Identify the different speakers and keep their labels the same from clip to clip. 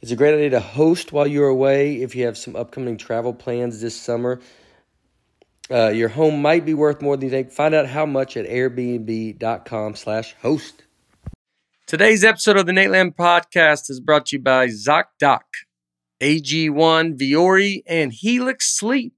Speaker 1: It's a great idea to host while you're away if you have some upcoming travel plans this summer. Uh, your home might be worth more than you think. Find out how much at airbnb.com/host. Today's episode of the Nate Lamb Podcast is brought to you by ZocDoc, AG1, Viore, and Helix Sleep.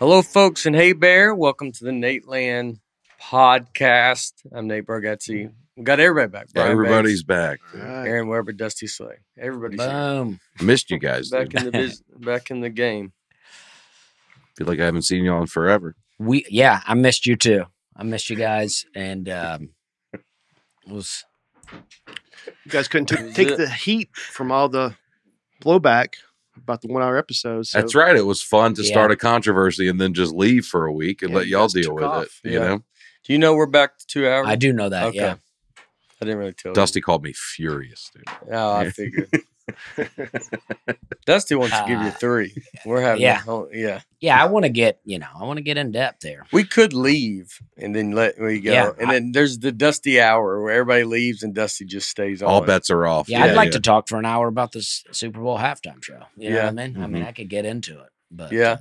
Speaker 1: Hello, folks, and hey, Bear. Welcome to the Nate Land Podcast. I'm Nate Bargatze. We got everybody back. Brian
Speaker 2: Everybody's back.
Speaker 1: Banks, Aaron Weber, Dusty Slay. Everybody's here.
Speaker 3: Boom.
Speaker 2: Missed you guys.
Speaker 1: back
Speaker 2: Dude.
Speaker 1: in the biz- back in the game.
Speaker 2: Feel like I haven't seen y'all in forever.
Speaker 3: We yeah, I missed you too. I missed you guys, and um, it was
Speaker 4: You guys couldn't t-
Speaker 1: Is
Speaker 4: take
Speaker 1: it-
Speaker 4: the heat from all the blowback about the one-hour episodes. So
Speaker 2: That's right. It was fun to
Speaker 3: Yeah.
Speaker 2: start a controversy and then just leave for a week and
Speaker 4: Yeah,
Speaker 2: let
Speaker 4: you
Speaker 2: y'all
Speaker 4: guys
Speaker 2: deal
Speaker 4: took
Speaker 2: with
Speaker 4: off.
Speaker 2: it. You
Speaker 1: Yeah.
Speaker 2: know,
Speaker 1: Do you know we're back to two hours?
Speaker 3: I do know that.
Speaker 1: Okay.
Speaker 3: Yeah,
Speaker 1: I didn't really tell you.
Speaker 2: Dusty called me furious, dude.
Speaker 1: Oh, I figured. Dusty wants to give you
Speaker 3: Uh,
Speaker 1: three. We're having
Speaker 3: yeah.
Speaker 1: oh, yeah.
Speaker 3: yeah. I want to get you know I want to get in depth there.
Speaker 1: We could leave and then let we go.
Speaker 3: Yeah,
Speaker 1: and
Speaker 3: I-
Speaker 1: then there's the Dusty hour where everybody leaves and Dusty just stays on.
Speaker 2: All bets are off.
Speaker 3: Yeah, I'd like to talk for an hour about this Super Bowl halftime show. You know
Speaker 1: Yeah.
Speaker 3: what I mean? I mean, I could get into it, but
Speaker 1: Yeah.
Speaker 3: uh,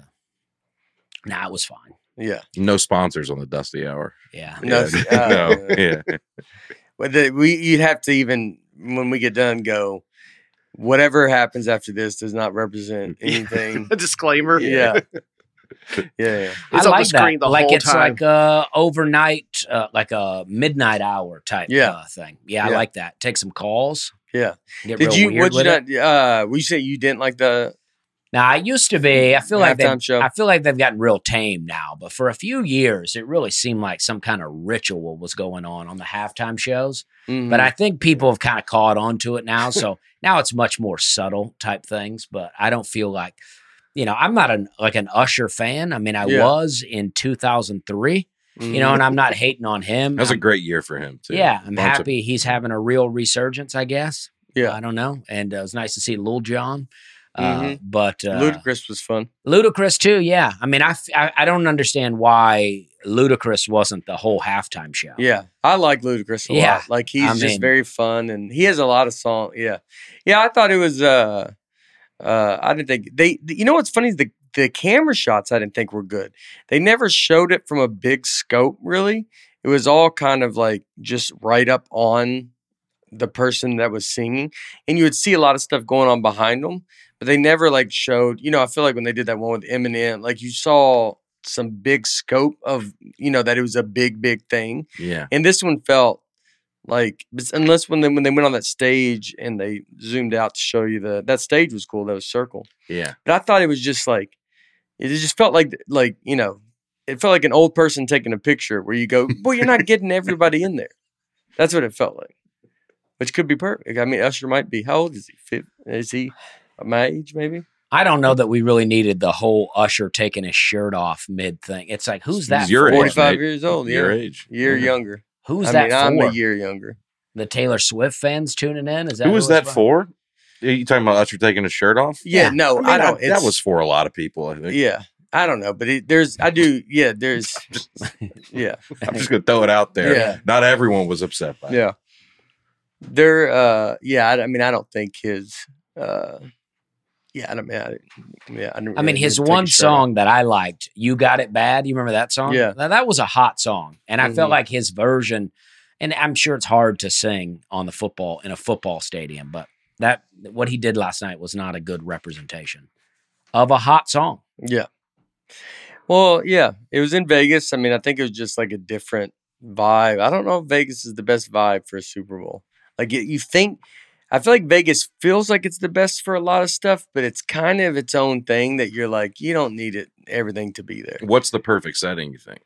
Speaker 3: nah, it was fine.
Speaker 1: Yeah.
Speaker 2: No sponsors on the Dusty Hour.
Speaker 3: Yeah,
Speaker 1: No,
Speaker 2: Yeah.
Speaker 1: uh,
Speaker 2: no. Yeah.
Speaker 1: But the, we you'd have to even when we get done go whatever happens after this does not represent
Speaker 4: Yeah.
Speaker 1: anything.
Speaker 4: a disclaimer.
Speaker 1: yeah. Yeah. yeah.
Speaker 3: I
Speaker 4: It's on
Speaker 3: like
Speaker 4: the screen
Speaker 3: that.
Speaker 4: the
Speaker 3: like
Speaker 4: whole
Speaker 3: it's
Speaker 4: time.
Speaker 3: like a overnight, uh, like a midnight hour type
Speaker 1: Yeah.
Speaker 3: uh, thing. Yeah,
Speaker 1: Yeah.
Speaker 3: I like that. Take some calls.
Speaker 1: Yeah.
Speaker 3: Get
Speaker 1: Did
Speaker 3: real
Speaker 1: you
Speaker 3: weird
Speaker 1: what you
Speaker 3: with it.
Speaker 1: not uh we say you didn't like the
Speaker 3: Now I used to be. I feel like they.
Speaker 1: halftime show?
Speaker 3: I feel like they've gotten real tame now. But for a few years, it really seemed like some kind of ritual was going on on the halftime shows.
Speaker 1: Mm-hmm.
Speaker 3: But
Speaker 2: Mm.
Speaker 3: I think people have kind of caught on to it now. So now it's much more subtle type things. But I don't feel like, you know, I'm not an like an Usher fan. I mean, I
Speaker 1: Yeah.
Speaker 3: was in 2003.
Speaker 1: Mm-hmm.
Speaker 3: You know, and I'm not hating on him.
Speaker 2: Mm-hmm. That was a
Speaker 3: I'm-
Speaker 2: great year for him too.
Speaker 3: yeah, I'm
Speaker 2: Bunch of- Mm-hmm.
Speaker 3: happy he's having a real resurgence. I guess.
Speaker 1: Yeah.
Speaker 3: I don't know. And uh, it was nice to see Lil Jon. Uh,
Speaker 1: Mhm.
Speaker 2: Mm-hmm.
Speaker 3: but uh,
Speaker 1: Ludacris was fun.
Speaker 3: Ludacris too, yeah. I mean, I, f- I I don't understand why Ludacris wasn't the whole halftime show.
Speaker 1: Yeah, I like Ludacris a
Speaker 3: Yeah,
Speaker 1: lot. Like he's
Speaker 3: I
Speaker 1: just
Speaker 3: mean-
Speaker 1: very fun, and he has a lot of song. Yeah, yeah. I thought it was. uh uh I didn't think they. You know what's funny is the the camera shots. I didn't think were good. They never showed it from a big scope. Really, it was all kind of like just right up on the person that was singing, and you would see a lot of stuff going on behind them. But they never like showed. You know, I feel like when they did that one with Eminem, like you saw some big scope of you know that it was a big big thing
Speaker 2: Yeah.
Speaker 1: and this one felt like bes- unless when they when they went on that stage and they zoomed out to show you the that stage was cool that was circle
Speaker 2: Yeah.
Speaker 1: but i thought it was just like it just felt like like you know it felt like an old person taking a picture where you go well you're not getting everybody in there that's what it felt like which could be perfect i mean usher might be how old is he Fif- is he my age maybe
Speaker 3: I don't know that we really needed the whole Usher taking his shirt off mid thing. It's like who's that?
Speaker 2: He's your
Speaker 3: for?
Speaker 2: age.
Speaker 1: 45
Speaker 2: Nate.
Speaker 1: years old
Speaker 2: Your
Speaker 1: yeah
Speaker 2: age.
Speaker 1: year
Speaker 2: Yeah.
Speaker 1: younger
Speaker 3: Who's
Speaker 1: i
Speaker 3: that
Speaker 1: mean i'm
Speaker 3: for?
Speaker 1: a year younger
Speaker 3: The Taylor Swift fans tuning in. Is that
Speaker 2: Who was that
Speaker 3: it's
Speaker 2: for? Are you talking about Usher taking his shirt off?
Speaker 1: yeah,
Speaker 3: Yeah.
Speaker 1: no Oh, i,
Speaker 2: I mean, I-
Speaker 1: don't
Speaker 2: that
Speaker 1: it's-
Speaker 2: was for a lot of people. I think.
Speaker 1: Yeah, I don't know, but it, there's I do. Yeah, there's yeah,
Speaker 2: I'm just gonna throw it out there.
Speaker 1: Yeah.
Speaker 2: Not everyone was upset by it.
Speaker 1: yeah. There, uh, yeah. I, I mean, I don't think his. uh Yeah, I don't mean, I, yeah, I, never
Speaker 3: I mean,
Speaker 1: really
Speaker 3: his
Speaker 1: take a
Speaker 3: one
Speaker 1: shot.
Speaker 3: song that I liked, "You Got It Bad." You remember that song?
Speaker 1: Yeah.
Speaker 3: Now, that was a hot song, and I
Speaker 1: Mhm.
Speaker 3: felt like his version. And I'm sure it's hard to sing on the football in a football stadium, but that what he did last night was not a good representation of a hot song.
Speaker 1: Yeah. Well, yeah, it was in Vegas. I mean, I think it was just like a different vibe. I don't know if Vegas is the best vibe for a Super Bowl. Like you- you think, I feel like Vegas feels like it's the best for a lot of stuff, but it's kind of its own thing that you're like, you don't need it everything to be there.
Speaker 2: What's the perfect setting? You think?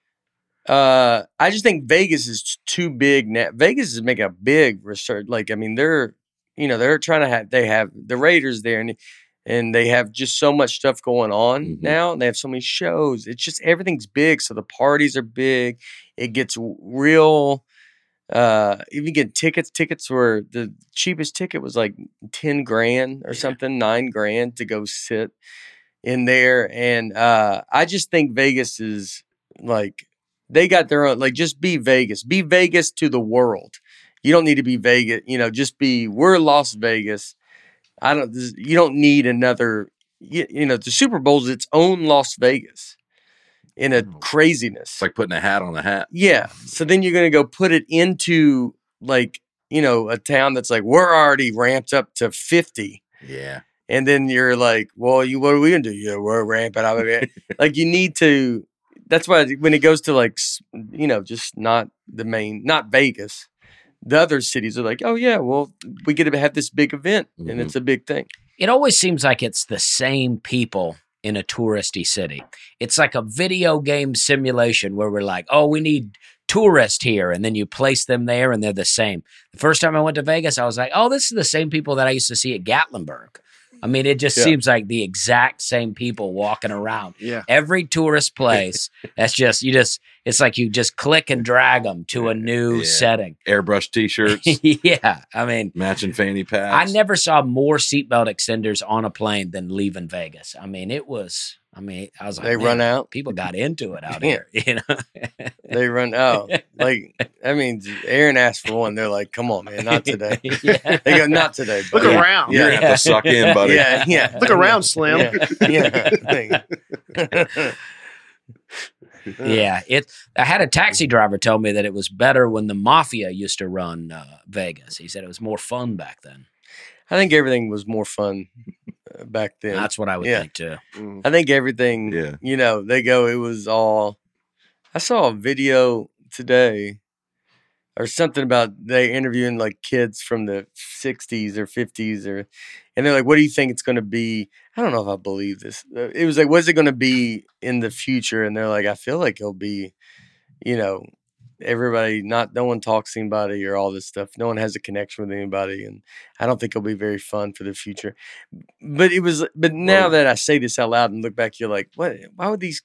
Speaker 1: Uh, I just think Vegas is t- too big now. Vegas is making a big research. Like, I mean, they're you know they're trying to have they have the Raiders there and and they have just so much stuff going on
Speaker 2: Mhm.
Speaker 1: now. And they have so many shows. It's just everything's big, so the parties are big. It gets w- real. Uh, if you get tickets, tickets were the cheapest ticket was like ten grand or
Speaker 3: Yeah.
Speaker 1: something, nine grand to go sit in there. And uh, I just think Vegas is like they got their own like just be vegas be vegas to the world you don't need to be vegas you know just be we're las vegas i don't this, you don't need another you, you know the super bowl's its own las vegas in a
Speaker 3: Oh.
Speaker 1: craziness
Speaker 2: It's like putting a hat on a hat.
Speaker 1: yeah so then you're gonna go put it into like you know a town that's like we're already ramped up to 50
Speaker 2: Yeah.
Speaker 1: and then you're like, well, you what are we gonna do? Yeah, we're ramping up. again." like you need to. That's why when it goes to like s- you know just not the main, not Vegas. The other cities are like, oh yeah, well we get to have this big event and
Speaker 3: Mm-hmm.
Speaker 2: Mhm.
Speaker 1: it's a big thing.
Speaker 3: It always seems like it's the same people in a touristy city. It's like a video game simulation where we're like, oh, we need tourists here. And then you place them there and they're the same. The first time I went to Vegas, I was like, oh, this is the same people that I used to see at Gatlinburg. I mean, it just
Speaker 1: Yeah.
Speaker 3: seems like the exact same people walking around.
Speaker 1: Yeah.
Speaker 3: Every tourist place, that's just, you just, it's like you just click and drag them to a new
Speaker 2: Yeah.
Speaker 3: setting.
Speaker 2: Airbrush T-shirts,
Speaker 3: yeah. I mean,
Speaker 2: matching fanny
Speaker 3: I
Speaker 2: packs.
Speaker 3: never saw more seatbelt extenders on a plane than leaving Vegas. I mean, it was. I mean, I was like,
Speaker 1: They run
Speaker 3: "Man,
Speaker 1: out.
Speaker 3: People got into it out
Speaker 1: Yeah.
Speaker 3: here, you know.
Speaker 1: They run out. like I mean, Aaron asked for one. They're like, come on, man, not today.
Speaker 3: yeah.
Speaker 1: They go, not today.
Speaker 4: Look
Speaker 1: buddy."
Speaker 4: around.
Speaker 2: You're gonna have to suck in, buddy.
Speaker 1: Yeah, yeah.
Speaker 4: Look around, Slim.
Speaker 1: Yeah, yeah. thing.
Speaker 3: Yeah, it. I had a
Speaker 1: Mm.
Speaker 3: taxi driver tell me that it was better when the mafia used to run uh, Vegas. He said it was more fun back then.
Speaker 1: I think everything was more fun uh, back then.
Speaker 3: That's what I would
Speaker 1: Yeah.
Speaker 3: think too.
Speaker 4: Mm.
Speaker 1: I think everything,
Speaker 2: Yeah.
Speaker 1: you know, they go, it was all. I saw a video today or something about they interviewing like kids from the 60s or 50s or, and they're like, what do you think it's going to be? I don't know if I believe this. Uh, It was like, what's it going to be in the future? And they're like, I feel like it'll be, you know, everybody not no one talks to anybody or all this stuff no one has a connection with anybody and i don't think it'll be very fun for the future but it was but now
Speaker 2: Right.
Speaker 1: that i say this out loud and look back you're like what why would these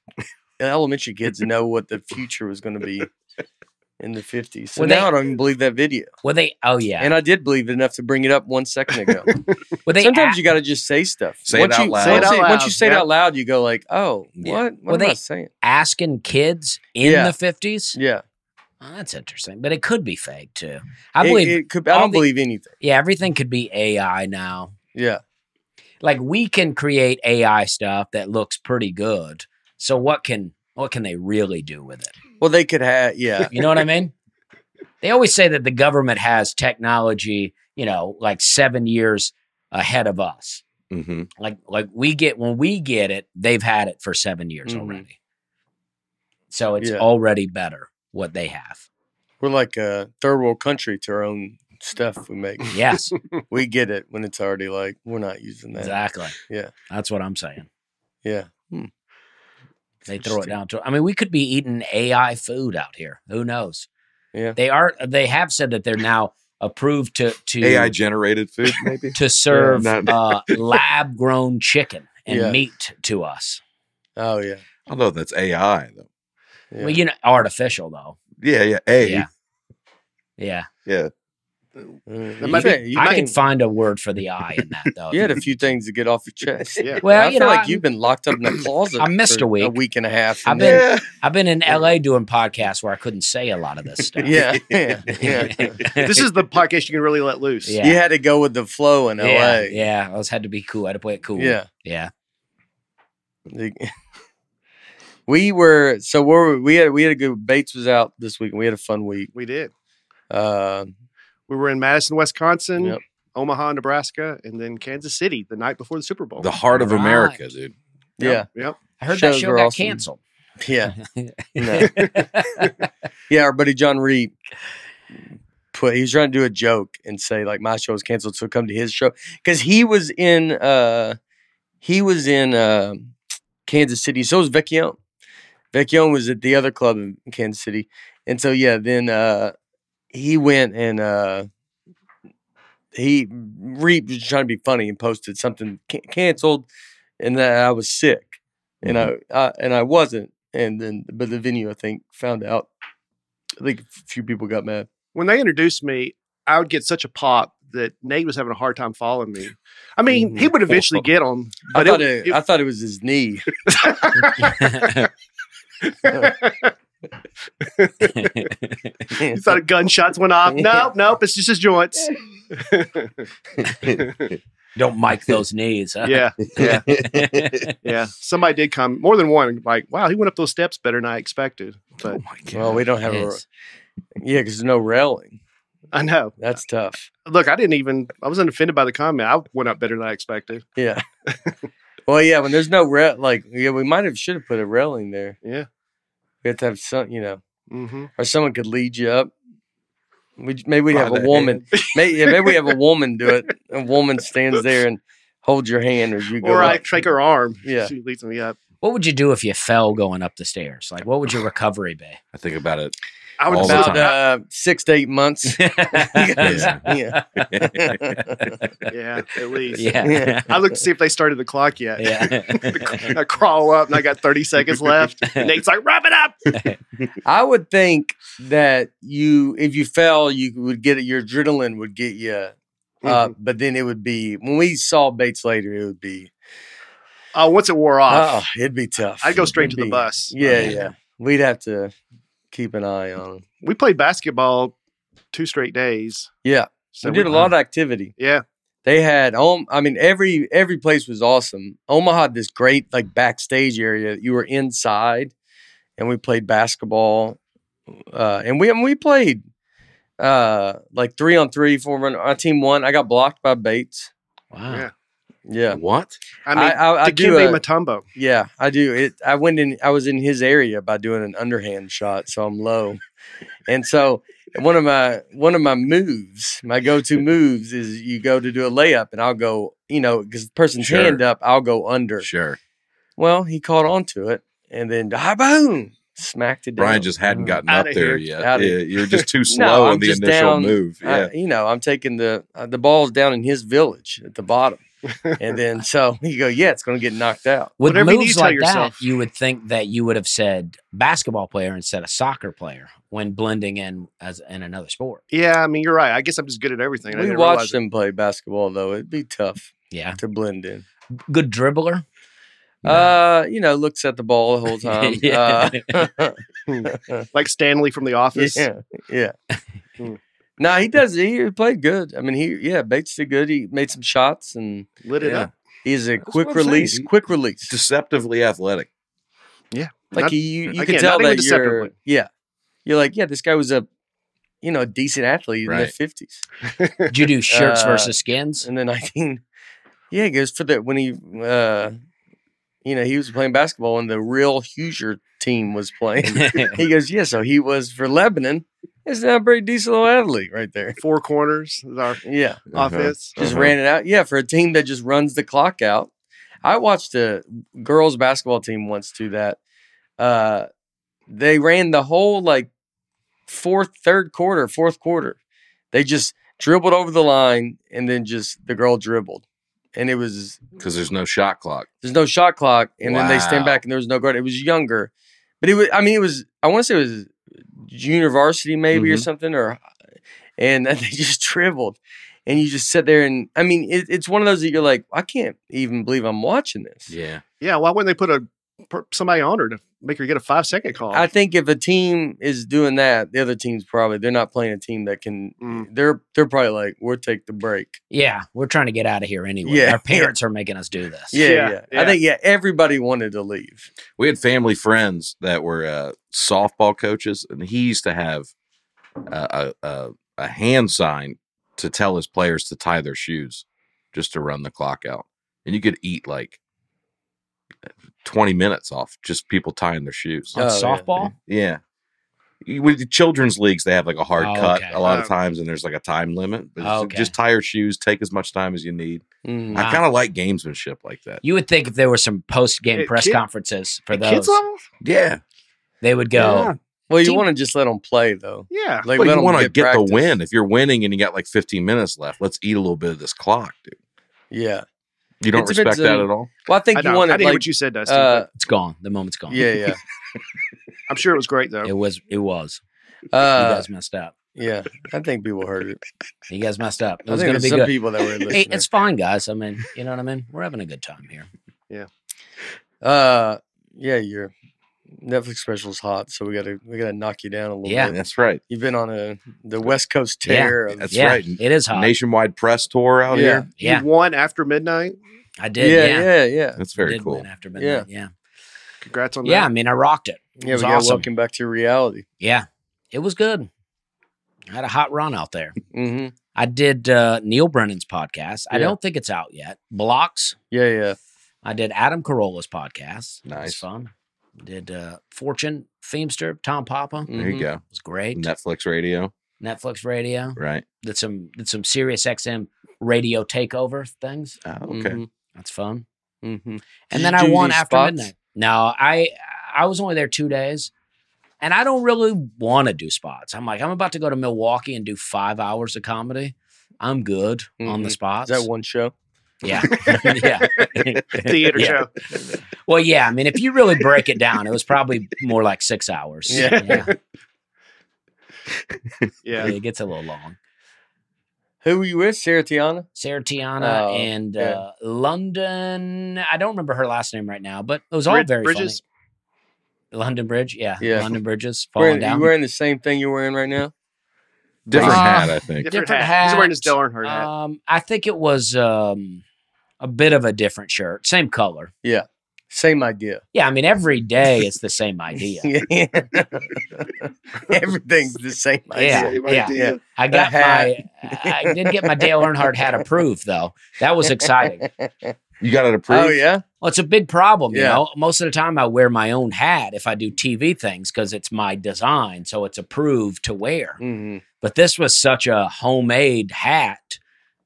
Speaker 1: elementary kids know what the future was going to be in the 50s so
Speaker 3: Well, they-
Speaker 1: now i don't even believe that video
Speaker 3: Well, they. Oh yeah.
Speaker 1: and i did believe it enough to bring it up one second ago
Speaker 3: well, they.
Speaker 1: sometimes
Speaker 3: a-
Speaker 1: you got to just say stuff
Speaker 2: Say it
Speaker 1: once
Speaker 2: out
Speaker 1: you,
Speaker 2: loud.
Speaker 4: Say it
Speaker 1: once
Speaker 4: out
Speaker 1: once you
Speaker 4: loud,
Speaker 1: say it
Speaker 4: yeah.
Speaker 1: out loud you go like oh
Speaker 2: Yeah.
Speaker 1: what what
Speaker 3: Well,
Speaker 1: am i
Speaker 3: they-
Speaker 1: saying
Speaker 3: asking kids in
Speaker 1: Yeah.
Speaker 3: the fifties. Oh,
Speaker 1: yeah
Speaker 3: that's interesting, but it could be fake too. I
Speaker 1: It-
Speaker 3: believe.
Speaker 1: it could, i
Speaker 3: all
Speaker 1: don't
Speaker 3: the-
Speaker 1: believe anything
Speaker 3: yeah, everything could be AI now.
Speaker 1: yeah
Speaker 3: like we can create AI stuff that looks pretty good. So what can what can they really do with it?
Speaker 1: well they could have yeah
Speaker 3: You know what I mean? They always say that the government has technology, you know, like 7 years ahead of us.
Speaker 2: hmm
Speaker 3: Like like we get when we get it, they've had it for 7 years
Speaker 1: Mhm.
Speaker 3: already. So it's
Speaker 1: Yeah.
Speaker 3: already better what they have.
Speaker 1: We're like a third world country to our own stuff we make.
Speaker 3: Yes,
Speaker 1: we get it when it's already like we're not using that.
Speaker 3: exactly.
Speaker 1: Yeah.
Speaker 3: That's what I'm saying.
Speaker 1: Yeah.
Speaker 3: They throw it down to. I mean, we could be eating AI food out here. Who knows?
Speaker 1: Yeah.
Speaker 3: they are. They have said that they're now approved to to
Speaker 2: AI generated food, maybe.
Speaker 3: to serve
Speaker 2: not-
Speaker 3: uh, lab grown chicken and
Speaker 1: Yeah.
Speaker 3: meat to us.
Speaker 1: Oh yeah.
Speaker 2: I know that's AI though.
Speaker 1: yeah.
Speaker 3: Well, you know, artificial though.
Speaker 2: Yeah, yeah. A.
Speaker 3: Yeah. Yeah,
Speaker 2: Yeah.
Speaker 1: That
Speaker 4: That might be-
Speaker 3: I can find a word for the eye in that though.
Speaker 1: You had a few things to get off your chest.
Speaker 4: Yeah.
Speaker 3: Well,
Speaker 1: I
Speaker 3: you
Speaker 1: feel
Speaker 3: know,
Speaker 1: like
Speaker 3: I'm-
Speaker 1: you've been locked up in the closet.
Speaker 3: I missed
Speaker 1: for
Speaker 3: a week.
Speaker 1: a week and a half.
Speaker 3: I've
Speaker 1: and then-
Speaker 3: been I've been in LA doing podcasts where I couldn't say a lot of this stuff.
Speaker 1: Yeah, yeah, yeah.
Speaker 4: this is the podcast you can really let loose.
Speaker 3: Yeah.
Speaker 1: You had to go with the flow in
Speaker 3: yeah,
Speaker 1: L.A.
Speaker 3: yeah. I was had to be cool. I had to play it cool.
Speaker 1: Yeah.
Speaker 3: yeah.
Speaker 1: The- we were so where were, we had we had a good Bates was out this week and we had a fun week.
Speaker 4: We did.
Speaker 1: Uh,
Speaker 4: We were in Madison, Wisconsin,
Speaker 1: Yep.
Speaker 4: Omaha, Nebraska, and then Kansas City the night before the Super Bowl.
Speaker 2: The heart of
Speaker 3: Right.
Speaker 2: America, dude.
Speaker 1: yeah,
Speaker 4: Yep.
Speaker 3: I heard that
Speaker 1: Shows
Speaker 3: show
Speaker 1: were
Speaker 3: got
Speaker 1: awesome.
Speaker 3: canceled.
Speaker 1: yeah, No. yeah. Our buddy John Reed put he was trying to do a joke and say like my show is canceled, so come to his show because he was in uh he was in uh, Kansas City. So was Vecchione. Vecchione was at the other club in Kansas City, and so yeah, then uh he went and. uh he re was trying to be funny and posted something can- canceled, and that I was sick, and I, I and I wasn't, and then but the venue I think found out. I think a few people got mad.
Speaker 4: When they introduced me, I would get such a pop that Nate was having a hard time following me. I mean, he would eventually get them,
Speaker 1: Mm-hmm. I
Speaker 4: but
Speaker 1: thought
Speaker 4: it,
Speaker 1: it, I thought it was his knee.
Speaker 4: you thought gunshots went off. Nope, nope. It's just his joints.
Speaker 3: Don't mic those knees. Huh?
Speaker 4: yeah, yeah. Somebody did come more than one. Like, wow, he went up those steps better than I expected.
Speaker 3: Oh
Speaker 4: But
Speaker 2: my
Speaker 1: well, we don't have a
Speaker 3: Yes.
Speaker 1: yeah, because there's no railing.
Speaker 4: I know.
Speaker 1: That's tough.
Speaker 4: Look, I didn't even. I wasn't offended by the comment. I went up better than I expected.
Speaker 1: Yeah. well, yeah, when there's no rail, like yeah, we might have should have put a railing there.
Speaker 4: Yeah.
Speaker 1: We have to have some, you know,
Speaker 4: Mm-hmm.
Speaker 1: or someone could lead you up. We j- maybe we
Speaker 2: By
Speaker 1: have a
Speaker 2: the
Speaker 1: woman. Maybe, yeah, maybe we have a woman do it. A woman stands there and holds your hand as you go.
Speaker 4: Or I
Speaker 1: up.
Speaker 4: shake her arm.
Speaker 1: Yeah.
Speaker 4: she leads me up.
Speaker 3: What would you do if you fell going up the stairs? Like, what would your recovery be?
Speaker 2: I think about it.
Speaker 4: I would
Speaker 2: All the
Speaker 1: about
Speaker 2: time.
Speaker 1: uh, six to eight months.
Speaker 2: Yeah.
Speaker 1: yeah.
Speaker 4: Yeah, at least.
Speaker 3: yeah.
Speaker 4: I looked to see if they started the clock yet.
Speaker 3: Yeah.
Speaker 4: I crawl up and I got 30 seconds left. Nate's like, wrap it
Speaker 1: Uh,
Speaker 4: up.
Speaker 1: I would think that you, if you fell, you would get your adrenaline would get you
Speaker 4: Mm-hmm.
Speaker 1: up, but then it would be when we saw Bates later, it would be
Speaker 4: Oh, once it wore
Speaker 1: oh,
Speaker 4: off,
Speaker 1: it'd be tough.
Speaker 4: I'd go straight
Speaker 1: It'd
Speaker 4: to the
Speaker 1: be-
Speaker 4: bus. Oh,
Speaker 1: Yeah,
Speaker 3: Yeah.
Speaker 1: yeah, we'd have to keep an eye on him.
Speaker 4: We played basketball two straight days.
Speaker 1: Yeah,
Speaker 4: So
Speaker 1: we did a lot of activity.
Speaker 4: Yeah.
Speaker 1: They had home. I mean, every every place was awesome. Omaha had this great like backstage area. You were inside, and we played basketball, uh, and we and we played uh, like three on three, four on. Our team won. I got blocked by Bates.
Speaker 3: Wow.
Speaker 4: Yeah.
Speaker 1: Yeah,
Speaker 2: What?
Speaker 4: I mean,
Speaker 1: I, I, do. uh,
Speaker 4: Dikembe
Speaker 1: a-
Speaker 4: Mutombo.
Speaker 1: yeah, I do. It. I went in. I was in his area by doing an underhand shot, so I'm low, and so one of my one of my moves, my go to moves, is you go to do a layup, and I'll go, you know, because the person's
Speaker 2: Sure.
Speaker 1: hand up, I'll go under.
Speaker 2: Sure.
Speaker 1: Well, he caught onto it, and then ah, boom, smacked it down.
Speaker 2: Brian just hadn't gotten
Speaker 4: Outta
Speaker 2: up there
Speaker 4: here.
Speaker 2: yet.
Speaker 1: Outta
Speaker 2: Yeah, you're just too slow
Speaker 1: I'm
Speaker 2: on the
Speaker 1: just
Speaker 2: initial
Speaker 1: down.
Speaker 2: move.
Speaker 1: I-
Speaker 2: Yeah.
Speaker 1: you know, I'm taking the uh, the ball's down in his village at the bottom, and then so you go, yeah, it's going to get knocked out.
Speaker 3: With
Speaker 4: Whatever you
Speaker 3: moves
Speaker 4: need to tell
Speaker 3: like that,
Speaker 4: yourself.
Speaker 3: you would think that you would have said basketball player instead of soccer player when blending in as in another sport.
Speaker 4: Yeah, I mean, you're right. I guess I'm just good at everything. I
Speaker 1: we
Speaker 4: didn't
Speaker 1: watched
Speaker 4: realize it.
Speaker 1: him play basketball though; it'd be tough
Speaker 3: Yeah.
Speaker 1: to blend in.
Speaker 3: Good dribbler.
Speaker 1: Uh, you know, looks at the ball the whole time.
Speaker 3: Yeah.
Speaker 1: Um, Uh,
Speaker 4: Like Stanley from The Office.
Speaker 1: yeah, yeah.
Speaker 4: Hmm.
Speaker 1: nah, he does. He played good. I mean, he yeah, Bates did good. He made some shots, and
Speaker 4: Lit it
Speaker 1: Yeah.
Speaker 4: up.
Speaker 1: he's a
Speaker 2: That's what
Speaker 1: quick
Speaker 2: I'm saying.
Speaker 1: release.
Speaker 2: He-
Speaker 1: Quick release.
Speaker 2: Deceptively athletic.
Speaker 1: like
Speaker 4: not-
Speaker 1: he, you, you can
Speaker 4: again,
Speaker 1: tell
Speaker 4: not even
Speaker 1: that you're
Speaker 4: deceptively.
Speaker 1: yeah. You're like yeah, this guy was a you know a decent athlete in the
Speaker 2: Right.
Speaker 1: fifties
Speaker 3: Did you do shirts
Speaker 1: Uh,
Speaker 3: versus skins?
Speaker 1: and the nineteen. Yeah, it goes for the when he uh, you know he was playing basketball when the real Hoosier team was playing. He goes, yeah. So he was for Lebanon. It's not a pretty decent little athlete right there.
Speaker 4: Four corners is our
Speaker 1: Yeah,
Speaker 2: Uh-huh.
Speaker 4: offense.
Speaker 1: just
Speaker 2: Uh-huh.
Speaker 1: ran it out. Yeah, for a team that just runs the clock out. I watched a girls basketball team once do that. Uh, they ran the whole like fourth, third quarter, fourth quarter. They just dribbled over the line and then just the girl dribbled, and it was
Speaker 2: Because there's no shot clock.
Speaker 1: there's no shot clock, and then they stand
Speaker 2: Wow.
Speaker 1: back, and there was no guard. It was younger, but it was. I mean, it was. I want to say it was junior varsity, maybe or
Speaker 2: Mhm.
Speaker 1: something, or and they just dribbled. And you just sit there and I mean, it, it's one of those that you're like, I can't even believe I'm watching this.
Speaker 2: Yeah.
Speaker 4: Yeah, why wouldn't they put a per- somebody on her to make her get a five second call?
Speaker 1: I think if a team is doing that, the other team's probably they're not playing a team that can.
Speaker 4: Mm.
Speaker 1: They're they're probably like, we'll take the break.
Speaker 3: Yeah, we're trying to get out of here anyway.
Speaker 1: Yeah.
Speaker 3: Our parents are making us do this.
Speaker 1: Yeah,
Speaker 4: Yeah,
Speaker 1: yeah,
Speaker 4: yeah.
Speaker 1: I think yeah, everybody wanted to leave.
Speaker 2: We had family friends that were uh, softball coaches, and he used to have uh, a, a, a hand sign to tell his players to tie their shoes just to run the clock out. And you could eat like 20 minutes off just people tying their shoes.
Speaker 3: On
Speaker 1: Oh, yeah.
Speaker 3: softball?
Speaker 2: Yeah. You- With the children's leagues, they have like a hard
Speaker 3: Oh,
Speaker 2: cut
Speaker 3: okay. Oh,
Speaker 2: a lot of
Speaker 4: Oh.
Speaker 2: times, and there's like a time limit. But it's-
Speaker 3: Okay.
Speaker 2: just tie your shoes, take as much time as you need.
Speaker 1: Mhm.
Speaker 3: Wow.
Speaker 2: I kind of like gamesmanship like that.
Speaker 3: You would think if there were some post game
Speaker 4: At
Speaker 3: press
Speaker 4: kid-
Speaker 3: conferences for
Speaker 4: At kids
Speaker 3: those,
Speaker 4: level?
Speaker 2: Yeah.
Speaker 3: they would go,
Speaker 1: Well, you
Speaker 3: Team-
Speaker 1: want to just let them play though.
Speaker 4: Yeah.
Speaker 1: Like
Speaker 2: Well,
Speaker 1: let
Speaker 2: you
Speaker 1: 'em
Speaker 2: want to get, the
Speaker 1: practice.
Speaker 2: win. If you're winning and you got like 15 minutes left, let's eat a little bit of this clock, dude.
Speaker 1: Yeah.
Speaker 2: You don't
Speaker 1: It depends
Speaker 2: respect that
Speaker 1: on-
Speaker 2: at all.
Speaker 1: Well, I
Speaker 4: I,
Speaker 1: think you
Speaker 4: know. I
Speaker 1: want
Speaker 4: didn't
Speaker 1: to
Speaker 4: hear
Speaker 1: like.
Speaker 4: what you said, Dusty.
Speaker 1: Uh,
Speaker 3: it's gone. The moment's gone.
Speaker 1: yeah, yeah,
Speaker 4: but I'm sure it was great though.
Speaker 3: It was. It was. you
Speaker 1: uh,
Speaker 3: guys messed up.
Speaker 1: yeah. I think people heard it.
Speaker 3: You guys messed up. It
Speaker 1: I
Speaker 3: was
Speaker 1: think
Speaker 3: going to
Speaker 1: there's
Speaker 3: be
Speaker 1: some
Speaker 3: good.
Speaker 1: people that were
Speaker 3: Hey,
Speaker 1: listening.
Speaker 3: it's fine, guys. I mean, you know what I mean? We're having a good time here.
Speaker 1: uh, yeah, your Netflix special's hot, so we gotta we gotta knock you down a little
Speaker 3: Yeah.
Speaker 1: bit.
Speaker 2: That's right.
Speaker 1: You've been on a the West Coast tear. of-
Speaker 2: That's
Speaker 3: yeah,
Speaker 2: right.
Speaker 3: It is hot.
Speaker 2: Nationwide press tour out
Speaker 1: Yeah.
Speaker 2: here.
Speaker 3: Yeah,
Speaker 4: You won after midnight.
Speaker 3: I did. Yeah,
Speaker 1: yeah, yeah, yeah.
Speaker 2: That's
Speaker 3: I
Speaker 2: very
Speaker 3: did
Speaker 2: cool.
Speaker 3: win after midnight. Yeah.
Speaker 4: Congrats on
Speaker 3: Yeah. I
Speaker 4: that.
Speaker 3: mean, I rocked it.
Speaker 1: Yeah,
Speaker 3: was
Speaker 1: we got
Speaker 3: awesome.
Speaker 1: welcome back to reality.
Speaker 3: Yeah, it was good. I had a hot run out there.
Speaker 1: Mm-hmm.
Speaker 3: I did uh, Neil Brennan's podcast. I
Speaker 1: Yeah.
Speaker 3: don't think it's out yet. Blocks.
Speaker 1: Yeah, yeah.
Speaker 3: I did Adam Carolla's podcast. That was
Speaker 2: Nice.
Speaker 3: fun. Did uh, Fortune Themester, Tom Papa.
Speaker 1: Mm.
Speaker 3: It
Speaker 2: There
Speaker 1: Mm-hmm.
Speaker 2: you go.
Speaker 3: was great.
Speaker 2: Netflix radio.
Speaker 3: Netflix Radio.
Speaker 2: Right.
Speaker 3: Did some did some Sirius XM radio takeover things.
Speaker 2: Oh, okay.
Speaker 3: That's fun.
Speaker 1: Mm-hmm.
Speaker 3: And
Speaker 1: Did
Speaker 3: then
Speaker 1: you
Speaker 3: I
Speaker 1: do
Speaker 3: won
Speaker 1: these
Speaker 3: after
Speaker 1: spots?
Speaker 3: midnight. No, I I was only there two days, and I don't really want to do spots. I'm like, I'm about to go to Milwaukee and do five hours of comedy. I'm good on the
Speaker 1: Mhm.
Speaker 3: spots.
Speaker 1: Is that one show?
Speaker 3: yeah, yeah.
Speaker 4: Theater
Speaker 3: Yeah.
Speaker 4: show.
Speaker 3: Well, yeah. I mean, if you really break it down, it was probably more like six hours.
Speaker 1: Yeah.
Speaker 4: Yeah.
Speaker 3: it gets a little long.
Speaker 1: Who were you with? Sarah Tiana?
Speaker 3: Sarah Tiana
Speaker 1: Oh,
Speaker 3: and
Speaker 1: yeah.
Speaker 3: uh, London. I don't remember her last name right now, but it was all
Speaker 4: Brid-
Speaker 3: very
Speaker 4: Bridges?
Speaker 3: funny. London Bridge, yeah,
Speaker 1: Yeah.
Speaker 3: London Bridges falling
Speaker 1: Wearing,
Speaker 3: down.
Speaker 1: you wearing the same thing you're wearing right now?
Speaker 2: Different
Speaker 3: Uh,
Speaker 2: hat, I think.
Speaker 4: Different,
Speaker 3: Different
Speaker 4: hat. He's wearing his
Speaker 3: hats.
Speaker 4: Dale Earnhardt hat.
Speaker 1: Uh,
Speaker 3: Um, I think it was um, a bit of a different shirt, same color.
Speaker 1: Same idea.
Speaker 3: Yeah, I mean, every day it's the same idea.
Speaker 1: Everything's the same
Speaker 3: Yeah,
Speaker 1: idea.
Speaker 3: yeah.
Speaker 1: idea.
Speaker 3: I got my,
Speaker 1: hat.
Speaker 3: I did get my Dale Earnhardt hat approved though. That was exciting.
Speaker 2: You got it
Speaker 1: Oh
Speaker 2: approved.
Speaker 1: yeah.
Speaker 3: Well, it's a big problem, you
Speaker 1: Yeah.
Speaker 3: know. Most of the time, I wear my own hat if I do TV things because it's my design, so it's approved to wear.
Speaker 1: Mm-hmm.
Speaker 3: But this was such a homemade hat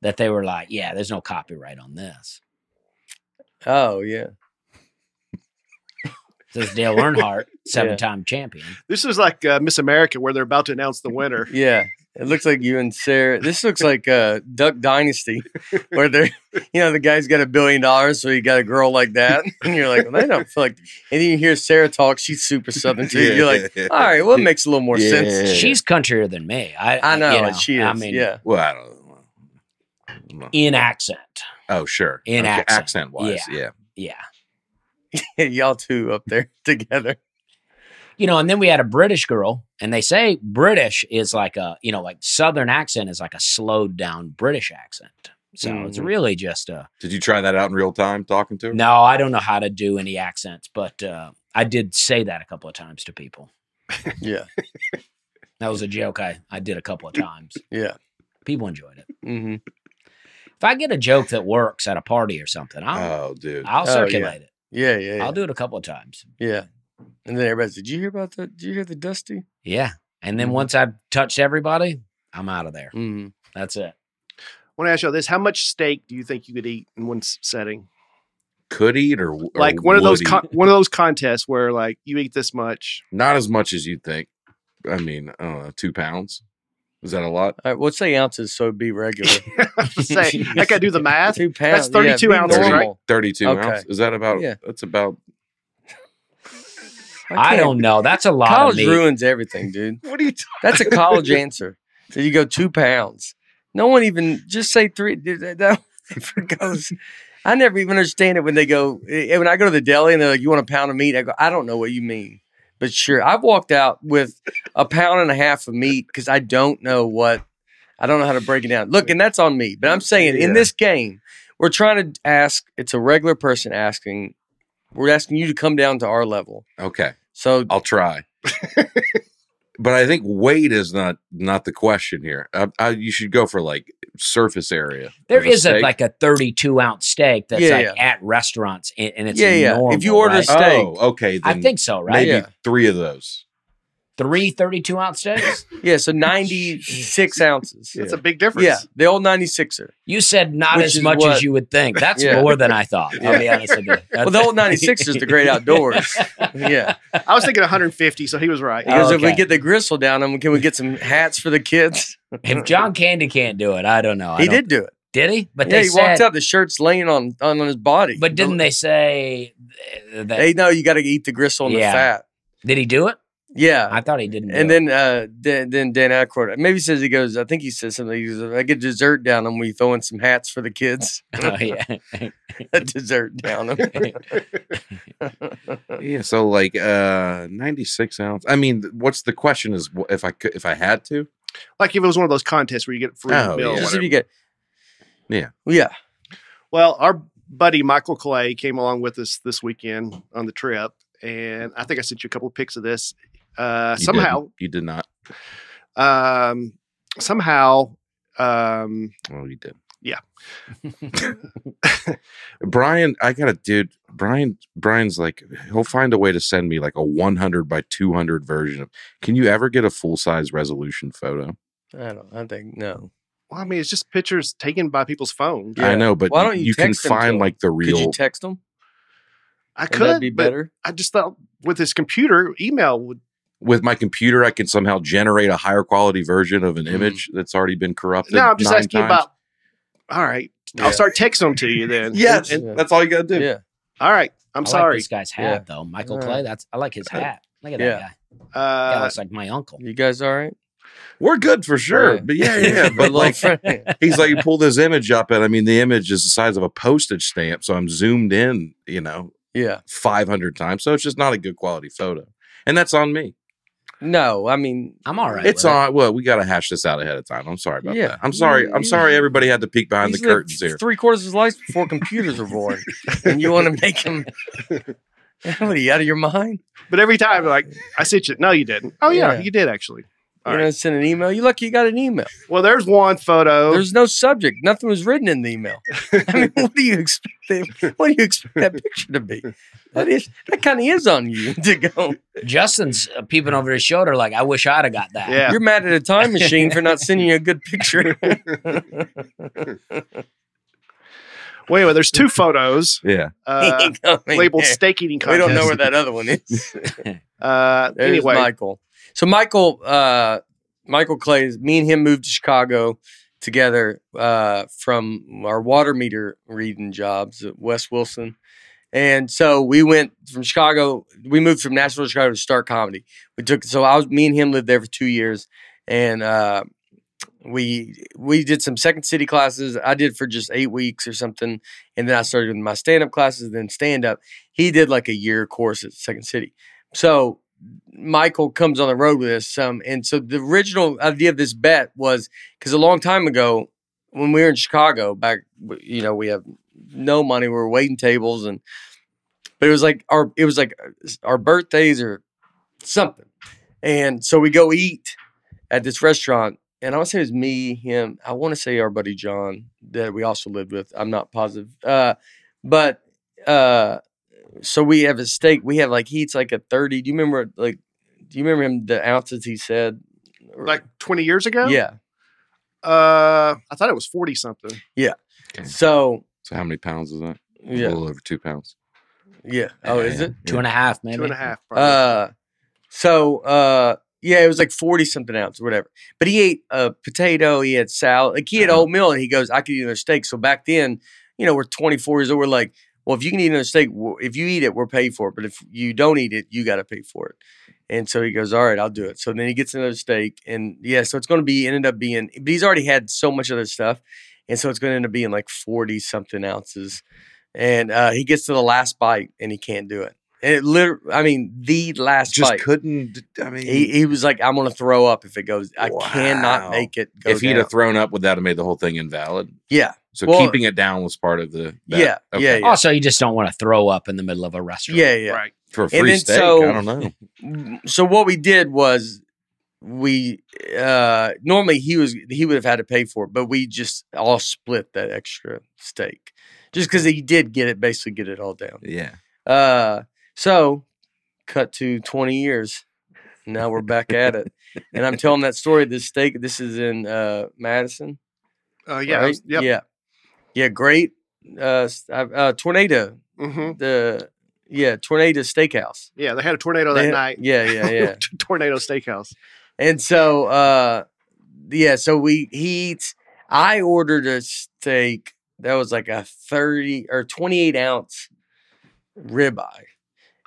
Speaker 3: that they were like, "Yeah, there's no copyright on this.
Speaker 1: Oh yeah.
Speaker 3: This is Dale Earnhardt, seven-time champion."
Speaker 4: This is like uh, Miss America where they're about to announce the winner.
Speaker 1: Yeah. It looks like you and Sarah. This looks like uh, Duck Dynasty, where they're, you know, the guy's got a billion dollars, so you got a girl like that, and you're like, well, they don't feel like. And then you hear Sarah talk; she's super southern too. You're like, all right, well, it makes a little more
Speaker 2: Yeah.
Speaker 1: sense.
Speaker 3: She's countrier than me. I,
Speaker 1: I know,
Speaker 3: you
Speaker 1: she is.
Speaker 3: Uh, I mean,
Speaker 1: yeah,
Speaker 2: well, I don't know.
Speaker 3: in accent.
Speaker 2: Oh, sure.
Speaker 3: In accent.
Speaker 2: wise. Yeah.
Speaker 3: Yeah,
Speaker 1: y'all two up there together.
Speaker 3: you know. And then we had a British girl, and they say British is like a, you know, like Southern accent is like a slowed down British accent. So it's
Speaker 1: Mhm.
Speaker 3: really just a
Speaker 2: Did you try that out in real time talking to her?
Speaker 3: No, I don't know how to do any accents, but uh, I did say that a couple of times to people.
Speaker 1: Yeah,
Speaker 3: That was a joke I, I did a couple of times.
Speaker 1: yeah.
Speaker 3: People enjoyed it.
Speaker 1: hmm
Speaker 3: If I get a joke that works at a party or something, I'll,
Speaker 2: Oh, dude.
Speaker 3: I'll
Speaker 1: yeah.
Speaker 3: circulate it.
Speaker 1: Yeah, yeah, yeah.
Speaker 3: I'll do it a couple of times.
Speaker 1: yeah. And then everybody's, did you hear about the? Did you hear the Dusty?
Speaker 3: Yeah. And then
Speaker 1: Mhm.
Speaker 3: once I've touched everybody, I'm out of there.
Speaker 1: Mm-hmm.
Speaker 3: That's it.
Speaker 4: I want to ask you all this: How much steak do you think you could eat in one s- setting?
Speaker 2: Could eat or, or
Speaker 4: Like one of those
Speaker 2: would
Speaker 4: con-
Speaker 2: eat?
Speaker 4: one of those contests where like you eat this much.
Speaker 2: Not as much as you'd think. I mean, I don't know, two pounds. Is that a lot?
Speaker 1: All right, Uh, we'll say ounces, so it'd be regular.
Speaker 4: Say, I gotta do the math.
Speaker 1: Two pounds.
Speaker 4: 32
Speaker 1: be
Speaker 4: ounces, right?
Speaker 1: normal.
Speaker 2: 32
Speaker 1: Okay.
Speaker 2: ounce. Is that about?
Speaker 1: Yeah.
Speaker 2: That's about.
Speaker 3: I
Speaker 1: can't-
Speaker 3: don't know. That's a lot of
Speaker 1: College
Speaker 3: me.
Speaker 1: ruins everything, dude.
Speaker 2: What are you
Speaker 1: That's a college answer. So you go two pounds. No one even just say three. Dude, that, that never goes. I never even understand it when they go. eh, When I go to the deli and they're like, "You want a pound of meat?" I go, "I don't know what you mean." But sure, I've walked out with a pound and a half of meat because I don't know what, I don't know how to break it down. Look, and that's on me. But I'm saying in
Speaker 4: Yeah.
Speaker 1: this game, we're trying to ask. It's a regular person asking. We're asking you to come down to our level.
Speaker 2: Okay,
Speaker 1: So
Speaker 2: I'll try. but I think weight is not not the question here. I, I, you should go for like surface area.
Speaker 3: There
Speaker 2: of a
Speaker 3: is a,
Speaker 2: steak.
Speaker 3: like a 32 ounce steak that's
Speaker 1: Yeah,
Speaker 3: like
Speaker 1: yeah.
Speaker 3: at restaurants and, and it's
Speaker 1: Yeah, yeah. If
Speaker 3: normal,
Speaker 1: you order
Speaker 3: right?
Speaker 1: steak,
Speaker 2: Oh, okay.
Speaker 3: I
Speaker 2: then
Speaker 3: think so, right?
Speaker 2: maybe
Speaker 1: Yeah.
Speaker 2: three of those.
Speaker 3: Three 32 ounce steaks.
Speaker 1: yeah, so 96 ounces.
Speaker 4: That's a big difference.
Speaker 1: Yeah, the old 96er.
Speaker 3: You said not
Speaker 1: Which
Speaker 3: as
Speaker 1: is
Speaker 3: much
Speaker 1: what-
Speaker 3: as you would think. That's
Speaker 1: Yeah.
Speaker 3: more than I thought. I'll be honest with you.
Speaker 1: Well, the old 96er is the great outdoors. Yeah.
Speaker 4: I was thinking 150, so he was right.
Speaker 1: He goes,
Speaker 3: Oh,
Speaker 1: if we
Speaker 3: okay.
Speaker 1: get the gristle down, then can we get some hats for the kids?
Speaker 3: if John Candy can't do it, I don't know. I
Speaker 1: He
Speaker 3: don't-
Speaker 1: did do it.
Speaker 3: Did he? But
Speaker 1: yeah,
Speaker 3: they
Speaker 1: he
Speaker 3: said,
Speaker 1: walked out, the shirt's laying on on, on his body.
Speaker 3: But didn't they say that?
Speaker 1: Hey, no, you got to eat the gristle and
Speaker 3: Yeah.
Speaker 1: the fat.
Speaker 3: did he do it?
Speaker 1: Yeah.
Speaker 3: I thought he didn't. do
Speaker 1: and
Speaker 3: it.
Speaker 1: then uh, Dan, then Dan Aykroyd, maybe he says he goes. I think he says something. He goes, "I get dessert down them. We throw in some hats for the kids.
Speaker 3: oh, yeah.
Speaker 1: A dessert down them.
Speaker 2: Yeah. So like uh, ninety six ounce. I mean, th- what's the question? Is wh- if I could, if I had to.
Speaker 4: Like if it was one of those contests where you get free
Speaker 2: Oh,
Speaker 4: meals.
Speaker 2: yeah.
Speaker 1: Just
Speaker 4: whatever.
Speaker 1: if you get.
Speaker 2: Yeah.
Speaker 1: Yeah.
Speaker 4: Well, our buddy Michael Clay came along with us this weekend on the trip, and I think I sent you a couple of pics of this. Uh,
Speaker 2: you
Speaker 4: somehow,
Speaker 2: didn't. you did not.
Speaker 4: um, somehow, um,
Speaker 2: Oh, you did.
Speaker 4: Yeah.
Speaker 2: Brian, I got to dude. Brian, Brian's like, he'll find a way to send me like a 100 by 200 version of. Can you ever get a full size resolution photo?
Speaker 1: I don't. I think no.
Speaker 4: well, I mean, it's just pictures taken by people's phone.
Speaker 1: Yeah.
Speaker 2: I know, but
Speaker 1: Why
Speaker 2: y-
Speaker 1: don't you
Speaker 2: you, can
Speaker 1: text them to
Speaker 2: find
Speaker 1: him?
Speaker 2: like the
Speaker 1: Could you
Speaker 2: real.
Speaker 1: text them?
Speaker 4: I
Speaker 1: Would that
Speaker 4: could,
Speaker 1: be
Speaker 4: but
Speaker 1: better?
Speaker 4: I just thought with his computer, email would.
Speaker 2: With my computer, I can somehow generate a higher quality version of an
Speaker 1: Mm.
Speaker 2: image that's already been corrupted.
Speaker 4: No, I'm just
Speaker 2: nine
Speaker 4: asking you
Speaker 2: times.
Speaker 4: about. All right,
Speaker 1: Yeah.
Speaker 4: I'll start texting them to you then.
Speaker 2: Yes,
Speaker 4: And- and-
Speaker 1: Yeah.
Speaker 2: that's all you got to do.
Speaker 1: Yeah.
Speaker 4: all right, I'm
Speaker 3: I Like
Speaker 4: sorry.
Speaker 3: this guy's hat,
Speaker 1: Yeah.
Speaker 3: though. Michael
Speaker 1: Yeah.
Speaker 3: Clay. That's I like his hat. Look at
Speaker 1: Yeah.
Speaker 3: that guy. That
Speaker 4: Uh,
Speaker 3: looks like my uncle.
Speaker 1: You guys all right?
Speaker 2: We're good for sure.
Speaker 1: Yeah.
Speaker 2: But yeah, yeah, yeah. but
Speaker 1: We're
Speaker 2: like,
Speaker 1: friend.
Speaker 2: he's like, you pull this image up, and I mean, the image is the size of a postage stamp. So I'm zoomed in, you know,
Speaker 1: yeah.
Speaker 2: 500 times. So it's just not a good quality photo. And that's on me.
Speaker 1: No, I mean,
Speaker 3: I'm all right.
Speaker 2: It's
Speaker 3: with it.
Speaker 2: on. Well, we got to hash this out ahead of time. I'm sorry about
Speaker 1: Yeah.
Speaker 2: that. I'm sorry. I'm sorry everybody had to peek behind
Speaker 1: he's
Speaker 2: the
Speaker 1: lived
Speaker 2: curtains here.
Speaker 1: Three quarters of his life before computers were born, and you want to make him? What are you out of your mind?
Speaker 4: but every time, like I sent you. No, you didn't. Oh yeah,
Speaker 1: Yeah.
Speaker 4: you did actually. All
Speaker 1: you know, send an email. You lucky you got an email.
Speaker 4: Well, there's one photo.
Speaker 1: There's no subject. Nothing was written in the email. I mean, what do you expect? That, what do you expect that picture to be? That is that kind of is on you to go.
Speaker 3: Justin's uh, peeping over his shoulder, like I wish I'd have got that.
Speaker 4: yeah.
Speaker 1: You're mad at a time machine for not sending you a good picture.
Speaker 4: Well, anyway, there's two photos
Speaker 2: Yeah.
Speaker 4: uh, labeled steak eating
Speaker 1: we
Speaker 4: contest.
Speaker 1: don't know where that other one is.
Speaker 4: Uh,
Speaker 1: There's
Speaker 4: anyway,
Speaker 1: Michael. So Michael, uh, Michael Clay, me and him moved to Chicago together uh, from our water meter reading jobs at West Wilson. And so we went from Chicago. We moved from Nashville to Chicago to start comedy. We took so I was me and him lived there for two years, and uh, we we did some second city classes. I did for just eight weeks or something, and then I started doing my stand up classes. Then stand up. He did like a year course at Second City. So Michael comes on the road with us. Um, and so the original idea of this bet was because a long time ago, when we were in Chicago, back, w- you know, we have no money, we were waiting tables, and but it was like our it was like uh, our birthdays or something, and so we go eat at this restaurant, and I want to say it was me, him, I want to say our buddy John that we also lived with. I'm not positive, uh, but uh, so we have a steak. We have like he eats like a thirty. Do you remember like? Do you remember him the ounces he said?
Speaker 4: like 20 years ago.
Speaker 1: yeah.
Speaker 4: Uh, I thought it was 40 something.
Speaker 2: Okay.
Speaker 1: So
Speaker 2: So how many pounds is that? A
Speaker 1: yeah,
Speaker 2: little over two pounds.
Speaker 1: yeah. Oh, is it?
Speaker 3: Two and a half, maybe.
Speaker 4: Two and a half. Probably.
Speaker 1: Uh, so uh, yeah, it was like forty something ounce or whatever. But he ate a potato. He had salad. Like he had
Speaker 2: Uh-huh.
Speaker 1: oatmeal, and he goes, "I could eat another steak." So back then, you know, we're twenty four years old. We're like, well, if you can eat another steak, w- if you eat it, we're paid for it. But if you don't eat it, you got to pay for it. And so he goes, all right, I'll do it. So then he gets another steak, and yeah, so it's going to be ended up being. But he's already had so much other stuff, and so it's going to end up being like forty something ounces. And uh, he gets to the last bite, and he can't do it. And it literally, I mean, the last
Speaker 2: Just
Speaker 1: bite.
Speaker 2: couldn't. I mean,
Speaker 1: He, he was like, I'm gonna throw up if it goes. I
Speaker 2: Wow.
Speaker 1: cannot make it go.
Speaker 2: if he'd
Speaker 1: down."
Speaker 2: have thrown up, would that have made the whole thing invalid?
Speaker 1: yeah,
Speaker 2: So
Speaker 1: Well-
Speaker 2: keeping it down was part of the that-
Speaker 1: yeah,
Speaker 2: okay.
Speaker 1: yeah, yeah,
Speaker 3: Also, you just don't want to throw up in the middle of a restaurant.
Speaker 1: yeah, yeah.
Speaker 4: Right.
Speaker 2: for a
Speaker 1: And
Speaker 2: free
Speaker 1: then
Speaker 2: steak.
Speaker 1: so-
Speaker 2: I don't know.
Speaker 1: so what we did was we uh normally he was he would have had to pay for it but we just all split that extra steak just because he did get it basically get it all down
Speaker 2: Yeah,
Speaker 1: uh so cut to 20 years now we're back at it and i'm telling that story this steak this is in uh madison
Speaker 4: Uh, yeah.
Speaker 1: right?
Speaker 4: Yep.
Speaker 1: yeah, yeah. Great, uh, s- uh, uh, tornado.
Speaker 4: hmm
Speaker 1: The yeah, tornado steakhouse.
Speaker 4: Yeah. They had a tornado
Speaker 1: They
Speaker 4: Oh, that
Speaker 1: had-
Speaker 4: night.
Speaker 1: Yeah, yeah, yeah.
Speaker 4: tornado Steakhouse.
Speaker 1: and so, uh, yeah, so we he eats. I ordered a steak that was like a thirty or twenty-eight ounce ribeye.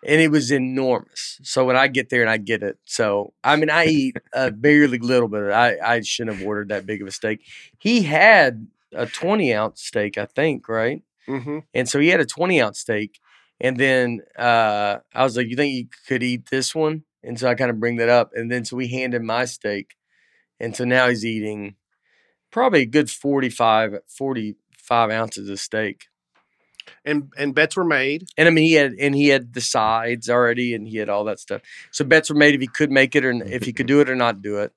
Speaker 1: And it was enormous. So when I get there and I get it, so I mean I eat a barely little bit. of it. I I shouldn't have ordered that big of a steak. He had a twenty ounce steak, I think, right?
Speaker 4: hmm
Speaker 1: And so he had a 20 ounce steak. And then uh, I was like, You think you could eat this one? And so I kind of bring that up. And then so we hand him my steak. And so now he's eating probably a good 45, 45 ounces of steak.
Speaker 4: And and bets were made.
Speaker 1: And I mean, he had and he had the sides already, and he had all that stuff. So bets were made if he could make it or n- if he could do it or not do it.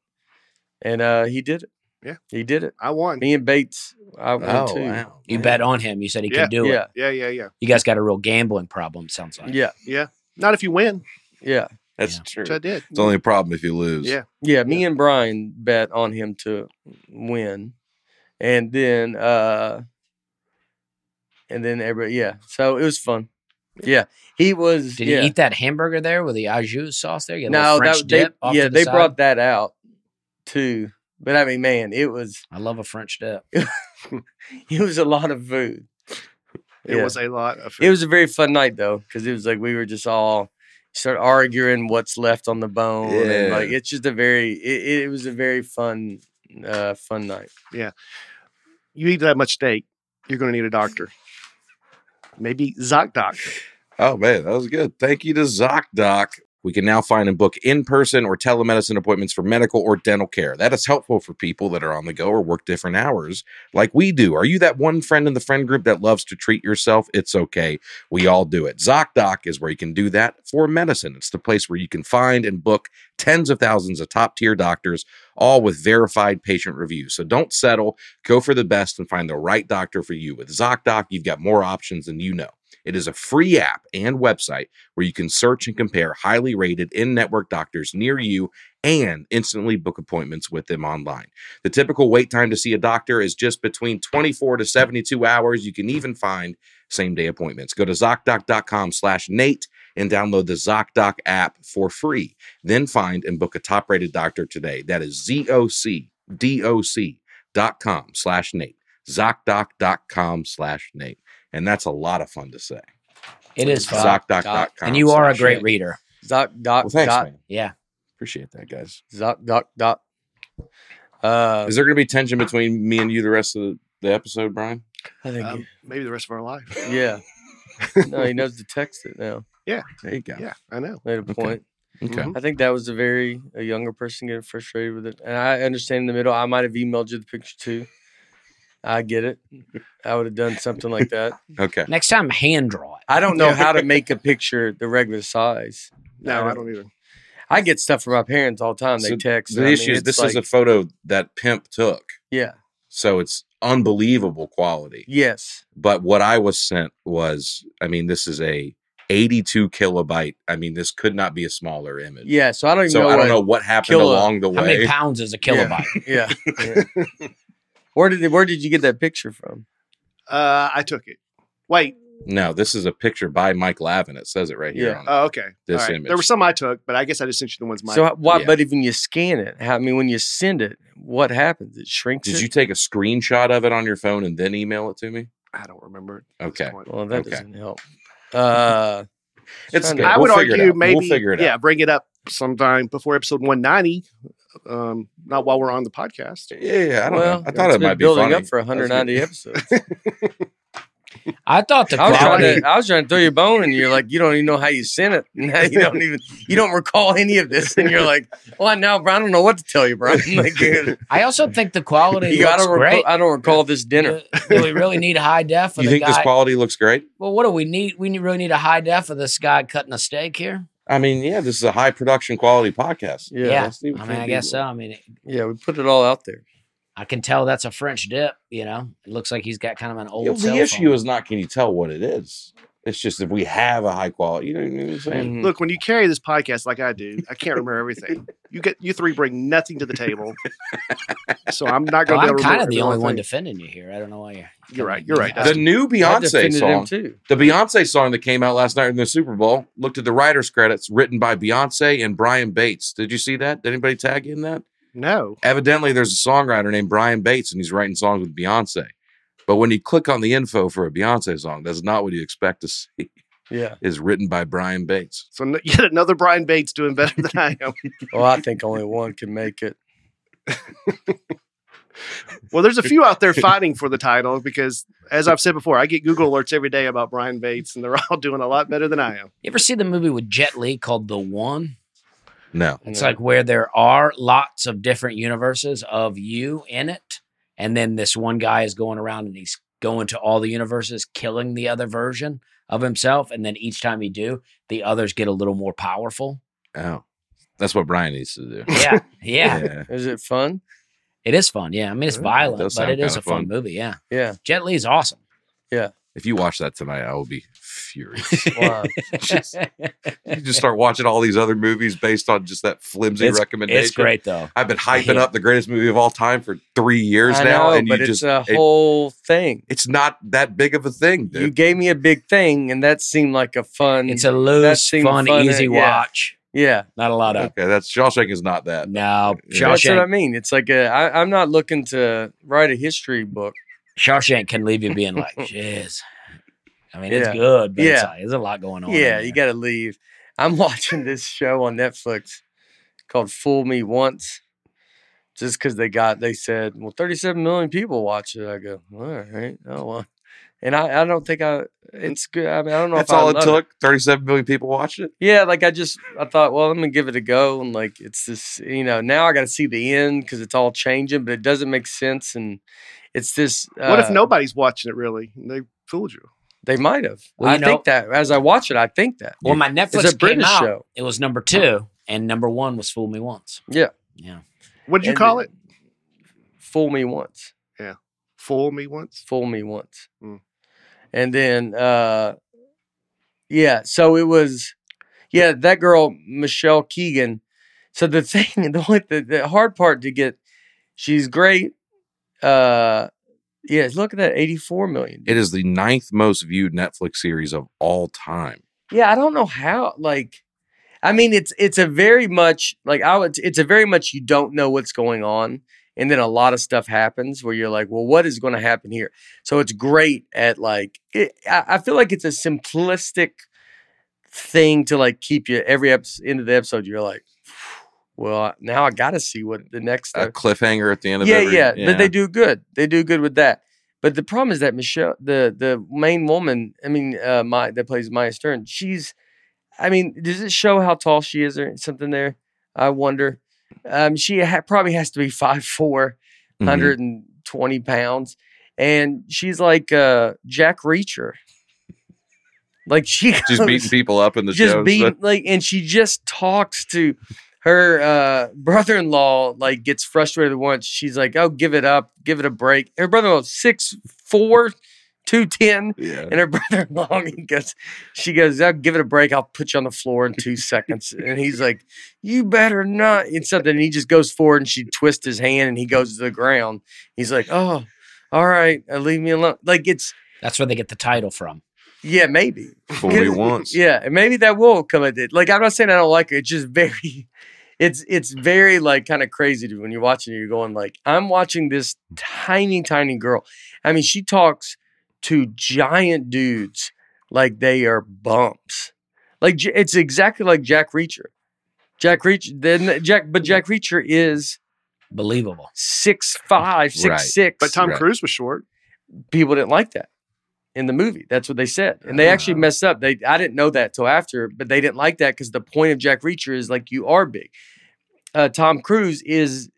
Speaker 1: And uh, he did it.
Speaker 4: Yeah.
Speaker 1: he did it.
Speaker 4: I won.
Speaker 1: Me and Bates, I won
Speaker 2: Oh,
Speaker 1: too.
Speaker 2: wow.
Speaker 3: You bet on him. You said he can do
Speaker 1: Yeah,
Speaker 3: it.
Speaker 4: Yeah. Yeah. Yeah.
Speaker 3: You guys got a real gambling problem, sounds like.
Speaker 1: yeah,
Speaker 4: Not if you win,
Speaker 1: yeah.
Speaker 2: That's
Speaker 3: Yeah.
Speaker 2: true.
Speaker 4: which I did.
Speaker 2: It's only a problem if you lose.
Speaker 4: Yeah.
Speaker 1: Yeah, me and Brian bet on him to win. And then uh and then everybody yeah. So it was fun. Yeah. He was
Speaker 3: Did
Speaker 1: yeah.
Speaker 3: he eat that hamburger there with the au jus sauce there? You had a little
Speaker 1: no,
Speaker 3: French
Speaker 1: that, they,
Speaker 3: dip. off to
Speaker 1: yeah,
Speaker 3: the
Speaker 1: they
Speaker 3: side?
Speaker 1: brought that out too. But I mean, man, it was
Speaker 3: I love a French dip.
Speaker 1: it was a lot of food.
Speaker 4: It
Speaker 1: Yeah.
Speaker 4: was a lot of food.
Speaker 1: It was a very fun night though, because it was like we were just all start arguing what's left on the bone, and like
Speaker 2: Yeah.
Speaker 1: it's just a very it, it was a very fun uh fun night.
Speaker 4: you eat that much steak, you're going to need a doctor. Maybe Zocdoc.
Speaker 2: Oh man, that was good. Thank you to ZocDoc. We can now find and book in person or telemedicine appointments for medical or dental care. That is helpful for people that are on the go or work different hours like we do. Are you that one friend in the friend group that loves to treat yourself? It's okay. We all do it. ZocDoc is where you can do that for medicine. It's the place where you can find and book tens of thousands of top tier doctors, all with verified patient reviews. So don't settle. Go for the best and find the right doctor for you. With ZocDoc, you've got more options than you know. It is a free app and website where you can search and compare highly rated in network doctors near you and instantly book appointments with them online. The typical wait time to see a doctor is just between 24 to 72 hours. You can even find same day appointments. Go to ZocDoc.com slash Nate and download the ZocDoc app for free. Then find and book a top rated doctor today. That is ZocDoc.com slash Nate. ZocDoc.com slash Nate. And that's a lot of fun to say.
Speaker 3: It is fun.
Speaker 2: ZocDoc.com.
Speaker 3: and you are a
Speaker 2: slash
Speaker 3: great
Speaker 2: Nate.
Speaker 3: reader.
Speaker 1: Zoc doc
Speaker 2: Well, thanks,
Speaker 1: doc
Speaker 2: man.
Speaker 3: Yeah.
Speaker 2: Appreciate that, guys.
Speaker 1: Zoc doc doc. Uh,
Speaker 2: Is there going to be tension between me and you the rest of the episode, Brian?
Speaker 1: I think
Speaker 4: Um, maybe the rest of our life.
Speaker 1: yeah. no, he knows to text it now.
Speaker 2: There you go.
Speaker 4: Yeah, I know.
Speaker 1: Made a
Speaker 2: Okay.
Speaker 1: point.
Speaker 2: Okay.
Speaker 4: Mhm.
Speaker 1: I think that was a very a younger person getting frustrated with it, and I understand in the middle. I might have emailed you the picture too. I get it. I would have done something like that.
Speaker 2: Okay.
Speaker 3: Next time, hand draw it.
Speaker 1: I don't know
Speaker 4: Yeah.
Speaker 1: how to make a picture the regular size.
Speaker 4: No, I don't either.
Speaker 1: I get stuff from my parents all the time. They
Speaker 2: So
Speaker 1: text.
Speaker 2: the
Speaker 1: and I mean,
Speaker 2: issue is
Speaker 1: it's
Speaker 2: this is a
Speaker 1: like-
Speaker 2: photo that Pimp took,
Speaker 1: yeah.
Speaker 2: so it's unbelievable quality.
Speaker 1: Yes.
Speaker 2: But what I was sent was, I mean, this is a 82 kilobyte. I mean, this could not be a smaller image.
Speaker 1: Yeah. So I don't even
Speaker 2: So
Speaker 1: know.
Speaker 2: I don't
Speaker 1: what-
Speaker 2: know what happened
Speaker 1: kilo-
Speaker 2: along the
Speaker 3: How many
Speaker 2: way.
Speaker 3: pounds is a
Speaker 1: Yeah.
Speaker 3: kilobyte?
Speaker 1: Yeah. yeah. where did where did you get that picture from?
Speaker 4: Uh, I took it. Wait.
Speaker 2: No, this is a picture by Mike Lavin. It says it right here.
Speaker 1: Yeah. uh,
Speaker 2: On
Speaker 4: Oh, okay.
Speaker 2: This
Speaker 4: All
Speaker 2: image.
Speaker 4: There were some I took, but I guess I just sent you the ones mine.
Speaker 1: So h- why?
Speaker 2: Yeah.
Speaker 1: But even you scan it, how- I mean, when you send it, what happens? It shrinks.
Speaker 2: Did
Speaker 1: it?
Speaker 2: you take a screenshot of it on your phone and then email it to me?
Speaker 4: I don't remember. at this
Speaker 2: Okay.
Speaker 4: point.
Speaker 1: Well, that
Speaker 2: Okay.
Speaker 1: doesn't help. Uh,
Speaker 2: It's
Speaker 1: trying
Speaker 2: good.
Speaker 1: to-
Speaker 4: I
Speaker 2: We'll figure
Speaker 4: would
Speaker 2: it
Speaker 4: argue
Speaker 2: out. We'll
Speaker 4: maybe
Speaker 2: figure it
Speaker 4: yeah,
Speaker 2: out.
Speaker 4: bring it up sometime before episode 190. Um, not while we're on the podcast.
Speaker 2: Yeah, yeah, I don't
Speaker 1: well,
Speaker 2: know. I thought
Speaker 1: it's
Speaker 2: it
Speaker 1: been
Speaker 2: might be
Speaker 1: building
Speaker 2: funny.
Speaker 1: up for
Speaker 2: That's good.
Speaker 1: 190 episodes.
Speaker 3: I thought the
Speaker 1: I was, trying
Speaker 3: quality.
Speaker 1: to, I was trying to throw you a bone, and you're like, you don't even know how you sent it. Now you don't even, you don't recall any of this, and you're like, well, now Brian, I don't know what to tell you, Brian. Like, dude,
Speaker 3: I also think the quality
Speaker 1: you
Speaker 3: looks
Speaker 1: gotta recall,
Speaker 3: great.
Speaker 1: I don't recall this dinner.
Speaker 3: Do, do we really need high def? For
Speaker 2: You
Speaker 3: the
Speaker 2: think
Speaker 3: guy?
Speaker 2: this quality looks great?
Speaker 3: well, what do we need? We need- really need a high def of this guy cutting a steak here.
Speaker 2: I mean, yeah, this is a high production quality podcast.
Speaker 1: Yeah,
Speaker 3: Yeah.
Speaker 2: Let's see what
Speaker 3: I
Speaker 2: we
Speaker 3: mean,
Speaker 2: can
Speaker 3: I
Speaker 2: do.
Speaker 3: guess so. I mean,
Speaker 1: yeah, we put it all out there.
Speaker 3: I can tell that's a French dip. You know, it looks like he's got kind of an old.
Speaker 2: Yeah,
Speaker 3: cell
Speaker 2: the issue
Speaker 3: phone.
Speaker 2: is not can you tell what it is. It's just if we have a high quality, you know, you know what I'm saying?
Speaker 1: Mhm.
Speaker 4: Look, when you carry this podcast like I do, I can't remember everything. You get you three bring nothing to the table, so I'm not
Speaker 3: Well, Oh, I'm
Speaker 4: going to be able
Speaker 3: kind of
Speaker 4: to remember
Speaker 3: the only
Speaker 4: everything.
Speaker 3: one defending you here. I don't know why you're.
Speaker 4: You're right, you're right.
Speaker 2: The new
Speaker 1: I
Speaker 2: Beyonce
Speaker 1: defended
Speaker 2: song,
Speaker 1: him too.
Speaker 2: the Beyonce song that came out last night in the Super Bowl, looked at the writer's credits written by Beyonce and Brian Bates. Did you see that? Did anybody tag you in that?
Speaker 4: No,
Speaker 2: Evidently, there's a songwriter named Brian Bates and he's writing songs with Beyonce. But when you click on the info for a Beyonce song, that's not what you expect to see.
Speaker 1: Yeah.
Speaker 2: Is written by Brian Bates.
Speaker 4: so n- yet another Brian Bates doing better than I am.
Speaker 1: Well, I think only one can make it.
Speaker 4: Well, there's a few out there fighting for the title because, as I've said before, I get Google alerts every day about Brian Bates, and they're all doing a lot better than I am.
Speaker 3: You ever see the movie with Jet Li called The One?
Speaker 2: No.
Speaker 3: It's
Speaker 1: No.
Speaker 3: like where there are lots of different universes of you in it, and then this one guy is going around and he's going to all the universes, killing the other version of himself, and then each time you do, the others get a little more powerful.
Speaker 2: Oh. That's what Brian needs to do.
Speaker 3: Yeah, yeah,
Speaker 2: yeah.
Speaker 1: Is it fun?
Speaker 3: it is fun. Yeah, I mean it's
Speaker 2: Yeah, it
Speaker 3: violent,
Speaker 2: does
Speaker 3: but
Speaker 2: sound
Speaker 3: it is
Speaker 2: kinda
Speaker 3: a fun,
Speaker 2: fun.
Speaker 3: movie. Yeah,
Speaker 1: Yeah.
Speaker 3: Jet Li is awesome.
Speaker 2: If you watch that tonight, I will be furious.
Speaker 1: Wow.
Speaker 2: Just- you just start watching all these other movies based on just that flimsy
Speaker 3: It's-
Speaker 2: recommendation.
Speaker 3: it's great though.
Speaker 2: I've been hyping
Speaker 3: Yeah.
Speaker 2: up the greatest movie of all time for three years
Speaker 1: I
Speaker 2: now,
Speaker 1: know,
Speaker 2: and you
Speaker 1: but
Speaker 2: just
Speaker 1: it's a
Speaker 2: it-
Speaker 1: whole thing.
Speaker 2: it's not that big of a thing,
Speaker 1: You
Speaker 2: dude.
Speaker 1: gave me a big thing, and that seemed like a fun.
Speaker 3: It's a loose,
Speaker 1: Mm, seemed
Speaker 3: fun,
Speaker 1: fun,
Speaker 3: easy
Speaker 1: yeah.
Speaker 3: watch.
Speaker 1: yeah.
Speaker 3: Not a lot of
Speaker 2: okay, that's Shawshank is not that.
Speaker 3: no.
Speaker 2: Yeah.
Speaker 1: That's what I
Speaker 3: Shawshank,
Speaker 1: mean. It's like a. I, I'm not looking to write a history book.
Speaker 3: Shawshank can leave you being like, "Jeez." I mean, it's
Speaker 1: Yeah.
Speaker 3: good, but it's
Speaker 1: Yeah.
Speaker 3: like, there's a lot going on. in
Speaker 1: yeah,
Speaker 3: there.
Speaker 1: you got to leave. I'm watching this show on Netflix called "Fool Me Once," just because they got they said, "Well, 37 million people watch it." I go, "All right, oh well," and I, I don't think I. It's good. I mean, I don't know
Speaker 2: That's
Speaker 1: if I
Speaker 2: all it
Speaker 1: love
Speaker 2: took. Thirty-seven million people watched it.
Speaker 1: Yeah, like I just I thought, well, let me give it a go, and like it's this, you know, now I got to see the end because it's all changing, but it doesn't make sense, and it's this. Uh,
Speaker 4: What if nobody's watching it? Really, they fooled you.
Speaker 1: They might have.
Speaker 3: Well,
Speaker 1: I
Speaker 3: you
Speaker 1: think that as I watch it, I think that
Speaker 3: Well, my
Speaker 1: it's
Speaker 3: Netflix
Speaker 1: a British
Speaker 3: came out.
Speaker 1: show.
Speaker 3: It was number two, and number one was "Fool Me Once."
Speaker 1: Yeah,
Speaker 3: Yeah,
Speaker 4: What did you
Speaker 1: And
Speaker 4: call
Speaker 1: it-
Speaker 4: it?
Speaker 1: fool me once,
Speaker 4: Fool me once.
Speaker 1: fool me once,
Speaker 4: Mm.
Speaker 1: and then uh, yeah, so it was, yeah, that girl Michelle Keegan. So the thing, the only the, the hard part to get, she's great. Uh, yeah, look at that, eighty-four million.
Speaker 2: It is the ninth most viewed Netflix series of all time.
Speaker 1: Yeah, I don't know how. Like, I mean, it's it's a very much like I would. It's a very much you don't know what's going on, and then a lot of stuff happens where you're like, well, what is going to happen here? So it's great at like it, I, I feel like it's a simplistic thing to like keep you every episode into the episode. You're like, well, now I got to see what the next.
Speaker 2: A cliffhanger at the end of
Speaker 1: yeah,
Speaker 2: every-
Speaker 1: yeah, But they do good. They do good with that. But the problem is that Michelle, the the main woman, I mean, uh, my that plays Maya Stern, she's, I mean, does it show how tall she is or something? There, I wonder. Um, she ha- probably has to be five four,
Speaker 2: Mhm.
Speaker 1: hundred and twenty pounds, and she's like uh, Jack Reacher. Like she
Speaker 2: Mm-hmm. Just
Speaker 1: goes-
Speaker 2: beating people up in the
Speaker 1: just
Speaker 2: shows.
Speaker 1: being like and she just talks to her uh brother-in-law like gets frustrated once she's like oh give it up give it a break her brother-in-law six four two ten
Speaker 2: yeah.
Speaker 1: and her brother-in-law he goes she goes oh, give it a break i'll put you on the floor in two seconds and he's like you better not and something and he just goes forward and she twists his hand and he goes to the ground he's like oh all right uh, leave me alone like it's
Speaker 3: that's where they get the title from.
Speaker 1: yeah maybe
Speaker 2: Fool me once.
Speaker 1: yeah, and maybe that will come at it. Like I'm not saying I don't like it. It's just very, it's it's very like kind of crazy to when you're watching. it, You're going like, I'm watching this tiny, tiny girl. I mean, she talks to giant dudes like they are bumps. Like J- it's exactly like Jack Reacher. Jack Reacher, then Jack, but Jack Reacher is
Speaker 3: Believable.
Speaker 1: six five, six
Speaker 2: Right.
Speaker 1: six.
Speaker 4: But Tom
Speaker 2: Right.
Speaker 4: Cruise was short.
Speaker 1: people didn't like that in the movie. That's what they said, and they actually
Speaker 2: Oh.
Speaker 1: messed up. They I didn't know that till after, but they didn't like that because the point of Jack Reacher is like you are big. Uh, Tom Cruise is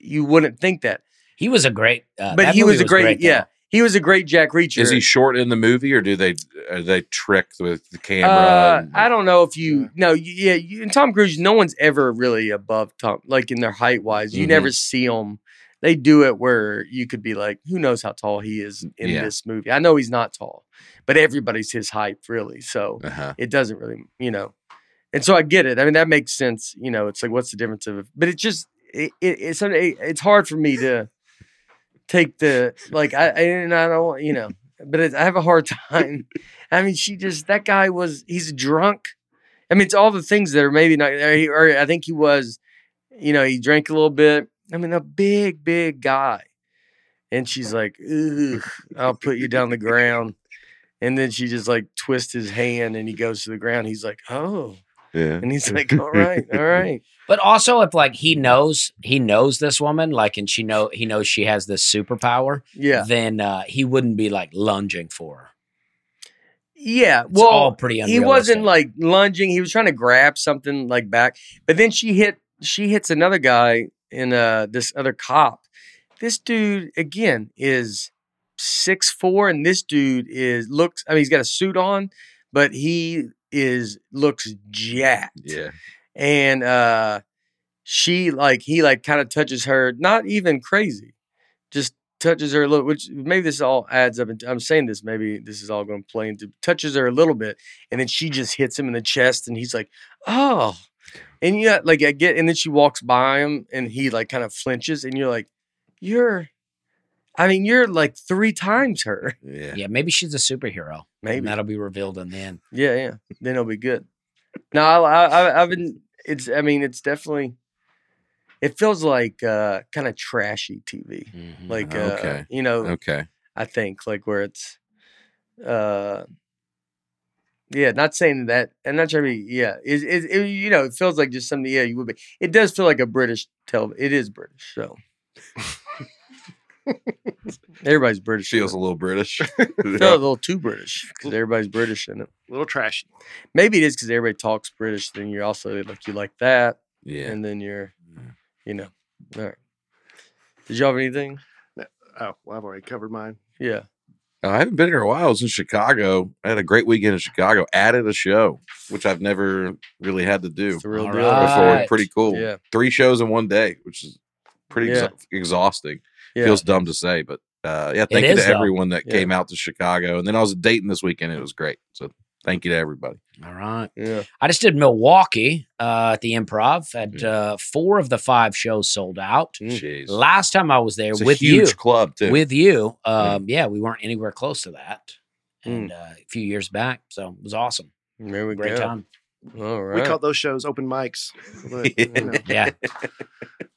Speaker 1: you wouldn't think that,
Speaker 3: He was a great. Uh,
Speaker 1: but
Speaker 3: that
Speaker 1: he
Speaker 3: movie
Speaker 1: was a great,
Speaker 3: though.
Speaker 1: yeah. He was a great Jack Reacher.
Speaker 2: Is he short in the movie, or do they are they tricked with the camera?
Speaker 1: Uh,
Speaker 2: and-
Speaker 1: I don't know if you no you- yeah you, and Tom Cruise no one's ever really above Tom like in their height wise you
Speaker 2: Mhm.
Speaker 1: never see them they do it where you could be like who knows how tall he is in
Speaker 2: Yeah.
Speaker 1: this movie I know he's not tall but everybody's his height really so
Speaker 2: Uh-huh.
Speaker 1: it doesn't really you know and so I get it I mean that makes sense you know it's like what's the difference of but it just it, it, it's it, it's hard for me to take the like I, I and I don't you know but it, I have a hard time. I mean, she just that guy was he's drunk. I mean, it's all the things that are maybe not. Or, he, or I think he was, you know, he drank a little bit. I mean, a big, big guy, and she's like, "Ugh, I'll put you down the ground," and then she just like twists his hand, and he goes to the ground. He's like, "Oh,"
Speaker 2: Yeah.
Speaker 1: and he's like, "All right, all right."
Speaker 3: But also, if like he knows he knows this woman, like, and she know he knows she has this superpower,
Speaker 1: Yeah,
Speaker 3: then uh, he wouldn't be like lunging for her.
Speaker 1: yeah.
Speaker 3: It's
Speaker 1: Well,
Speaker 3: all pretty. Unrealistic.
Speaker 1: he wasn't like lunging he was trying to grab something like back but then she hit she hits another guy in uh this other cop this dude again is six four and this dude is looks i mean he's got a suit on but he is looks jacked
Speaker 2: Yeah.
Speaker 1: and uh she like he like kind of touches her not even crazy just touches her a little which maybe this all adds up and i'm saying this maybe this is all going to play into touches her a little bit and then she just hits him in the chest and he's like oh and yeah like i get and then she walks by him and he like kind of flinches and you're like you're i mean you're like three times her
Speaker 2: Yeah.
Speaker 3: Yeah, maybe she's a superhero.
Speaker 1: maybe
Speaker 3: And that'll be revealed in the end.
Speaker 1: yeah, yeah. Then it'll be good. No, I, I, I've been. It's. I mean, it's definitely. It feels like uh, kind of trashy TV. Like, uh,
Speaker 2: Mm, Oh, Okay.
Speaker 1: you know,
Speaker 2: Okay.
Speaker 1: I think like where it's. Uh, yeah, not saying that. I'm not trying to be. Yeah, it, it, it. You know, it feels like just something. Yeah, you would be. It does feel like a British tele. It is British, so. everybody's British. in
Speaker 2: Feels
Speaker 1: it.
Speaker 2: a little British.
Speaker 1: Feels a little too British because everybody's British in it
Speaker 4: A little trashy.
Speaker 1: maybe it is because everybody talks British. Then you're also like you like that,
Speaker 2: yeah.
Speaker 1: and then you're,
Speaker 2: Yeah.
Speaker 1: you know, all right. Did y'all have anything?
Speaker 4: Oh, well, I've already covered mine.
Speaker 1: Yeah,
Speaker 2: Uh, I haven't been here in a while. I was in Chicago. I had a great weekend in Chicago. Added a show, which I've never really had to do
Speaker 1: it's the real
Speaker 3: All
Speaker 1: deal.
Speaker 2: before.
Speaker 3: right.
Speaker 2: Pretty cool.
Speaker 1: Yeah,
Speaker 2: Three shows in one day, which is pretty
Speaker 1: Yeah.
Speaker 2: exa- exhausting.
Speaker 1: yeah.
Speaker 2: Feels dumb to say, but uh, yeah, thank you
Speaker 3: is,
Speaker 2: to
Speaker 3: though.
Speaker 2: everyone that
Speaker 1: Yeah.
Speaker 2: came out to Chicago. And then I was dating this weekend. It was great. So thank you to everybody.
Speaker 3: All right.
Speaker 1: yeah.
Speaker 3: I just did Milwaukee uh, at the improv. Had uh, four of the five shows sold out.
Speaker 1: Mm.
Speaker 2: Jeez.
Speaker 3: Last time I was there
Speaker 2: It's a
Speaker 3: with you,
Speaker 2: huge club too.
Speaker 3: with you, um, yeah, we weren't anywhere close to that. And
Speaker 1: Mm.
Speaker 3: uh, a few years back, so it was awesome.
Speaker 1: There we
Speaker 3: Great
Speaker 1: go.
Speaker 3: time.
Speaker 1: All
Speaker 4: We
Speaker 1: right.
Speaker 4: call those shows open mics. But, you know,
Speaker 3: Yeah,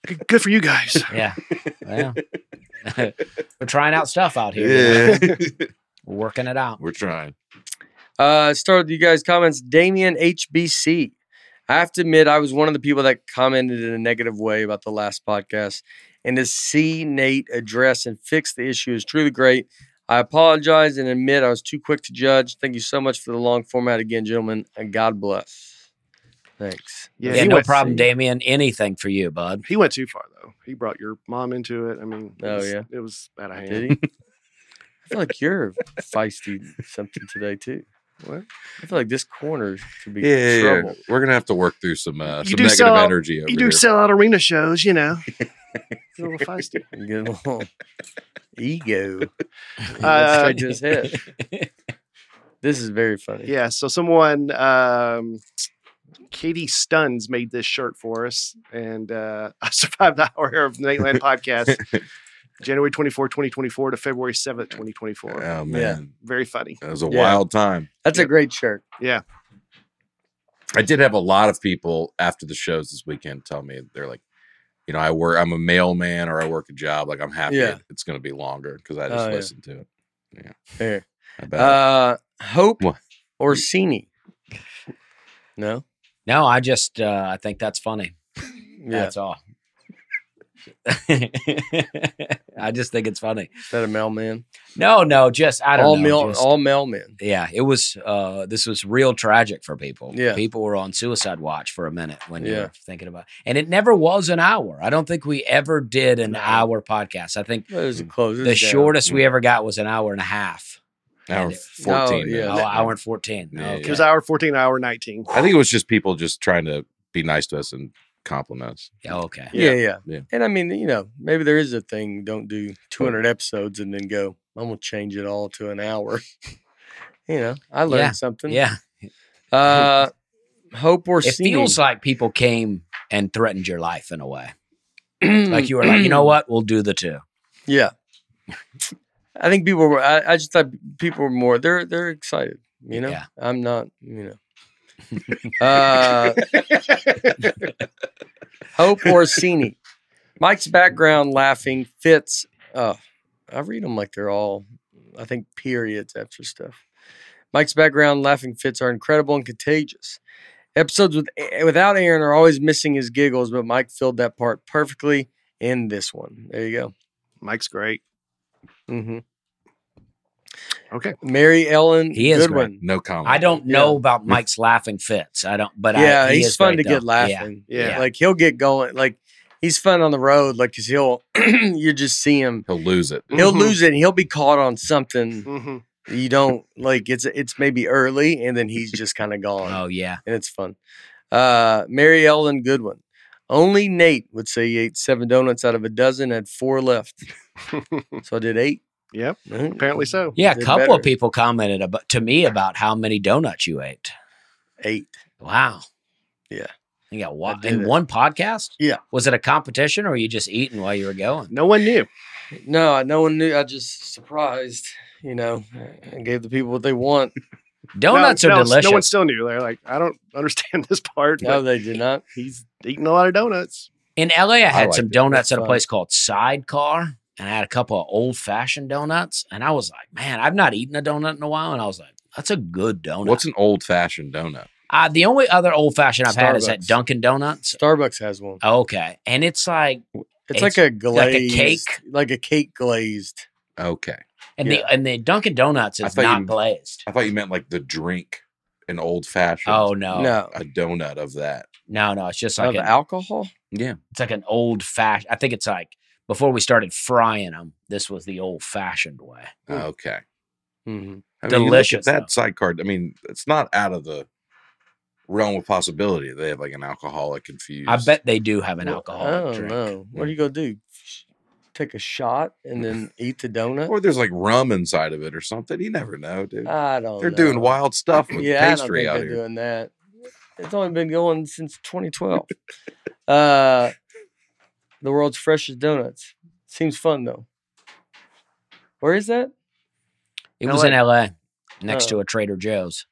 Speaker 4: g- good for you guys.
Speaker 3: yeah. Well, we're trying out stuff out here. you know?
Speaker 2: yeah,
Speaker 3: We're working it out.
Speaker 2: we're trying.
Speaker 1: Uh, start with you guys' comments. Damien HBC. I have to admit, I was one of the people that commented in a negative way about the last podcast. And to see Nate address and fix the issue is truly great. I apologize and admit I was too quick to judge. Thank you so much for the long format again, gentlemen. And God bless. Thanks.
Speaker 4: Yeah,
Speaker 3: Yeah,
Speaker 4: he
Speaker 3: no
Speaker 4: went-
Speaker 3: problem, Damien. Anything for you, bud.
Speaker 4: He went too far though. He brought your mom into it. I mean, it
Speaker 1: Oh,
Speaker 4: was-
Speaker 1: yeah.
Speaker 4: it was out of hand.
Speaker 1: Did he? I feel like you're feisty something today too.
Speaker 4: What?
Speaker 1: I feel like this corner could be
Speaker 2: Yeah, yeah, yeah.
Speaker 1: trouble.
Speaker 2: we're gonna have to work through some uh, some
Speaker 4: You do
Speaker 2: negative
Speaker 4: sell out-
Speaker 2: energy over
Speaker 4: You do
Speaker 2: here.
Speaker 4: sell out arena shows, you know. It's a little feisty.
Speaker 1: Get a little ego. That's
Speaker 4: Uh,
Speaker 1: straight to his head. This is very funny.
Speaker 4: Yeah. So someone, um, Katie Stuns, made this shirt for us, and uh, I survived the hour of Nightland podcast, January 24, 2024 to February 7th, 2024.
Speaker 2: oh man,
Speaker 4: Very funny.
Speaker 2: that was a
Speaker 1: Yeah.
Speaker 2: wild time.
Speaker 1: That's a great shirt.
Speaker 2: I did have a lot of people after the shows this weekend tell me they're like, you know, I work, I'm a mailman or I work a job. Like I'm happy
Speaker 1: Yeah.
Speaker 2: it's going to be longer because I just
Speaker 1: Oh, yeah.
Speaker 2: listened to it.
Speaker 1: Here.
Speaker 2: About
Speaker 1: Uh, Hope
Speaker 2: What?
Speaker 1: Orsini. No.
Speaker 3: No, I just uh, I think that's funny.
Speaker 1: Yeah.
Speaker 3: That's all. I just think it's funny.
Speaker 1: Is that a mailman?
Speaker 3: No, no, just I don't
Speaker 1: All
Speaker 3: know.
Speaker 1: mail.
Speaker 3: just-
Speaker 1: All mailmen.
Speaker 3: yeah, it was. Uh, this was real tragic for people.
Speaker 1: Yeah.
Speaker 3: people were on suicide watch for a minute when you
Speaker 1: Yeah.
Speaker 3: were thinking about, and it never was an hour. I don't think we ever did an hour podcast. I think
Speaker 1: Well, it
Speaker 2: Hmm.
Speaker 1: was close. It
Speaker 3: the
Speaker 1: was down.
Speaker 3: shortest we ever got was an hour and a half.
Speaker 2: hour
Speaker 3: and it-
Speaker 2: fourteen.
Speaker 1: Oh, yeah.
Speaker 3: Oh,
Speaker 2: minutes.
Speaker 3: hour and fourteen.
Speaker 2: Yeah,
Speaker 3: Oh,
Speaker 2: yeah,
Speaker 3: Okay.
Speaker 4: It was hour 14, hour 19.
Speaker 2: I think it was just people just trying to be nice to us and compliment us.
Speaker 3: Yeah, okay.
Speaker 1: Yeah, yeah,
Speaker 2: Yeah.
Speaker 1: And I mean, you know, maybe there is a thing. Don't do 200 episodes and then go. I'm gonna change it all to an hour. you know, I learned
Speaker 3: Yeah.
Speaker 1: something.
Speaker 3: Yeah,
Speaker 1: Uh, Hope
Speaker 3: it
Speaker 1: Orsini.
Speaker 3: feels like people came and threatened your life in a way. Like you were like, you know what? We'll do the two.
Speaker 1: Yeah. I think people were. I, I just thought people were more. They're they're excited. You know,
Speaker 3: Yeah.
Speaker 1: I'm not. You know, uh, Hope Orsini. Mike's background laughing fits. Oh, I read them like they're all. I think periods after stuff. Mike's background laughing fits are incredible and contagious. Episodes with without Aaron are always missing his giggles, but Mike filled that part perfectly in this one. There you go.
Speaker 4: Mike's great.
Speaker 1: Mm-hmm.
Speaker 4: Okay.
Speaker 1: Mary Ellen
Speaker 3: He is
Speaker 1: Goodwin.
Speaker 2: No comment.
Speaker 3: I don't know about Mike's laughing fits. I don't, but I-
Speaker 1: yeah,
Speaker 3: he
Speaker 1: he's
Speaker 3: is
Speaker 1: fun to
Speaker 3: very
Speaker 1: get
Speaker 3: dumb.
Speaker 1: laughing.
Speaker 4: Yeah.
Speaker 3: Yeah.
Speaker 1: like he'll get going. Like he's fun on the road. Like because he'll you just see him.
Speaker 2: He'll lose it.
Speaker 1: He'll
Speaker 4: Mhm.
Speaker 1: lose it. and He'll be caught on something
Speaker 4: hmm
Speaker 1: you don't like. It's it's maybe early, and then he's just kind of gone,
Speaker 3: Yeah. Oh yeah.
Speaker 1: and it's fun. Uh, Mary Ellen Goodwin. Only Nate would say he ate seven donuts out of a dozen, had four left. So I did eight.
Speaker 4: yep.
Speaker 1: Mhm.
Speaker 4: Apparently so.
Speaker 3: Yeah, a
Speaker 1: Did
Speaker 3: couple
Speaker 1: better.
Speaker 3: of people commented about, to me about how many donuts you ate.
Speaker 1: Eight.
Speaker 3: Wow.
Speaker 1: Yeah.
Speaker 3: You got one
Speaker 1: did
Speaker 3: in
Speaker 1: it.
Speaker 3: one podcast?
Speaker 1: Yeah.
Speaker 3: Was it a competition or were you just eating while you were going?
Speaker 4: No one knew.
Speaker 1: No, I- no one knew. I just surprised, you know, I gave the people what they want.
Speaker 3: Donuts
Speaker 4: no,
Speaker 3: are
Speaker 4: no,
Speaker 3: delicious.
Speaker 4: No one still knew. They're like, I don't understand this part.
Speaker 1: No,
Speaker 4: but
Speaker 1: they did not.
Speaker 4: he's eating a lot of donuts.
Speaker 3: in LA I had
Speaker 2: liked
Speaker 3: some
Speaker 2: it.
Speaker 3: donuts
Speaker 1: That's
Speaker 3: at a
Speaker 1: fun.
Speaker 3: place called Sidecar and I had a couple of old fashioned donuts and I was like, Man, I've not eaten a donut in a while and I was like, That's a good donut.
Speaker 2: What's an old fashioned donut?
Speaker 3: uh, the only other old fashioned I've had is at
Speaker 1: Starbucks.
Speaker 3: Dunkin' Donuts.
Speaker 1: Starbucks has one.
Speaker 3: Okay. And it's like
Speaker 1: It's,
Speaker 3: It's
Speaker 1: like a
Speaker 3: like a
Speaker 1: glazed,
Speaker 3: cake?
Speaker 1: like a cake glazed.
Speaker 2: Okay.
Speaker 3: And
Speaker 1: Yeah.
Speaker 3: the and the Dunkin' Donuts
Speaker 2: I
Speaker 3: is
Speaker 2: thought
Speaker 3: not
Speaker 2: you-
Speaker 3: glazed.
Speaker 2: I thought you meant like the drink, an old fashioned.
Speaker 3: Oh no, no,
Speaker 1: no,
Speaker 2: A donut of that.
Speaker 3: no, It's just
Speaker 1: of
Speaker 3: like an,
Speaker 1: alcohol.
Speaker 2: Yeah.
Speaker 3: it's like an old fashioned. I think it's like before we started frying them. This was the old fashioned way.
Speaker 1: Mm.
Speaker 2: Okay.
Speaker 1: hmm
Speaker 2: I mean, you look at
Speaker 3: Delicious, though.
Speaker 2: that sidecar. I mean, it's not out of the realm of possibility. They have like an alcoholic confused.
Speaker 3: I bet they do have an
Speaker 1: I
Speaker 3: alcoholic
Speaker 1: don't
Speaker 3: drink.
Speaker 1: know. What
Speaker 2: Yeah.
Speaker 1: are you gonna do? Take a shot and then eat the donut?
Speaker 2: Or there's like rum inside of it or something. You never know, dude.
Speaker 1: I don't.
Speaker 2: They're doing
Speaker 1: know.
Speaker 2: wild stuff with
Speaker 1: Oh, yeah,
Speaker 2: pastry
Speaker 1: I
Speaker 2: out
Speaker 1: don't think they're
Speaker 2: here.
Speaker 1: doing that. It's only been going since 2012. uh, the world's freshest donuts. Seems fun though. Where is that?
Speaker 3: It was
Speaker 4: LA.
Speaker 3: in L.A. next
Speaker 1: Oh.
Speaker 3: to a Trader Joe's.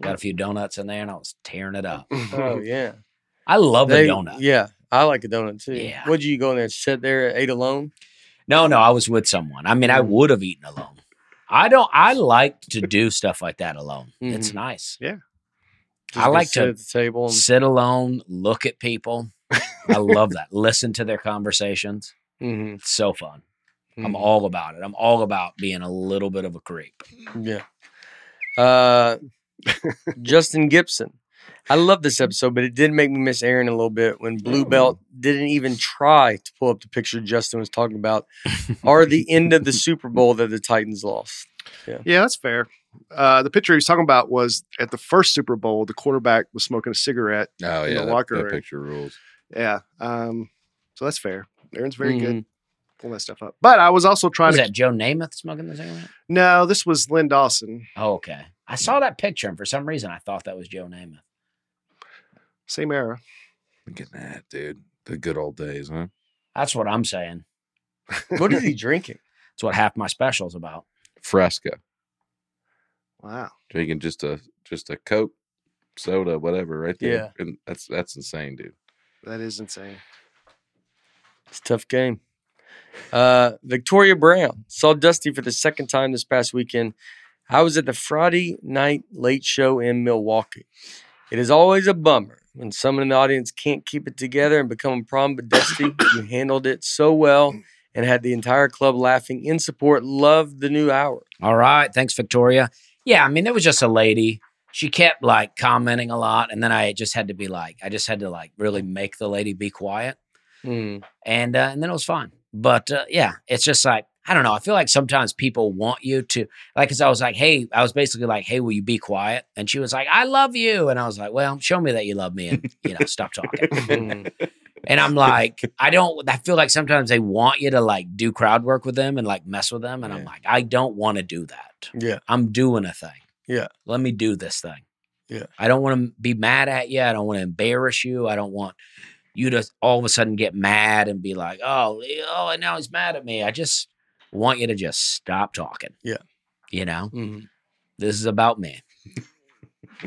Speaker 3: Got
Speaker 1: Yeah.
Speaker 3: a few donuts in there, and I was tearing it up.
Speaker 1: Oh yeah,
Speaker 3: I love
Speaker 1: They-
Speaker 3: a donut.
Speaker 1: Yeah, I like a donut too.
Speaker 3: Yeah.
Speaker 1: Would you go in there, sit there, ate alone?
Speaker 3: No, no, I was with someone. I mean, I
Speaker 1: Mm.
Speaker 3: would have eaten alone. I don't. I like to do stuff like that alone. It's
Speaker 1: Mhm.
Speaker 3: nice.
Speaker 1: Just
Speaker 3: I
Speaker 1: go
Speaker 3: like
Speaker 1: sit
Speaker 3: to
Speaker 1: at the table. And,
Speaker 3: sit alone, look at people. I love that. Listen to their conversations.
Speaker 1: Mhm,
Speaker 3: It's so fun.
Speaker 1: mhm.
Speaker 3: I'm all about it. I'm all about being a little bit of a creep.
Speaker 1: Yeah. Uh, Justin Gibson. I love this episode, but it did make me miss Aaron a little bit when Blue Belt didn't even try to pull up the picture Justin was talking about, or the end of the Super Bowl that the Titans lost.
Speaker 4: Yeah, that's fair. Uh, the picture he was talking about was at the first Super Bowl, the quarterback was smoking a cigarette.
Speaker 2: Oh
Speaker 4: In
Speaker 2: yeah,
Speaker 4: the
Speaker 2: that,
Speaker 4: locker
Speaker 2: that
Speaker 4: room.
Speaker 2: picture rules.
Speaker 4: Yeah. Um, so that's fair. Aaron's very good at
Speaker 2: Mm-hmm.
Speaker 4: pulling that stuff up. But I was also trying
Speaker 3: Was
Speaker 4: to.
Speaker 3: that Joe Namath smoking the cigarette?
Speaker 4: No, this was Lynn Dawson.
Speaker 3: Oh, okay. I saw that picture, and for some reason, I thought that was Joe Namath.
Speaker 4: Same era.
Speaker 2: Look at that, dude. The good old days, huh?
Speaker 3: That's what I'm saying.
Speaker 1: Mhm. What is he drinking?
Speaker 3: That's what half my special's about.
Speaker 2: Fresca.
Speaker 4: Wow.
Speaker 2: Drinking just a just a Coke, soda, whatever, right there.
Speaker 1: Yeah.
Speaker 2: And that's that's insane, dude.
Speaker 4: That is insane.
Speaker 1: It's a tough game. Uh, Victoria Brown saw Dusty for the second time this past weekend. I was at the Friday night late show in Milwaukee. It is always a bummer when someone in the audience can't keep it together and become a problem, but Dusty, you handled it so well and had the entire club laughing in support. Loved the new hour.
Speaker 3: All right. Thanks, Victoria. Yeah, I mean, there was just a lady. She kept like commenting a lot. And then I just had to be like, I just had to like really make the lady be quiet.
Speaker 1: Mm.
Speaker 3: And, uh, and then it was fine. But uh, yeah, it's just like, I don't know. I feel like sometimes people want you to, like, cause I was like, hey, I was basically like, hey, will you be quiet? And she was like, I love you. And I was like, well, show me that you love me and, you know, stop talking.
Speaker 1: Mm.
Speaker 3: And I'm like, I don't, I feel like sometimes they want you to like do crowd work with them and like mess with them. And I'm
Speaker 1: Yeah.
Speaker 3: like, I don't want to do that.
Speaker 1: yeah.
Speaker 3: I'm doing a thing.
Speaker 1: Yeah.
Speaker 3: Let me do this thing.
Speaker 1: Yeah.
Speaker 3: I don't want to be mad at you. I don't want to embarrass you. I don't want you to all of a sudden get mad and be like, oh, oh, and now he's mad at me. I just want you to just stop talking.
Speaker 1: Yeah.
Speaker 3: You know,
Speaker 1: Mm.
Speaker 3: this is about me.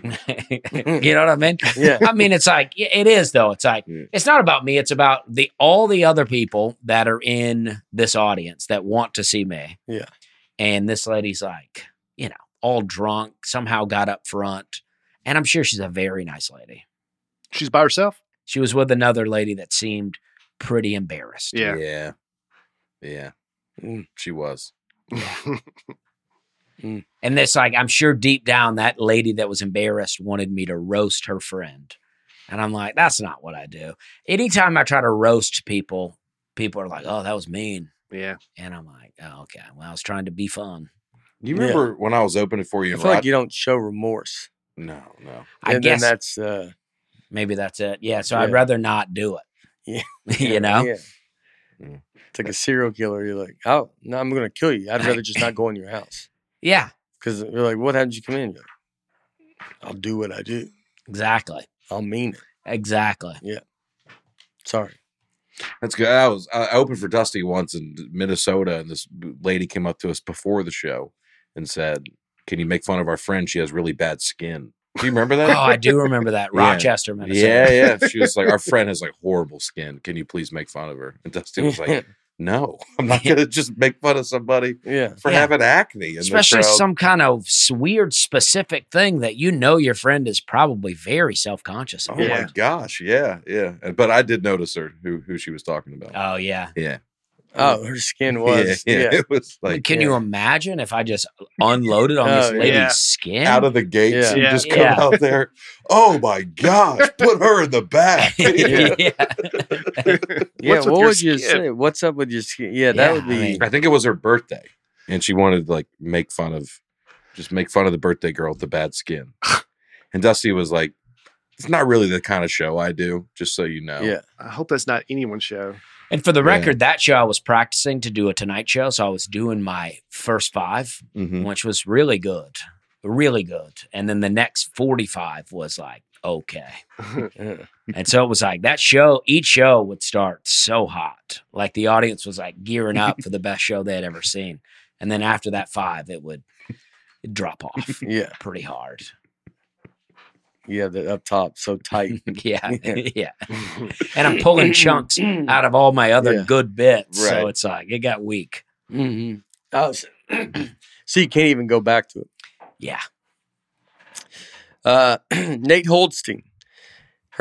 Speaker 3: you know what I mean?
Speaker 1: Yeah.
Speaker 3: I mean, it's like yeah, it is though. It's like
Speaker 2: Yeah.
Speaker 3: it's not about me. It's about the all the other people that are in this audience that want to see me.
Speaker 1: Yeah.
Speaker 3: And this lady's like, you know, all drunk, somehow got up front, and I'm sure she's a very nice lady.
Speaker 4: She's by herself.
Speaker 3: She was with another lady that seemed pretty embarrassed.
Speaker 4: Yeah.
Speaker 2: Yeah. Yeah.
Speaker 1: Mm.
Speaker 2: She was.
Speaker 3: And this, like, I'm sure deep down that lady that was embarrassed wanted me to roast her friend. And I'm like, that's not what I do. Anytime I try to roast people, people are like, oh, that was mean.
Speaker 4: yeah.
Speaker 3: And I'm like, oh, okay. Well, I was trying to be fun.
Speaker 2: You
Speaker 1: Yeah.
Speaker 2: remember when I was opening for you
Speaker 1: I
Speaker 2: in
Speaker 1: feel like
Speaker 2: Rod-
Speaker 1: you don't show remorse.
Speaker 2: No, no.
Speaker 3: I
Speaker 1: and
Speaker 3: guess
Speaker 1: then that's uh,
Speaker 3: maybe that's it. Yeah. So I'd
Speaker 1: Yeah.
Speaker 3: rather not do it.
Speaker 1: Yeah.
Speaker 3: you know?
Speaker 1: Yeah.
Speaker 2: Mm.
Speaker 1: It's like a serial killer. You're like, oh, no, I'm going to kill you. I'd rather just not go in your house.
Speaker 3: Yeah.
Speaker 1: Because you're like, what? How did you come in? You're like, I'll do what I do.
Speaker 3: Exactly.
Speaker 1: I'll mean it.
Speaker 3: Exactly.
Speaker 1: Sorry.
Speaker 2: That's good. I was I opened for Dusty once in Minnesota, and this lady came up to us before the show and said, "Can you make fun of our friend? She has really bad skin." Do you remember
Speaker 3: Oh,
Speaker 2: that?
Speaker 3: I do remember that.
Speaker 2: Yeah.
Speaker 3: Rochester, Minnesota.
Speaker 2: yeah, yeah. She was like, "Our friend has like horrible skin. Can you please make fun of her?" And Dusty was like, "No, I'm not gonna just make fun of somebody
Speaker 1: yeah.
Speaker 2: for
Speaker 3: Yeah.
Speaker 2: having acne." in the
Speaker 3: Especially
Speaker 2: crowd."
Speaker 3: some kind of s- weird specific thing that you know your friend is probably very self conscious
Speaker 2: Oh
Speaker 3: about.
Speaker 2: my gosh, yeah, yeah. And- But I did notice her who who she was talking about.
Speaker 3: Oh, yeah.
Speaker 2: yeah,
Speaker 1: Oh, her skin was.
Speaker 2: yeah,
Speaker 1: Yeah.
Speaker 2: yeah. It was
Speaker 3: But
Speaker 2: like
Speaker 3: Can you imagine if I just unloaded on this
Speaker 1: Oh,
Speaker 3: lady's
Speaker 4: yeah.
Speaker 3: skin?
Speaker 2: out of the gates
Speaker 1: Yeah.
Speaker 2: and
Speaker 4: Yeah.
Speaker 2: just come
Speaker 3: Yeah.
Speaker 2: out there. Oh my gosh, put her in the back.
Speaker 3: yeah.
Speaker 1: Yeah,
Speaker 4: What's with
Speaker 1: what
Speaker 4: your
Speaker 1: would you
Speaker 4: skin?
Speaker 1: say? What's up with your skin? Yeah, that
Speaker 3: Yeah,
Speaker 1: would
Speaker 3: I
Speaker 1: be.
Speaker 3: mean-
Speaker 2: I think it was her birthday, and she wanted to like make fun of, just make fun of the birthday girl with the bad skin. and Dusty was like, "It's not really the kind of show I do." Just so you know.
Speaker 1: Yeah.
Speaker 4: I hope that's not anyone's show.
Speaker 3: And for the
Speaker 2: Yeah.
Speaker 3: record, that show I was practicing to do a Tonight Show, so I was doing my first 5
Speaker 2: Mhm.
Speaker 3: which was really good, really good. And then the next forty-five was like okay,
Speaker 1: uh,
Speaker 3: and so it was like that show. Each show would start so hot, like the audience was like gearing up for the best show they had ever seen, and then after that five, it would drop off
Speaker 1: yeah,
Speaker 3: pretty hard.
Speaker 1: yeah, the up top, so tight.
Speaker 3: yeah,
Speaker 1: Yeah.
Speaker 3: yeah. And I'm pulling chunks out of all my other
Speaker 1: Yeah.
Speaker 3: good bits,
Speaker 2: Right.
Speaker 3: so it's like it got weak.
Speaker 1: mm-hmm. oh, so, so you can't even go back to it.
Speaker 3: Yeah.
Speaker 1: Uh, Nate Holdstein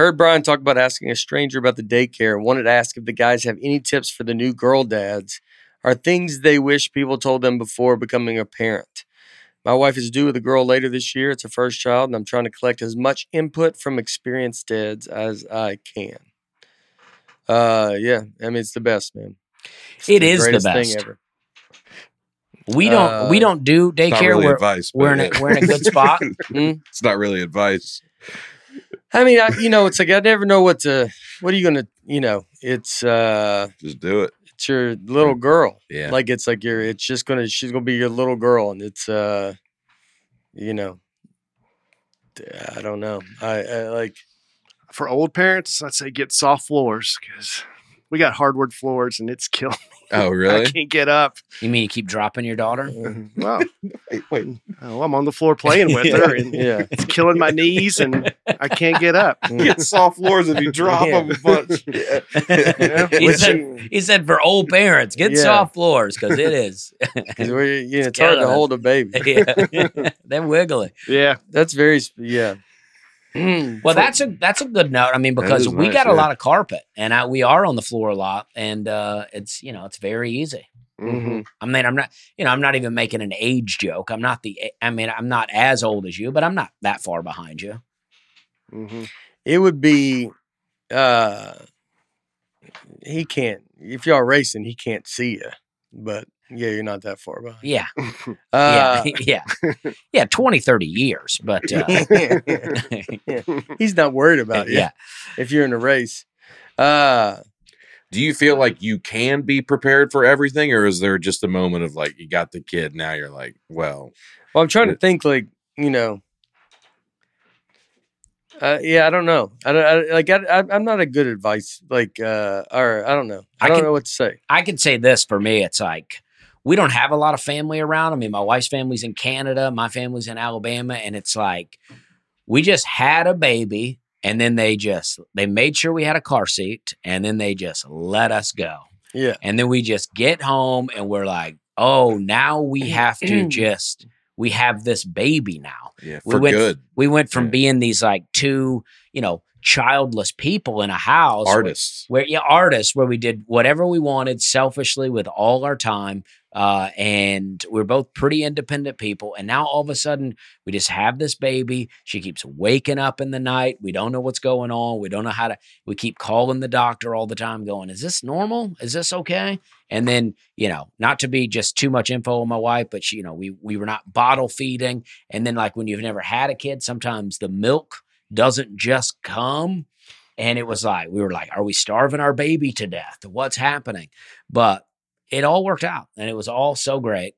Speaker 1: heard Brian talk about asking a stranger about the daycare and wanted to ask if the guys have any tips for the new girl dads or things they wish people told them before becoming a parent. My wife is due with a girl later this year. It's her first child, and I'm trying to collect as much input from experienced dads as I can. Uh, yeah, I mean it's the best, man. It's
Speaker 3: It is the
Speaker 1: greatest
Speaker 3: best.
Speaker 1: thing ever.
Speaker 3: We don't we
Speaker 1: Uh,
Speaker 3: don't do
Speaker 2: It's not
Speaker 3: daycare.
Speaker 2: really
Speaker 3: We're,
Speaker 2: advice. but
Speaker 3: we're in a-
Speaker 2: yeah.
Speaker 3: we're in a good spot.
Speaker 2: it's not really advice.
Speaker 1: I mean, I, you know, it's like I never know what to. What are you gonna? You know, it's uh,
Speaker 2: Just do it.
Speaker 1: it's your little girl.
Speaker 2: Yeah.
Speaker 1: like it's like your it's just gonna she's gonna be your little girl and it's uh you know d- i don't know i, I like
Speaker 4: For old parents, I'd say get soft floors because we got hardwood floors and it's killing.
Speaker 2: Oh,
Speaker 4: I
Speaker 2: really?
Speaker 4: can't get up.
Speaker 3: You mean you keep dropping your daughter?
Speaker 4: Wow.
Speaker 2: Wait, wait.
Speaker 4: Oh, I'm on the floor playing with her and
Speaker 1: yeah.
Speaker 4: it's killing my knees and I can't get up.
Speaker 2: Get soft floors if you drop
Speaker 1: Yeah.
Speaker 2: them a bunch.
Speaker 4: Yeah.
Speaker 3: he,
Speaker 4: Which-
Speaker 3: said, he said for old parents, get
Speaker 1: Yeah.
Speaker 3: soft floors because it is.
Speaker 1: 'Cause we're- you know, it's hard to
Speaker 3: Skeleton.
Speaker 1: hold a baby.
Speaker 3: Yeah. They're wiggly.
Speaker 4: Yeah.
Speaker 1: That's very sp- yeah.
Speaker 3: Well, that's a that's a good note. I mean,
Speaker 2: That
Speaker 3: because
Speaker 2: is
Speaker 3: we
Speaker 2: nice,
Speaker 3: got a
Speaker 2: yeah.
Speaker 3: lot of carpet, and I, we are on the floor a lot, and uh, it's you know it's very easy.
Speaker 2: Mm-hmm.
Speaker 4: Mhm.
Speaker 3: I mean, I'm not you know I'm not even making an age joke. I'm not the I mean I'm not as old as you, but I'm not that far behind you.
Speaker 4: Mhm.
Speaker 1: It would be uh he can't if y'all racing, he can't see you. But yeah, you're not that far behind.
Speaker 3: Yeah,
Speaker 1: Uh,
Speaker 3: yeah, yeah, yeah. 20, 30 years, but uh,
Speaker 1: he's not worried about you
Speaker 3: yeah.
Speaker 1: if you're in a race. Uh
Speaker 2: Do you feel like you can be prepared for everything, or is there just a moment of like you got the kid now? You're like, well,
Speaker 1: well I'm trying to think like, you know, uh, yeah, I don't know. I, don't- I like I, I I'm not a good advice like uh or I don't know. I,
Speaker 3: I
Speaker 1: don't
Speaker 3: can-
Speaker 1: know what to say.
Speaker 3: I can say this for me, it's like we don't have a lot of family around. I mean, my wife's family's in Canada, my family's in Alabama, and it's like we just had a baby and then they just they made sure we had a car seat and then they just let us go.
Speaker 1: Yeah.
Speaker 3: And then we just get home and we're like, "Oh, now we have to just we have this baby now."
Speaker 2: yeah,
Speaker 3: We
Speaker 2: for
Speaker 3: went-
Speaker 2: good
Speaker 3: We went from
Speaker 2: Yeah.
Speaker 3: being these like two, you know, childless people in a house where-
Speaker 2: artists.
Speaker 3: where yeah, artists where we did whatever we wanted selfishly with all our time uh, and we're both pretty independent people and now all of a sudden we just have this baby she keeps waking up in the night we don't know what's going on we don't know how to we keep calling the doctor all the time going is this normal is this okay and then you know not to be just too much info on my wife but she you know we we were not bottle feeding and then like when you've never had a kid sometimes the milk doesn't just come and it was like, we were like, are we starving our baby to death? What's happening? But it all worked out and it was all so great.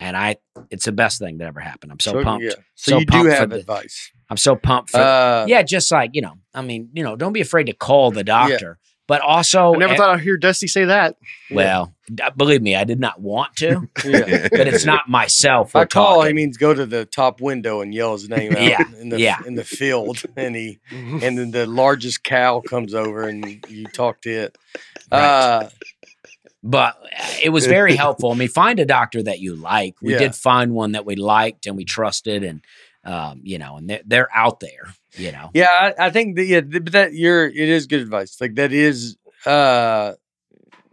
Speaker 3: And I, it's the best thing that ever happened. I'm so, pumped.
Speaker 1: yeah. So,
Speaker 3: So
Speaker 1: you do
Speaker 3: pumped for
Speaker 1: have
Speaker 3: the-
Speaker 1: advice.
Speaker 3: I'm so pumped for,
Speaker 1: Uh,
Speaker 3: yeah, just like, you know, I mean, you know, don't be afraid to call the doctor, but also,
Speaker 2: Oh,
Speaker 3: eh,
Speaker 4: I never thought I'd hear Dusty say that.
Speaker 3: well, d- believe me, I did not want to,
Speaker 1: yeah.
Speaker 3: but it's not myself.
Speaker 1: If I
Speaker 3: we're
Speaker 1: call, he
Speaker 3: talking.
Speaker 1: means go to the top window and yell his name out
Speaker 3: Yeah,
Speaker 1: in the
Speaker 3: yeah.
Speaker 1: in the field, and he and then the largest cow comes over and you talk to it. Uh,
Speaker 3: but uh, it was very helpful. I mean, find a doctor that you like. We
Speaker 1: Yeah.
Speaker 3: did find one that we liked and we trusted, and um, you know, and they're, they're out there. You know,
Speaker 1: yeah, I, I think that yeah, th- but that you're it is good advice. Like that is uh,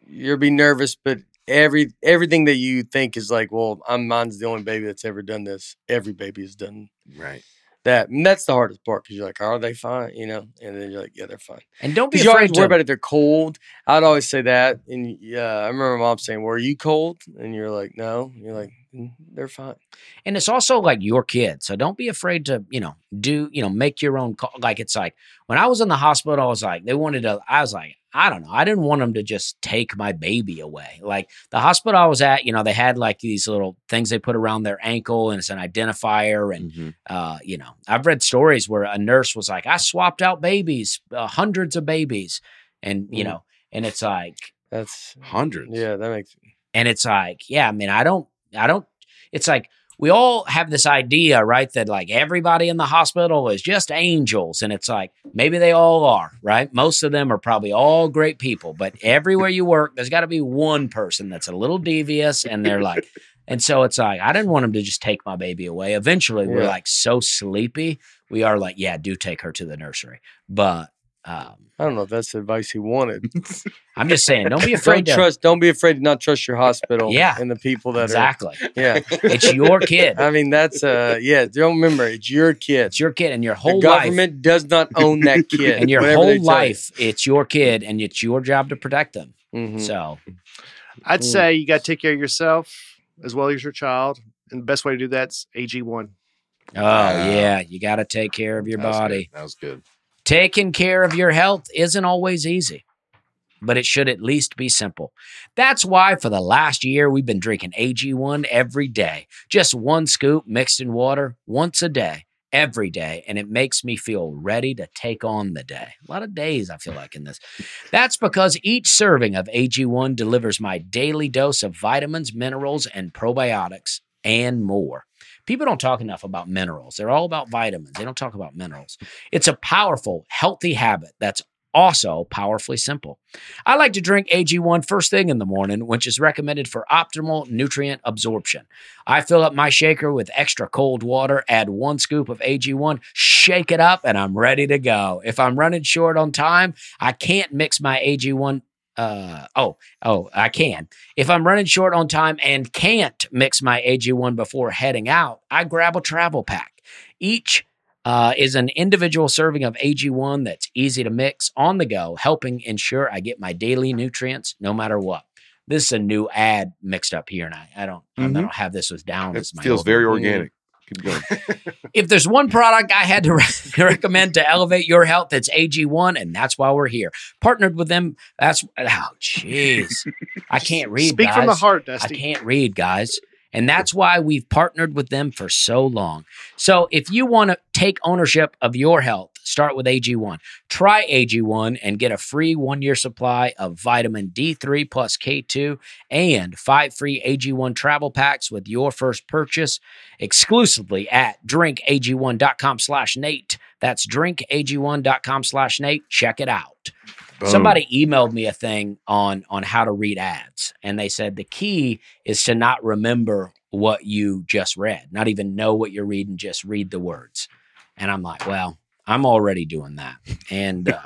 Speaker 1: you'll be nervous, but every everything that you think is like, well, I'm mine's the only baby that's ever done this. Every baby has done
Speaker 2: Right.
Speaker 1: that, and that's the hardest part because you're like, are they fine? You know, and then you're like, yeah, they're fine.
Speaker 3: and don't be
Speaker 1: Because you always
Speaker 3: afraid
Speaker 1: worry
Speaker 3: to.
Speaker 1: about if they're cold. I'd always say that, and uh, I remember my mom saying, "Were you cold?" And you're like, "No." And you're like, "Mm, "They're fine."
Speaker 3: And it's also like your kid, so don't be afraid to you know do you know make your own call. Like it's like when I was in the hospital, I was like they wanted to. I was like I don't know. I didn't want them to just take my baby away. Like the hospital I was at, you know, they had like these little things they put around their ankle, and it's an identifier, and
Speaker 2: Mhm.
Speaker 3: uh, you know, I've read stories where a nurse was like, I swapped out babies, uh, hundreds of babies. And, you
Speaker 1: Mhm.
Speaker 3: know, and it's like,
Speaker 1: That's
Speaker 2: Hundreds.
Speaker 1: yeah, that makes
Speaker 3: and it's like, yeah, I mean, I don't, I don't, it's like, we all have this idea, right? That like everybody in the hospital is just angels. And it's like, maybe they all are, right? Most of them are probably all great people, but everywhere you work, there's got to be one person that's a little devious. And they're like, and so it's like, I didn't want them to just take my baby away. Eventually, we're
Speaker 1: Yeah.
Speaker 3: like so sleepy. We are like, yeah, do take her to the nursery. But um,
Speaker 1: I don't know if that's the advice he wanted.
Speaker 3: I'm just saying, don't be
Speaker 1: don't
Speaker 3: afraid to.
Speaker 1: trust. Don't be afraid to not trust your hospital.
Speaker 3: Yeah.
Speaker 1: and the people that
Speaker 3: Exactly.
Speaker 1: are. Yeah,
Speaker 3: It's your kid.
Speaker 1: I mean that's uh yeah. Don't remember it's your kid.
Speaker 3: It's your kid and your
Speaker 1: The
Speaker 3: whole life.
Speaker 1: government does not own that kid.
Speaker 3: And your
Speaker 1: whatever they
Speaker 3: whole
Speaker 1: tell you.
Speaker 3: life, it's your kid and it's your job to protect them.
Speaker 1: Mhm.
Speaker 3: So,
Speaker 4: I'd
Speaker 1: Mm.
Speaker 4: say you got to take care of yourself as well as your child. And the best way to do that's AG1.
Speaker 3: oh, yeah, you got to take care of your
Speaker 2: That was good.
Speaker 3: body.
Speaker 2: That was good.
Speaker 3: Taking care of your health isn't always easy, but it should at least be simple. That's why for the last year, we've been drinking AG1 every day. Just one scoop mixed in water once a day. every day and it makes me feel ready to take on the day. A lot of days I feel like in this. That's because each serving of AG1 delivers my daily dose of vitamins, minerals, and probiotics and more. People don't talk enough about minerals. They're all about vitamins. They don't talk about minerals. It's a powerful, healthy habit that's also powerfully simple. I like to drink AG1 first thing in the morning, which is recommended for optimal nutrient absorption. I fill up my shaker with extra cold water, add one scoop of AG1, shake it up, and I'm ready to go. If I'm running short on time, I can't mix my AG1. Uh, oh, oh, I can. If I'm running short on time and can't mix my AG1 before heading out, I grab a travel pack. Each uh, is an individual serving of AG1 that's easy to mix on the go, helping ensure I get my daily nutrients no matter what. This is a new ad mixed up here, and I, I don't I
Speaker 2: Mhm.
Speaker 3: don't have this as down
Speaker 2: It
Speaker 3: as my Mm-hmm.
Speaker 2: feels
Speaker 3: old
Speaker 2: very
Speaker 3: one.
Speaker 2: organic. Keep going.
Speaker 3: If there's one product I had to re- recommend to elevate your health, it's AG1, and that's why we're here. Partnered with them. That's oh, jeez, I can't read.
Speaker 4: Speak from the
Speaker 3: guys.
Speaker 4: heart,
Speaker 3: I
Speaker 4: Dusty.
Speaker 3: can't read, guys. And that's why we've partnered with them for so long. So if you want to take ownership of your health, start with AG1. Try AG1 and get a free one year supply of vitamin D3 plus K2 and five free AG1 travel packs with your first purchase exclusively at drinkag1.com slash Nate. That's drinkag1.com slash Nate. Check it out.
Speaker 2: Boom.
Speaker 3: Somebody emailed me a thing on on how to read ads, and they said the key is to not remember what you just read, not even know what you're reading, just read the words. And I'm like, well, I'm already doing that, and uh,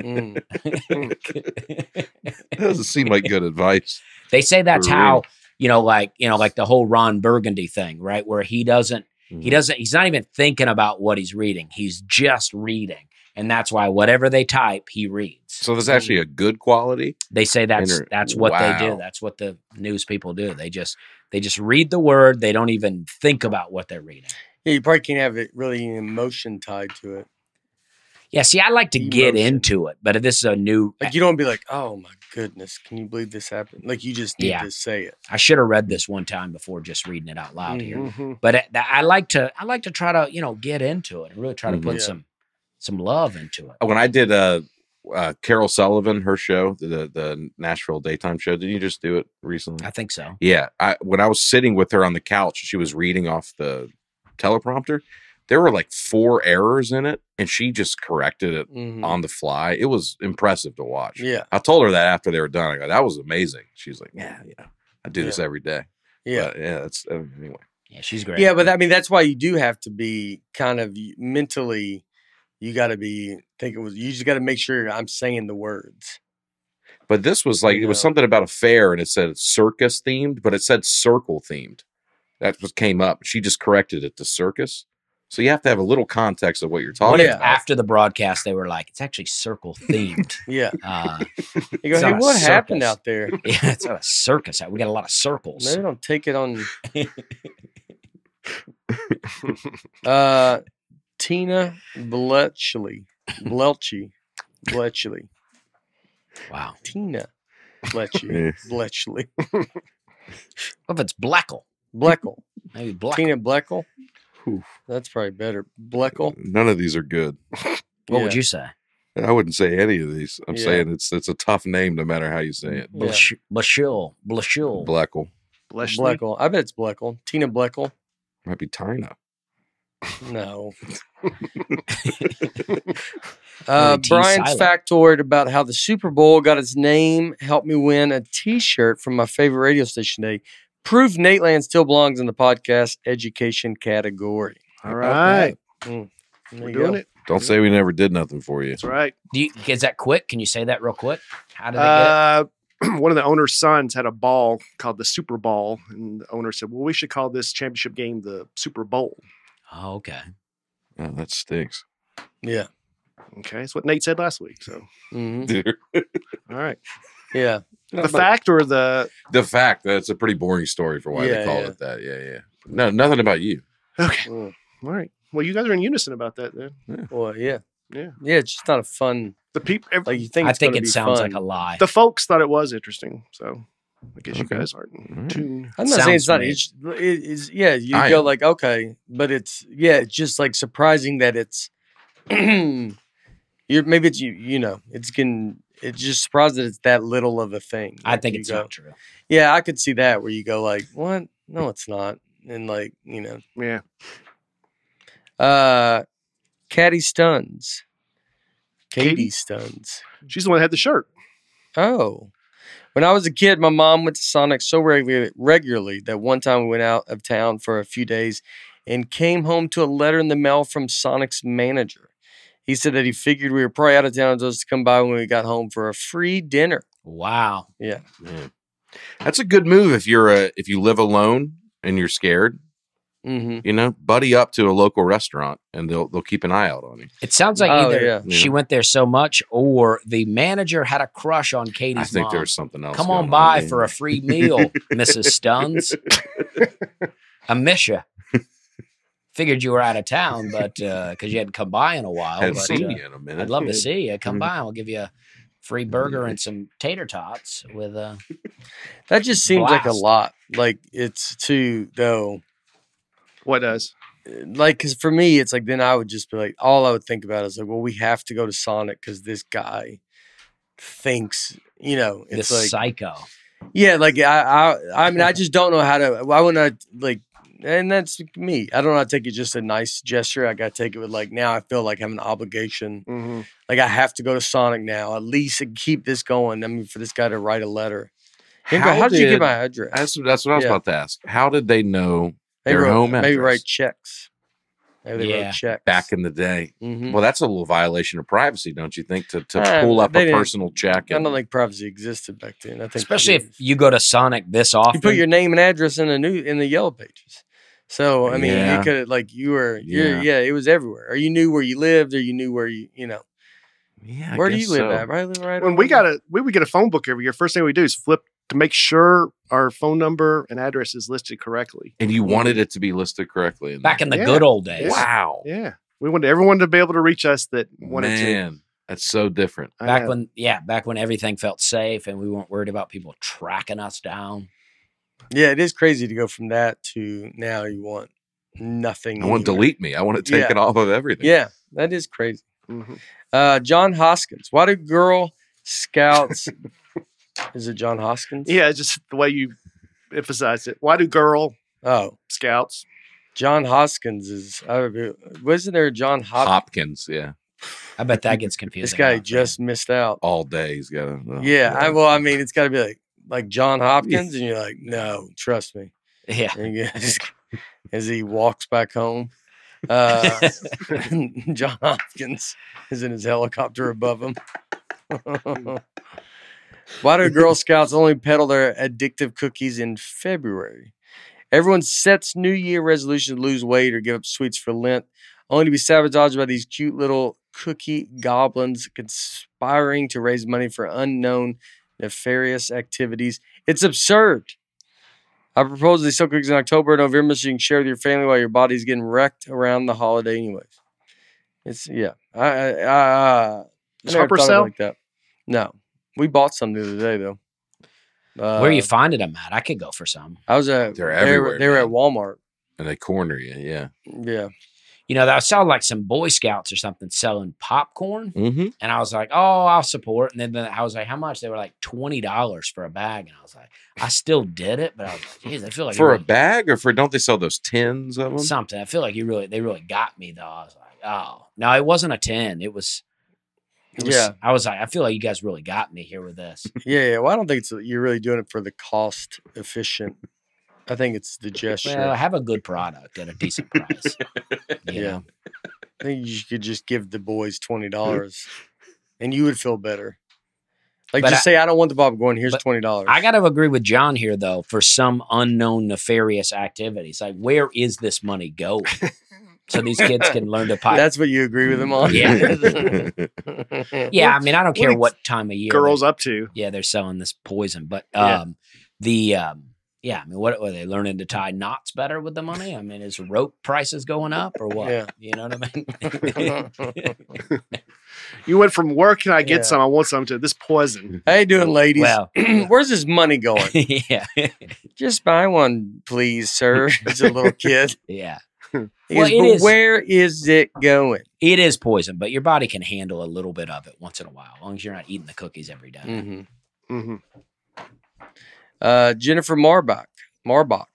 Speaker 1: Mm.
Speaker 2: That doesn't seem like good advice.
Speaker 3: they say that's
Speaker 2: For
Speaker 3: how
Speaker 2: real.
Speaker 3: you know, like you know, like the whole Ron Burgundy thing, right? Where he doesn't
Speaker 2: Mm-hmm.
Speaker 3: He doesn't, he's not even thinking about what he's reading. He's just reading. And that's why whatever they type, he reads.
Speaker 2: So that's actually a good quality.
Speaker 3: They say that's
Speaker 2: Inter-
Speaker 3: that's what they do.
Speaker 2: Wow.
Speaker 3: That's what the news people do. They just they just read the word. They don't even think about what they're reading.
Speaker 1: Yeah, you probably can't have it really an emotion tied to it.
Speaker 3: Yeah, see, I like to get
Speaker 1: Emotion.
Speaker 3: into it, but if this is a new
Speaker 1: Like you don't be like, oh my goodness, can you believe this happened? Like you just need
Speaker 3: Yeah.
Speaker 1: to say it.
Speaker 3: I should have read this one time before just reading it out loud
Speaker 2: Mm-hmm.
Speaker 3: here.
Speaker 4: Mhm.
Speaker 3: But it- I like to I like to try to, you know, get into it and really try to
Speaker 2: Mhm.
Speaker 3: put
Speaker 1: Yeah.
Speaker 3: some some love into it.
Speaker 2: When I did uh, uh Carol Sullivan, her show, the the Nashville daytime show, did you just do it recently?
Speaker 3: I think so.
Speaker 2: Yeah, I when I was sitting with her on the couch, she was reading off the teleprompter. There were like four errors in it, and she just corrected it
Speaker 1: Mhm.
Speaker 2: on the fly. It was impressive to watch.
Speaker 1: Yeah,
Speaker 2: I told her that after they were done. I go, "That was amazing." She's like, "Yeah, yeah, I do this every day."
Speaker 1: yeah,
Speaker 2: But, yeah. That's uh, anyway.
Speaker 3: Yeah, she's great.
Speaker 1: yeah. But I mean, that's why you do have to be kind of y- mentally. You got to be thinking. Was you just got to make sure I'm saying the words.
Speaker 2: But this was like it was
Speaker 1: Yeah.
Speaker 2: something about a fair, and it said circus themed, but it said circle themed. That's what came up. She just corrected it to circus. So you have to have a little context of what you're
Speaker 1: What
Speaker 2: talking
Speaker 1: if
Speaker 2: about.
Speaker 3: after the broadcast, they were like, "It's actually circle themed.
Speaker 1: Yeah.
Speaker 3: Uh,
Speaker 1: You go,
Speaker 3: It's
Speaker 1: hey,
Speaker 3: not a
Speaker 1: what happened
Speaker 3: circus.
Speaker 1: out there?
Speaker 3: yeah, it's not a circus. We got a lot of circles."
Speaker 1: Maybe don't take it on. uh, Tina Bletchley, Bletchley, Bletchley,
Speaker 3: Wow.
Speaker 1: Tina Bletchley,
Speaker 2: Yeah.
Speaker 1: Bletchley,
Speaker 3: What if it's Blackle?
Speaker 1: Bleckle,
Speaker 3: Maybe Blackle.
Speaker 1: Tina Bleckle.
Speaker 2: Oof.
Speaker 1: That's probably better. Bleckle.
Speaker 2: None of these are good.
Speaker 3: what
Speaker 1: yeah.
Speaker 3: would you say?
Speaker 2: I wouldn't say any of these. I'm
Speaker 1: Yeah.
Speaker 2: saying it's it's a tough name no matter how you say it.
Speaker 1: Yeah.
Speaker 3: Blash- Blashil. Blashil.
Speaker 2: Blackle
Speaker 4: Bless you.
Speaker 1: Bleckle. I bet it's Bleckle. Tina Bleckle.
Speaker 2: might be Tina.
Speaker 1: No. uh,
Speaker 3: T.
Speaker 1: Brian's
Speaker 3: Silent.
Speaker 1: factoid about how the Super Bowl got its name helped me win a T-shirt from my favorite radio station today. Prove Nate Land still belongs in the podcast education category.
Speaker 4: All right.
Speaker 1: There
Speaker 4: We're
Speaker 1: you
Speaker 4: doing
Speaker 1: go.
Speaker 4: it.
Speaker 2: Don't say we never did nothing for you.
Speaker 4: That's right.
Speaker 3: Do you, is that quick? Can you say that real quick? How did they get it?
Speaker 4: Uh, one of the owner's sons had a ball called the Super Ball, and the owner said, "Well, we should call this championship game the Super Bowl."
Speaker 3: Oh, okay.
Speaker 2: Oh, that stinks.
Speaker 1: Yeah.
Speaker 4: Okay, that's what Nate said last week. So,
Speaker 1: hmm
Speaker 4: all right,
Speaker 1: Yeah.
Speaker 4: the fact or the
Speaker 2: The fact that it's a pretty boring story for why
Speaker 1: Yeah,
Speaker 2: they called
Speaker 1: yeah.
Speaker 2: it that. Yeah, yeah. No, nothing about you.
Speaker 4: okay,
Speaker 1: Mm.
Speaker 4: all right. Well, you guys are in unison about that. Then
Speaker 1: Well, yeah.
Speaker 4: Yeah.
Speaker 1: Yeah. It's just not a fun.
Speaker 4: the people,
Speaker 1: Like you think.
Speaker 3: I
Speaker 1: it's
Speaker 3: think
Speaker 1: gonna
Speaker 3: it
Speaker 1: be
Speaker 3: sounds
Speaker 1: fun.
Speaker 3: like a lie.
Speaker 4: the folks thought it was interesting. So, I guess
Speaker 2: Okay.
Speaker 4: you guys aren't in
Speaker 2: All right.
Speaker 4: tune.
Speaker 1: I'm not saying it's
Speaker 3: Sounds
Speaker 1: not.
Speaker 3: weird.
Speaker 1: It's, it- it's yeah. You
Speaker 2: I
Speaker 1: go
Speaker 2: am.
Speaker 1: like okay, but it's yeah. It's just like surprising that it's you're maybe it's you you know it's getting it's just surprised that it's that little of a thing.
Speaker 3: I
Speaker 1: Like,
Speaker 3: think
Speaker 1: you
Speaker 3: it's
Speaker 1: go-
Speaker 3: not true.
Speaker 1: Yeah, I could see that where you go like what? No, it's not. And like you know,
Speaker 4: Yeah.
Speaker 1: uh, Caddy Stuns,
Speaker 4: Katie?
Speaker 1: Katie Stuns.
Speaker 4: She's the one that had the shirt.
Speaker 1: Oh. When I was a kid, my mom went to Sonic so regu- regularly that one time we went out of town for a few days and came home to a letter in the mail from Sonic's manager. He said that he figured we were probably out of town just to come by when we got home for a free dinner.
Speaker 3: Wow.
Speaker 1: Yeah.
Speaker 2: Yeah. That's a good move if you're a if you live alone and you're scared.
Speaker 1: Mm-hmm.
Speaker 2: You know, buddy up to a local restaurant and they'll they'll keep an eye out on you.
Speaker 3: It sounds like
Speaker 1: Oh,
Speaker 3: either
Speaker 1: yeah.
Speaker 3: she
Speaker 2: Yeah.
Speaker 3: went there so much or the manager had a crush on Katie's
Speaker 2: I think
Speaker 3: mom.
Speaker 2: there's something else.
Speaker 3: Come
Speaker 2: going
Speaker 3: on by
Speaker 2: there.
Speaker 3: for a free meal, Mrs. Stuns. Amisha. Figured you were out of town, but because you hadn't come by in a while.
Speaker 2: Haven't
Speaker 3: but,
Speaker 2: seen
Speaker 3: uh,
Speaker 2: you in a minute.
Speaker 3: I'd love to see you.
Speaker 1: Mm-hmm.
Speaker 3: Come
Speaker 2: Mhm.
Speaker 3: by and we'll give you a free burger and some tater tots with uh
Speaker 1: That just seems like a
Speaker 3: Blast.
Speaker 1: lot. Like it's too, though.
Speaker 4: What does?
Speaker 1: Like, because for me, it's like then I would just be like, all I would think about is like, well, we have to go to Sonic because this guy thinks, you know, it's
Speaker 3: this
Speaker 1: like
Speaker 3: psycho.
Speaker 1: Yeah, like I, I, I mean, I just don't know how to. Why would I like? And that's me. I don't know how to take it just a nice gesture. I got to take it with like now. I feel like I have an obligation.
Speaker 4: Mhm.
Speaker 1: Like I have to go to Sonic now. At least and keep this going. I mean, for this guy to write a letter. Him go,
Speaker 2: How
Speaker 1: How, did, you
Speaker 2: did-
Speaker 1: get my address?
Speaker 2: That's that's what I was
Speaker 1: Yeah.
Speaker 2: about to ask. How did they know
Speaker 1: They
Speaker 2: their
Speaker 1: wrote-
Speaker 2: home
Speaker 1: Maybe
Speaker 2: address.
Speaker 1: write checks. Maybe they
Speaker 3: Yeah,
Speaker 1: wrote checks
Speaker 2: back in the day?
Speaker 1: Mhm.
Speaker 2: Well, that's a little violation of privacy, don't you think? To to
Speaker 1: Uh,
Speaker 2: pull up
Speaker 1: they
Speaker 2: a
Speaker 1: didn't-
Speaker 2: personal check.
Speaker 1: I
Speaker 2: And,
Speaker 1: don't think privacy existed back then. I think
Speaker 3: Especially if you go to Sonic this often.
Speaker 1: you put your name and address in the new in the yellow pages. So I mean,
Speaker 2: Yeah.
Speaker 1: you could like you were, yeah.
Speaker 2: Yeah.
Speaker 1: yeah, it was everywhere. Or you knew where you lived, or you knew where you, you know,
Speaker 2: yeah, I
Speaker 1: where do you
Speaker 2: guess
Speaker 1: live
Speaker 2: so.
Speaker 1: at? Right, I live right.
Speaker 4: When
Speaker 1: over
Speaker 4: we
Speaker 1: here.
Speaker 4: got a we would get a phone book every year. First thing we do is flip to make sure our phone number and address is listed correctly.
Speaker 2: And you wanted it to be listed correctly. In
Speaker 3: back in the
Speaker 4: Yeah.
Speaker 3: good old
Speaker 2: there.
Speaker 3: days.
Speaker 2: wow,
Speaker 4: Yeah. We wanted everyone to be able to reach us that wanted to.
Speaker 2: man, that's so different.
Speaker 4: I
Speaker 3: back
Speaker 4: know.
Speaker 3: when yeah back when everything felt safe and we weren't worried about people tracking us down
Speaker 1: yeah, it is crazy to go from that to now. You want nothing.
Speaker 2: I want to
Speaker 1: anywhere.
Speaker 2: delete me. I want to take
Speaker 1: Yeah.
Speaker 2: it off of everything.
Speaker 1: Yeah, that is crazy.
Speaker 4: Mhm.
Speaker 1: Uh, John Hoskins. Why do girl scouts? is it John Hoskins?
Speaker 4: Yeah, it's just the way you emphasize it. Why do girl
Speaker 1: Oh,
Speaker 4: scouts?
Speaker 1: John Hoskins is. I, wasn't there a John Hopkins?
Speaker 2: Hopkins, yeah,
Speaker 3: i bet that gets confusing
Speaker 1: this guy
Speaker 3: out there.
Speaker 1: just missed out.
Speaker 2: all day he's got. A, oh,
Speaker 1: yeah, I, well, I mean, it's got to be like like John Hopkins, and you're like, no, trust me.
Speaker 3: yeah
Speaker 1: And you guys- As he walks back home, uh, John Hopkins is in his helicopter above him. Why do Girl Scouts only peddle their addictive cookies in February? Everyone sets New Year resolution to lose weight or give up sweets for Lent, only to be sabotaged by these cute little cookie goblins conspiring to raise money for unknown nefarious activities. It's absurd. I propose they sell cookies in October and November so you can share with your family while your body's getting wrecked around the holiday, anyways. It's yeah. I I, I, I
Speaker 4: Does
Speaker 1: never
Speaker 4: Harper
Speaker 1: thought of it
Speaker 4: sell?
Speaker 1: like that. No, we bought some the other day though. Uh,
Speaker 3: where are you finding them at i could go for some
Speaker 1: I was at.
Speaker 2: They're
Speaker 1: they were-
Speaker 2: everywhere,
Speaker 1: They were at
Speaker 2: man.
Speaker 1: Walmart.
Speaker 2: and they corner you. Yeah.
Speaker 1: Yeah.
Speaker 3: you know that sounded like some boy scouts or something selling popcorn
Speaker 2: Mm-hmm.
Speaker 3: and i was like oh i'll support and then, then i was like how much they were like $20 for a bag and i was like i still did it but i was like geez i feel
Speaker 1: Oh,
Speaker 3: like you
Speaker 2: for a
Speaker 3: really-
Speaker 2: bag or for don't they sell those tins of them?
Speaker 3: something i feel like you really they really got me though i was like oh no it wasn't a 10 it was it was,
Speaker 1: Yeah.
Speaker 3: I was like, I feel like you guys really got me here with this.
Speaker 1: Yeah. Yeah. Well, I don't think it's you're really doing it for the cost efficient. I think it's the gesture.
Speaker 3: Well, have a good product at a decent price.
Speaker 1: Yeah.
Speaker 3: You know?
Speaker 1: I think you could just give the boys
Speaker 3: Hmm.
Speaker 1: twenty dollars, and you would feel better. Like
Speaker 3: But
Speaker 1: just
Speaker 3: I-
Speaker 1: say, I don't want the popcorn. Here's
Speaker 3: but
Speaker 1: twenty dollars.
Speaker 3: I got to agree with John here, though, for some unknown nefarious activities. Like, where is this money going? so these kids can learn to pipe.
Speaker 1: That's what you agree with them on.
Speaker 2: Yeah.
Speaker 3: Yeah, I mean, I don't care
Speaker 4: what
Speaker 3: what time of year.
Speaker 4: Girls up to.
Speaker 3: they're- yeah, they're selling this poison, but
Speaker 4: Yeah.
Speaker 3: um, the um, yeah, I mean, what are they learning to tie knots better with the money? I mean, is rope prices going up or what?
Speaker 1: Yeah.
Speaker 3: You know what I
Speaker 1: I
Speaker 3: mean?
Speaker 4: You went from where can I get
Speaker 1: Yeah.
Speaker 4: some? I want some to this poison.
Speaker 1: ain't doing, ladies.
Speaker 3: well,
Speaker 1: Where's this money going?
Speaker 3: yeah,
Speaker 1: Just buy one, please, sir. He's a little kid.
Speaker 3: yeah.
Speaker 1: He
Speaker 3: Well,
Speaker 1: goes,
Speaker 3: it
Speaker 1: but
Speaker 3: is-
Speaker 1: where is it going?
Speaker 3: It is poison, but your body can handle a little bit of it once in a while, as long as you're not eating the cookies every day.
Speaker 1: hmm
Speaker 4: hmm
Speaker 1: Uh, Jennifer Marbach. Marbach.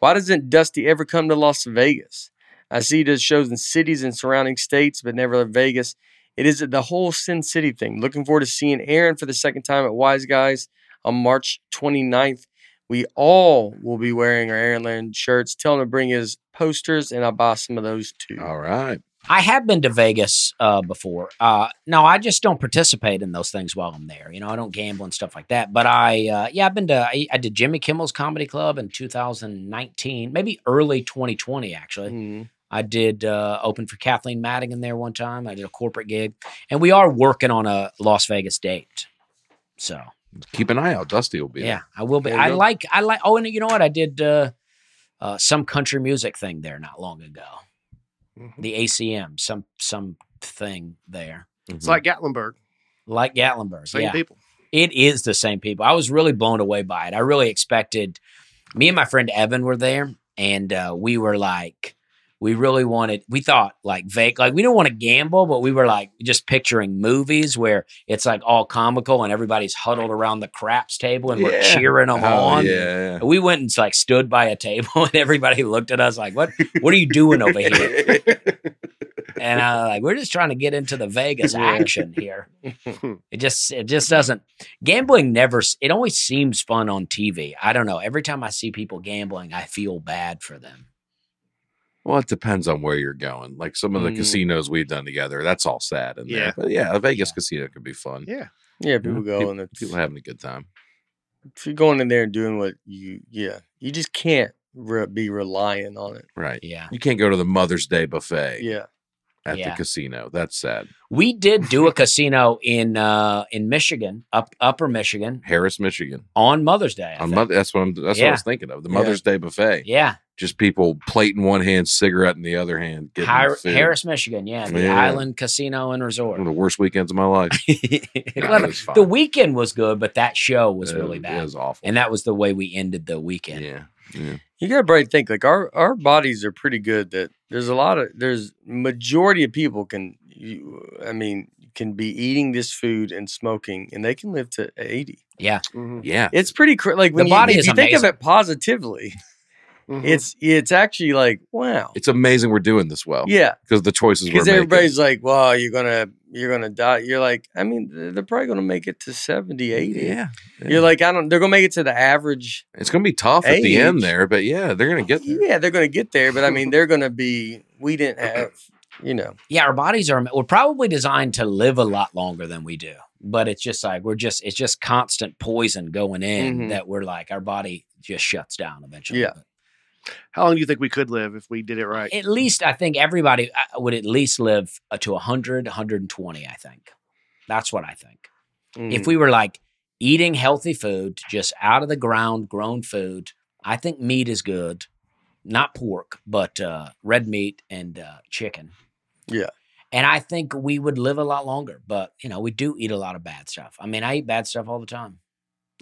Speaker 1: Why doesn't Dusty ever come to Las Vegas? I see he does shows in cities and surrounding states, but never Vegas. It is the whole Sin City thing. Looking forward to seeing Aaron for the second time at Wise Guys on March 29th. We all will be wearing our Aaron Land shirts. Tell him to bring his posters, and I'll buy some of those too.
Speaker 2: All right.
Speaker 3: I have been to Vegas uh, before. Uh, no, I just don't participate in those things while I'm there. You know, I don't gamble and stuff like that. But I, uh, yeah, I've been to. I, I did Jimmy Kimmel's Comedy Club in 2019, maybe early 2020, actually.
Speaker 1: Mhm.
Speaker 3: I did uh, open for Kathleen Madigan there one time. I did a corporate gig, and we are working on a Las Vegas date. So
Speaker 2: Keep an eye out. Dusty will be
Speaker 3: yeah,
Speaker 2: there.
Speaker 3: I will be.
Speaker 1: There you
Speaker 3: I
Speaker 1: go.
Speaker 3: like. I like. Oh, and you know what? I did uh, uh, some country music thing there not long ago.
Speaker 1: Mm.
Speaker 4: Mm-hmm.
Speaker 3: The ACM, some some thing there,
Speaker 4: It's like Gatlinburg,
Speaker 3: like Gatlinburg.
Speaker 4: same
Speaker 3: yeah,
Speaker 4: people.
Speaker 3: it is the same people. I was really blown away by it. I really expected. Me and my friend Evan were there, and uh, we were like, we really wanted. We thought like vague, like we didn't want to gamble, but we were like just picturing movies where it's like all comical and everybody's huddled around the craps table and we're
Speaker 2: Yeah.
Speaker 3: cheering them
Speaker 2: Oh,
Speaker 3: on.
Speaker 2: yeah.
Speaker 3: And we went and like stood by a table, and everybody looked at us like, "What? What are you doing over here?" And I was like, "We're just trying to get into the Vegas action here." It just it just doesn't gambling never s- it always seems fun on TV. I don't know. Every time I see people gambling, I feel bad for them.
Speaker 2: Well, it depends on where you're going. Like some of the
Speaker 1: Mm.
Speaker 2: casinos we've done together, that's all sad in
Speaker 4: Yeah.
Speaker 2: there. But yeah, a Vegas
Speaker 3: Yeah.
Speaker 2: casino could be fun.
Speaker 4: Yeah.
Speaker 1: Yeah,
Speaker 2: You know,
Speaker 1: people go and it's,
Speaker 2: People having a good time.
Speaker 1: if you're going in there and doing what you, yeah, you just can't re- be relying on it.
Speaker 2: Right.
Speaker 3: Yeah.
Speaker 2: You can't go to the Mother's Day buffet
Speaker 1: Yeah,
Speaker 2: at
Speaker 3: Yeah.
Speaker 2: the casino. That's sad.
Speaker 3: We did do a casino in uh in Michigan, up upper Michigan
Speaker 2: Harris, Michigan.
Speaker 3: on Mother's Day. I
Speaker 2: On
Speaker 3: think.
Speaker 2: mother, that's what I'm. That's what I
Speaker 3: Yeah.
Speaker 2: was thinking of. The
Speaker 1: Yeah.
Speaker 2: Mother's Day buffet.
Speaker 3: yeah.
Speaker 2: Just people plate in one hand, cigarette in the other hand. Getting
Speaker 3: Hi-
Speaker 2: food.
Speaker 3: Harris, Michigan. Yeah. The
Speaker 2: Yeah.
Speaker 3: Island Casino and Resort.
Speaker 2: One of the worst weekends of my life. No,
Speaker 3: Well,
Speaker 2: it was
Speaker 3: the
Speaker 2: fine.
Speaker 3: weekend was good, but that show was
Speaker 2: It
Speaker 3: really
Speaker 2: It
Speaker 3: bad.
Speaker 2: was awful.
Speaker 3: and that was the way we ended the
Speaker 2: yeah.
Speaker 3: weekend.
Speaker 2: yeah.
Speaker 1: you got to probably think like our our bodies are pretty good. That there's a lot of there's majority of people can, you, I mean, can be eating this food and smoking, and they can live to eighty.
Speaker 4: hmm
Speaker 2: Yeah.
Speaker 1: It's pretty cr- like when
Speaker 3: The
Speaker 1: you,
Speaker 3: body
Speaker 1: if
Speaker 3: is
Speaker 1: you think of
Speaker 3: amazing.
Speaker 1: it positively,
Speaker 4: Mm-hmm.
Speaker 1: it's it's actually like wow,
Speaker 2: It's amazing we're doing this well.
Speaker 1: yeah.
Speaker 2: Because the choices we're
Speaker 1: because
Speaker 2: making.
Speaker 1: everybody's like, "Well, you're gonna you're gonna die." You're like, I mean, they're they're probably gonna make it to 70, 80.
Speaker 2: Yeah.
Speaker 1: You're like, I don't. They're gonna make it to the average.
Speaker 2: It's gonna be tough at the end
Speaker 1: Age.
Speaker 2: there, but yeah, they're gonna get there.
Speaker 1: Yeah, they're gonna get there, but I mean, they're gonna be. We didn't have, you know.
Speaker 3: Yeah, our bodies are we're probably designed to live a lot longer than we do, but it's just like we're just it's just constant poison going in
Speaker 1: Mhm.
Speaker 3: that we're like our body just shuts down eventually.
Speaker 1: Yeah.
Speaker 4: How long do you think we could live if we did it right?
Speaker 3: But At least I think everybody uh, would at least live uh, to 100, 120, I think. That's what I think.
Speaker 2: Mm.
Speaker 3: If we were like eating healthy food, just out of the ground grown food, I think meat is good. Not pork, but uh, red meat and uh, chicken.
Speaker 1: Yeah.
Speaker 3: And I think we would live a lot longer, but you know, we do eat a lot of bad stuff. I mean, I eat bad stuff all the time.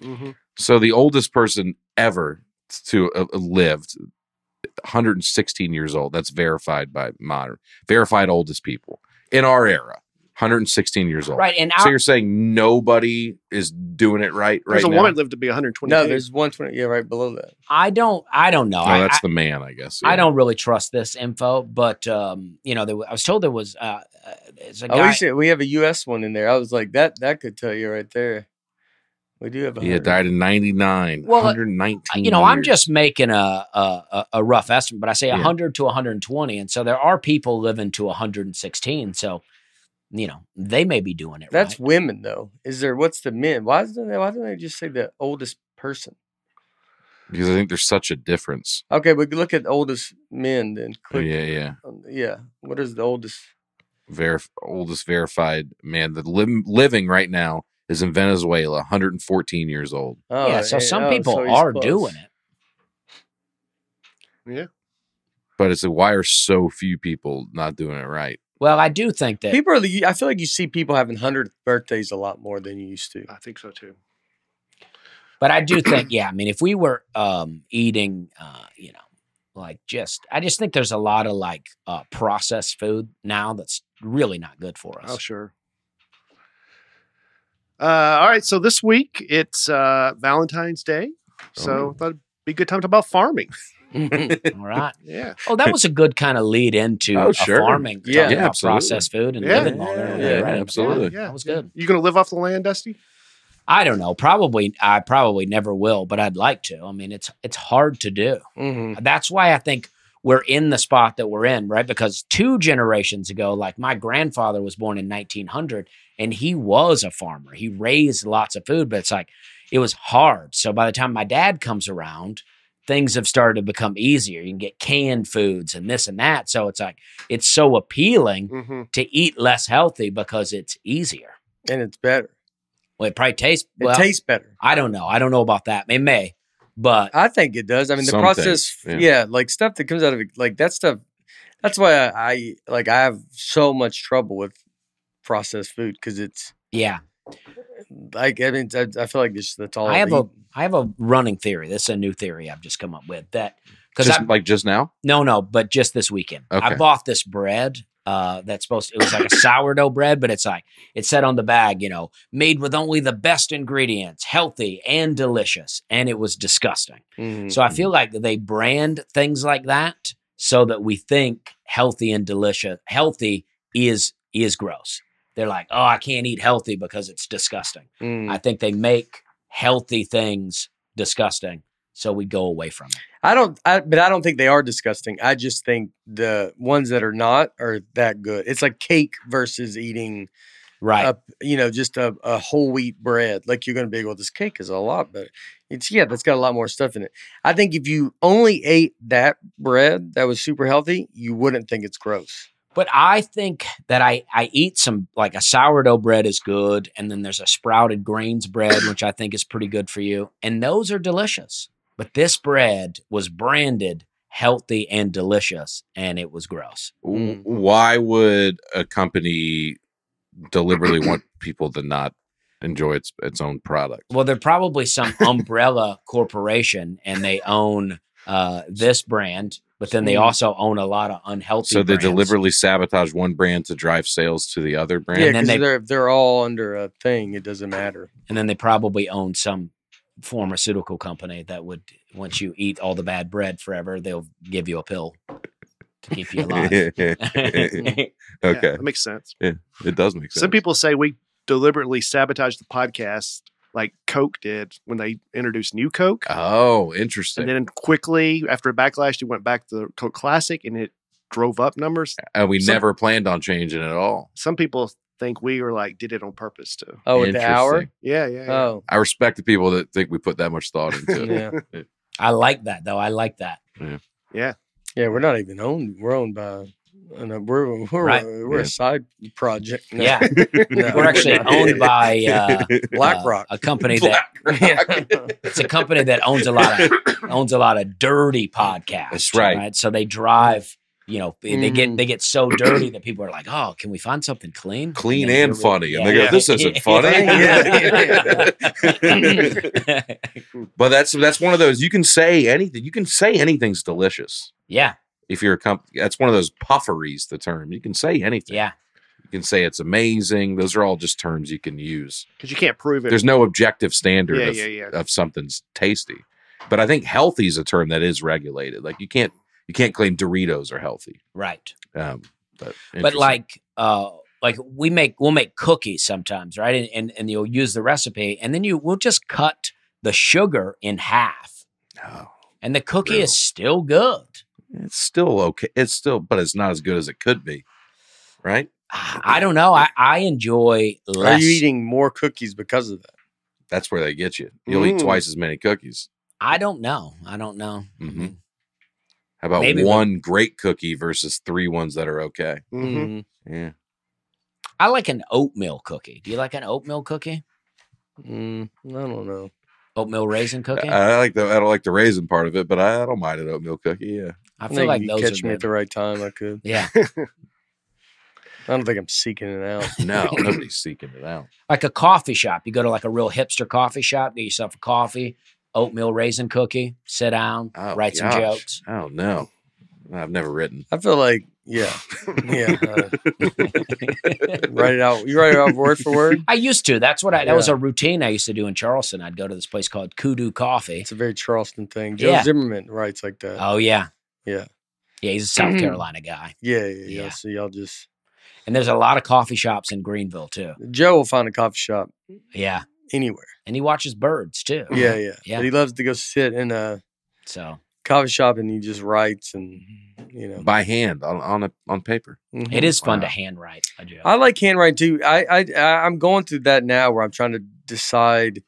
Speaker 4: hmm
Speaker 2: So the oldest person ever to uh, uh, lived, 116 years old. That's verified by modern, verified oldest people in our era, 116 years old.
Speaker 3: Right. And
Speaker 2: So
Speaker 3: our,
Speaker 2: you're saying nobody is doing it right right
Speaker 4: There's a
Speaker 2: now?
Speaker 4: woman lived to be 120.
Speaker 1: no, there's 120. Yeah, right below that.
Speaker 3: I don't I don't know.
Speaker 2: No,
Speaker 3: I,
Speaker 2: that's
Speaker 3: I,
Speaker 2: the man, I guess.
Speaker 3: I
Speaker 2: yeah.
Speaker 3: don't really trust this info, but um, you know, there, wa- I was told there was uh, uh, there's a
Speaker 1: Oh, we
Speaker 3: guy.
Speaker 1: should, we have a U.S. one in there. I was like, that that could tell you right there. We do have. a
Speaker 2: Yeah,
Speaker 1: hundred.
Speaker 2: died in 99.
Speaker 3: Well, uh,
Speaker 2: 119.
Speaker 3: you know, I'm
Speaker 2: years.
Speaker 3: just making a a, a- a rough estimate, but I say
Speaker 2: Yeah.
Speaker 3: 100 to 120, and so there are people living to 116. So, you know, they may be doing it.
Speaker 1: That's
Speaker 3: right.
Speaker 1: women though. Is there? What's the men? Why is there, Why don't they just say the oldest person?
Speaker 2: because I think there's such a difference.
Speaker 1: Okay, we could look at oldest men then.
Speaker 3: Oh,
Speaker 1: Click
Speaker 2: Yeah, yeah.
Speaker 1: Um, yeah. What is the oldest?
Speaker 2: Verif- oldest verified man that lim- living right now is in Venezuela, 114 years old.
Speaker 1: Oh,
Speaker 3: yeah. So
Speaker 1: eh,
Speaker 3: some
Speaker 1: oh,
Speaker 3: people
Speaker 1: so he's
Speaker 3: are
Speaker 1: close.
Speaker 3: doing it.
Speaker 4: Yeah.
Speaker 2: But it's a why are so few people not doing it right?
Speaker 3: Well, I do think that
Speaker 1: People are. the- I feel like you see people having hundredth birthdays a lot more than you used to.
Speaker 4: I think so too.
Speaker 3: But I do think, yeah, I mean, if we were um, eating, uh, you know, like just, I just think there's a lot of like uh, processed food now that's really not good for us.
Speaker 4: Oh, sure. Uh, all right. So this week it's uh, Valentine's Day.
Speaker 2: Oh.
Speaker 4: So that'd be a good time to talk about farming.
Speaker 3: All right.
Speaker 4: Yeah.
Speaker 3: Oh, that was a good kind of lead into
Speaker 2: Oh,
Speaker 3: a
Speaker 2: sure.
Speaker 3: farming.
Speaker 1: Yeah.
Speaker 3: talking
Speaker 2: Yeah,
Speaker 3: about
Speaker 2: absolutely.
Speaker 3: processed food and
Speaker 4: Yeah.
Speaker 3: living longer. and
Speaker 2: Yeah,
Speaker 3: living
Speaker 2: yeah,
Speaker 3: right.
Speaker 2: absolutely.
Speaker 4: Yeah.
Speaker 3: That was good.
Speaker 4: You going to live off the land, Dusty?
Speaker 3: I don't know. Probably, I probably never will, but I'd like to. I mean, it's it's hard to do.
Speaker 1: Mhm.
Speaker 3: That's why I think we're in the spot that we're in, right? Because two generations ago, like my grandfather was born in 1900 and he was a farmer. He raised lots of food, but it's like it was hard. So by the time my dad comes around, things have started to become easier. You can get canned foods and this and that. So it's like it's so appealing
Speaker 4: Mm-hmm.
Speaker 1: Mm.
Speaker 3: to eat less healthy because it's easier.
Speaker 1: And it's better.
Speaker 3: Well, it probably tastes
Speaker 1: It
Speaker 3: well.
Speaker 1: tastes better.
Speaker 3: I don't know. I don't know about that. It may, but
Speaker 1: I think it does. I mean, the
Speaker 2: Some
Speaker 1: process,
Speaker 2: things,
Speaker 1: yeah. like stuff that comes out of it, like that stuff. That's why I, I like I have so much trouble with processed food because it's
Speaker 3: yeah,
Speaker 1: like I mean I, I feel like this that's all
Speaker 3: I
Speaker 2: Oh,
Speaker 3: have
Speaker 1: eat.
Speaker 3: a I have a running theory. This is a new theory I've just come up with that because
Speaker 2: Just
Speaker 3: I
Speaker 2: like just now?
Speaker 3: no no, but just this weekend I
Speaker 2: Okay.
Speaker 3: bought this bread uh, that's supposed to, it was like a sourdough bread, but it's like it said on the bag, you know, made with only the best ingredients, healthy and delicious, and it was disgusting.
Speaker 1: Mhm.
Speaker 2: Mm-hmm,
Speaker 3: So I feel like they brand things like that so that we think healthy and delicious. Healthy is is gross. They're like, oh, I can't eat healthy because it's disgusting.
Speaker 1: Mm.
Speaker 2: mm-hmm.
Speaker 3: I think they make healthy things disgusting, so we go away from it.
Speaker 1: I don't, I, but I don't think they are disgusting. I just think the ones that are not are that good. It's like cake versus eating,
Speaker 3: Right.
Speaker 1: a, you know, just a, a whole wheat bread. Like you're going to be, well, this cake is a lot better. It's, yeah, that's got a lot more stuff in it. I think if you only ate that bread that was super healthy, you wouldn't think it's gross.
Speaker 3: but I think that I I eat some like a sourdough bread is good, and then there's a sprouted grains bread which I think is pretty good for you, and those are delicious. But this bread was branded healthy and delicious, and it was gross.
Speaker 2: W-
Speaker 1: Mm.
Speaker 2: Why would a company deliberately want people to not enjoy its its own product?
Speaker 3: Well, they're probably some umbrella corporation, and they own uh, this brand, but then they
Speaker 1: Mm.
Speaker 3: also own a lot of unhealthy.
Speaker 2: So they
Speaker 3: brands.
Speaker 2: deliberately sabotage one brand to drive sales to the other brand.
Speaker 1: yeah,
Speaker 3: and then
Speaker 1: because
Speaker 3: they-
Speaker 1: they're, they're all under a thing. It doesn't matter.
Speaker 3: and then they probably own some pharmaceutical company that would, once you eat all the bad bread forever, they'll give you a pill to keep you alive.
Speaker 2: okay,
Speaker 4: that makes sense.
Speaker 2: it does make sense.
Speaker 4: Some people say we deliberately sabotage the podcast like Coke did when they introduced new Coke.
Speaker 2: oh, interesting.
Speaker 4: and then quickly after a backlash, you went back to Coke Classic and it drove up numbers.
Speaker 2: and we
Speaker 4: some-
Speaker 2: never planned on changing at all.
Speaker 4: Some people think we were like, did it on purpose to.
Speaker 1: Oh, with the hour?
Speaker 2: Interesting.
Speaker 4: Yeah, yeah. yeah.
Speaker 1: Oh,
Speaker 2: I respect the people that think we put that much thought into it.
Speaker 1: yeah.
Speaker 3: I like that though. I like that.
Speaker 1: Yeah, we're not even owned. We're owned by, and uh, we're we're
Speaker 3: Right.
Speaker 1: a, we're
Speaker 2: Yeah.
Speaker 1: a side project. No,
Speaker 3: Yeah,
Speaker 1: no,
Speaker 3: we're actually
Speaker 1: not.
Speaker 3: owned by uh,
Speaker 1: BlackRock.
Speaker 3: uh, a company that it's a company that owns a lot of owns a lot of dirty podcasts.
Speaker 2: That's right.
Speaker 3: So they drive, you know, they they get
Speaker 1: Mhm.
Speaker 3: they get so dirty that people are like, "Oh, can we find something clean,
Speaker 2: Clean
Speaker 3: then
Speaker 2: and
Speaker 3: here we-
Speaker 2: funny. And they go,
Speaker 3: yeah.
Speaker 2: this isn't funny.
Speaker 3: Yeah.
Speaker 2: but that's that's one of those you can say anything. You can say anything's delicious.
Speaker 3: yeah,
Speaker 2: If you're a company, that's one of those pufferys, the term. You can say anything.
Speaker 3: yeah,
Speaker 2: You can say it's amazing. Those are all just terms you can use.
Speaker 4: Because you can't prove it.
Speaker 2: There's no objective standard
Speaker 4: yeah,
Speaker 2: of,
Speaker 4: yeah, yeah.
Speaker 2: of something's tasty. But I think healthy is a term that is regulated. Like you can't you can't claim Doritos are healthy.
Speaker 3: right.
Speaker 2: Um, but,
Speaker 3: But
Speaker 2: interesting.
Speaker 3: like, uh, like we make we'll make cookies sometimes, right? And, and and you'll use the recipe, and then you we'll just cut the sugar in half,
Speaker 2: No.
Speaker 3: and the cookie
Speaker 2: True.
Speaker 3: is still good.
Speaker 2: it's still okay. It's still, but it's not as good as it could be, right?
Speaker 3: I don't know. I, I enjoy
Speaker 1: Are
Speaker 3: less.
Speaker 1: you eating more cookies because of that?
Speaker 2: That's where they get you. You'll
Speaker 4: Mm.
Speaker 2: eat twice as many cookies.
Speaker 3: I don't know. I don't know. I
Speaker 1: Mm-hmm.
Speaker 2: Mhm.
Speaker 3: mean,
Speaker 2: How about
Speaker 3: Maybe
Speaker 2: one great cookie versus three ones that are okay?
Speaker 4: Mhm.
Speaker 3: Mm-hmm.
Speaker 2: Yeah,
Speaker 3: I like an oatmeal cookie. Do you like an oatmeal cookie?
Speaker 1: Mm, Hmm, I don't know.
Speaker 3: Oatmeal raisin cookie.
Speaker 2: I, I like the I don't like the raisin part of it, but I, I don't mind an oatmeal cookie. Yeah,
Speaker 3: I
Speaker 1: I
Speaker 3: feel
Speaker 1: think
Speaker 3: like
Speaker 1: you
Speaker 3: those
Speaker 1: catch
Speaker 3: are
Speaker 1: me at
Speaker 3: good.
Speaker 1: the right time. I could.
Speaker 3: yeah,
Speaker 1: I don't think I'm seeking it out.
Speaker 2: no, nobody's seeking it out.
Speaker 3: like a coffee shop. You go to like a real hipster coffee shop, get yourself a coffee, oatmeal raisin cookie, sit down,
Speaker 2: Oh,
Speaker 3: write some
Speaker 2: gosh.
Speaker 3: jokes.
Speaker 2: Oh no, I've never written.
Speaker 1: I feel like yeah, yeah. uh, write it out. You write it out word for word.
Speaker 3: I used to. That's what I. That was
Speaker 1: Yeah.
Speaker 3: a routine I used to do in Charleston. I'd go to this place called Kudu Coffee.
Speaker 1: It's a very Charleston thing. Joe
Speaker 3: Yeah.
Speaker 1: Zimmerman writes like that.
Speaker 3: Oh yeah,
Speaker 1: Yeah.
Speaker 3: yeah. He's a South Carolina guy,
Speaker 1: yeah, yeah, yeah,
Speaker 3: yeah.
Speaker 1: So y'all just
Speaker 3: and there's a lot of coffee shops in Greenville too.
Speaker 1: Joe will find a coffee shop
Speaker 3: Yeah,
Speaker 1: anywhere.
Speaker 3: and he watches birds too.
Speaker 1: Yeah, yeah.
Speaker 3: Oh, Yeah.
Speaker 1: But he loves to go sit in a
Speaker 3: So
Speaker 1: coffee shop and he just writes and you know.
Speaker 2: by hand on on, a, on paper.
Speaker 1: Mhm.
Speaker 3: it is fun to
Speaker 2: Wow.
Speaker 3: handwrite a joke.
Speaker 1: I like handwriting too. I I I- I'm going through that now where I'm trying to decide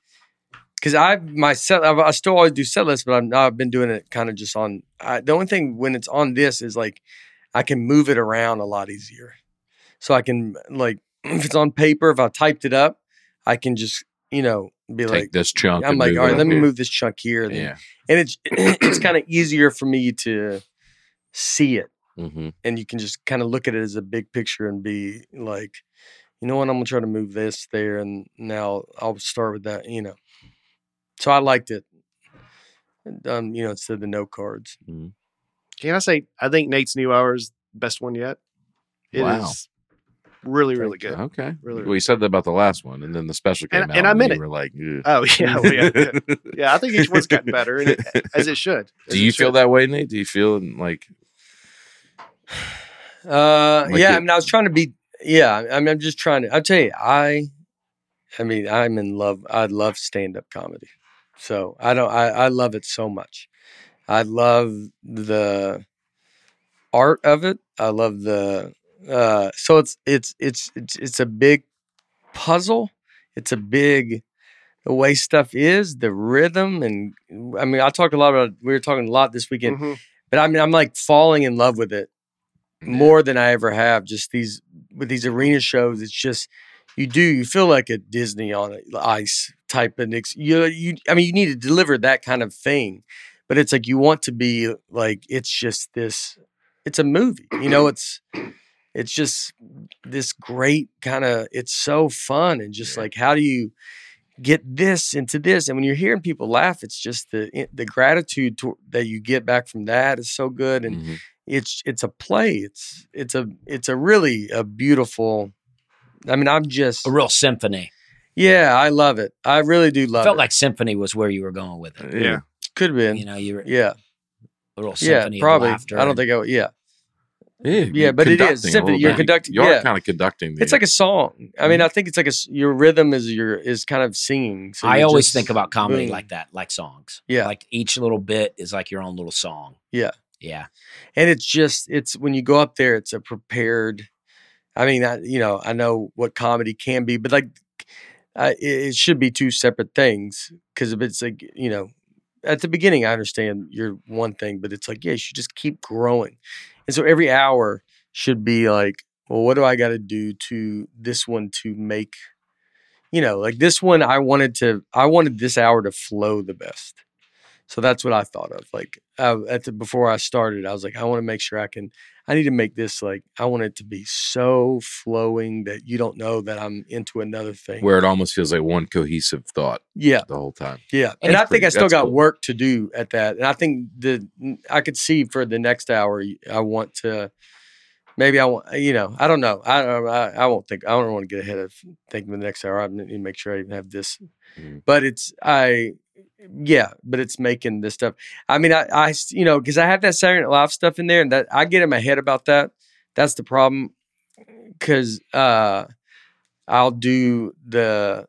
Speaker 1: because I my set I've, I still always do set lists, but I'm now I've been doing it kind of just on. I, the only thing when it's on this is like I can move it around a lot easier, so I can like if it's on paper if I typed it up, I can just you know be
Speaker 2: Take
Speaker 1: like.
Speaker 2: this chunk.
Speaker 1: I'm
Speaker 2: and
Speaker 1: like,
Speaker 2: move
Speaker 1: all
Speaker 2: it
Speaker 1: right,
Speaker 2: up
Speaker 1: let me
Speaker 2: here."
Speaker 1: move this chunk here, and, then-
Speaker 2: Yeah.
Speaker 1: and it's it's kind of easier for me to see it
Speaker 2: hmm
Speaker 1: and you can just kind of look at it as a big picture and be like, you know what, I'm gonna try to move this there, and now I'll start with that, you know. So I liked it. And, Um, you know, instead of the note cards.
Speaker 4: Can I say I think Nate's new hour is the best one yet? It is
Speaker 2: Wow.
Speaker 4: really, really
Speaker 1: Thank
Speaker 4: good.
Speaker 2: Okay.
Speaker 4: Really,
Speaker 2: Well, you said that about the last one, and then the special came
Speaker 4: And-
Speaker 2: out,
Speaker 4: and I meant
Speaker 2: you
Speaker 4: it.
Speaker 2: were like, "Ugh."
Speaker 4: Oh yeah, well, yeah, yeah. I think each one's gotten better, and it, as it should. as
Speaker 2: Do you
Speaker 4: it
Speaker 2: feel
Speaker 4: should.
Speaker 2: that way, Nate? Do you feel like
Speaker 1: Uh,
Speaker 2: Like
Speaker 1: yeah,
Speaker 2: it-
Speaker 1: I mean, I was trying to be. Yeah, I mean, I'm just trying to. I'll tell you, I, I mean, I'm in love. I love stand up comedy, so I don't. I I love it so much. I love the art of it. I love the. Uh, so it's it's it's it's it's a big puzzle. It's a big the way stuff is the rhythm and I mean I talked a lot about we were talking a lot this weekend,
Speaker 4: Mhm.
Speaker 2: Mm-hmm.
Speaker 1: but I mean I'm like falling in love with it more than I ever have. Just these with these arena shows, it's just you do you feel like a Disney on ice type of ex- you you I mean you need to deliver that kind of thing, but it's like you want to be like it's just this it's a movie you know it's it's just this great kind of it's so fun and just like how do you get this into this and when you're hearing people laugh it's just the eh, the gratitude to, that you get back from that is so good and
Speaker 2: Mhm.
Speaker 1: it's it's a play. It's it's a it's a really a beautiful. I mean, I'm just
Speaker 3: a real symphony.
Speaker 1: yeah, I love it. I really do love
Speaker 3: Felt
Speaker 1: it.
Speaker 3: like symphony was where you were going with it.
Speaker 2: yeah.
Speaker 1: could have been.
Speaker 3: You know, you were
Speaker 1: yeah,
Speaker 3: a real
Speaker 1: yeah,
Speaker 3: symphony
Speaker 1: probably.
Speaker 3: of
Speaker 1: I
Speaker 3: laughter.
Speaker 1: don't think I. would- Yeah,
Speaker 2: Yeah, you're
Speaker 1: but it is
Speaker 2: conducting a
Speaker 1: symphony.
Speaker 2: little
Speaker 1: You're
Speaker 2: bit.
Speaker 1: conducting-
Speaker 2: You are
Speaker 1: yeah.
Speaker 2: kind of conducting. The,
Speaker 1: it's like a song. I
Speaker 3: Mm-hmm.
Speaker 1: mean, I think it's like a s- your rhythm is your is kind of singing. So
Speaker 3: I
Speaker 1: you're
Speaker 3: always
Speaker 1: just Mm.
Speaker 3: think about comedy
Speaker 1: moving.
Speaker 3: like that, like songs.
Speaker 1: Yeah.
Speaker 3: Like each little bit is like your own little song.
Speaker 1: Yeah.
Speaker 3: Yeah.
Speaker 1: and it's just it's when you go up there it's a prepared i mean I, you know i know what comedy can be but like I, it it should be two separate things because if it's like you know at the beginning i understand you're one thing but it's like yeah you should just keep growing and so every hour should be like well what do i got to do to this one to make you know like this one i wanted to i wanted this hour to flow the best so that's what I thought of. Like uh, at the, before I started, I was like, I want to make sure I can. I need to make this like I want it to be so flowing that you don't know that I'm into another thing.
Speaker 2: where it almost feels like one cohesive thought
Speaker 1: yeah,
Speaker 2: the whole time.
Speaker 1: yeah.
Speaker 2: That's
Speaker 1: And I think
Speaker 2: pretty-
Speaker 1: I still
Speaker 2: that's
Speaker 1: got
Speaker 2: cool.
Speaker 1: work to do at that. And I think the I could see for the next hour, y- I want to. Maybe I want, uh, you know, I don't know. I I, I won't think. I don't want to get ahead of thinking the next hour. I need to make sure I even have this.
Speaker 2: Mhm.
Speaker 1: But it's I, yeah. But it's making this stuff. I mean, I, I s- you know, because I have that Saturday Night Live stuff in there, and that I get in my head about that. That's the problem, because uh, I'll do the,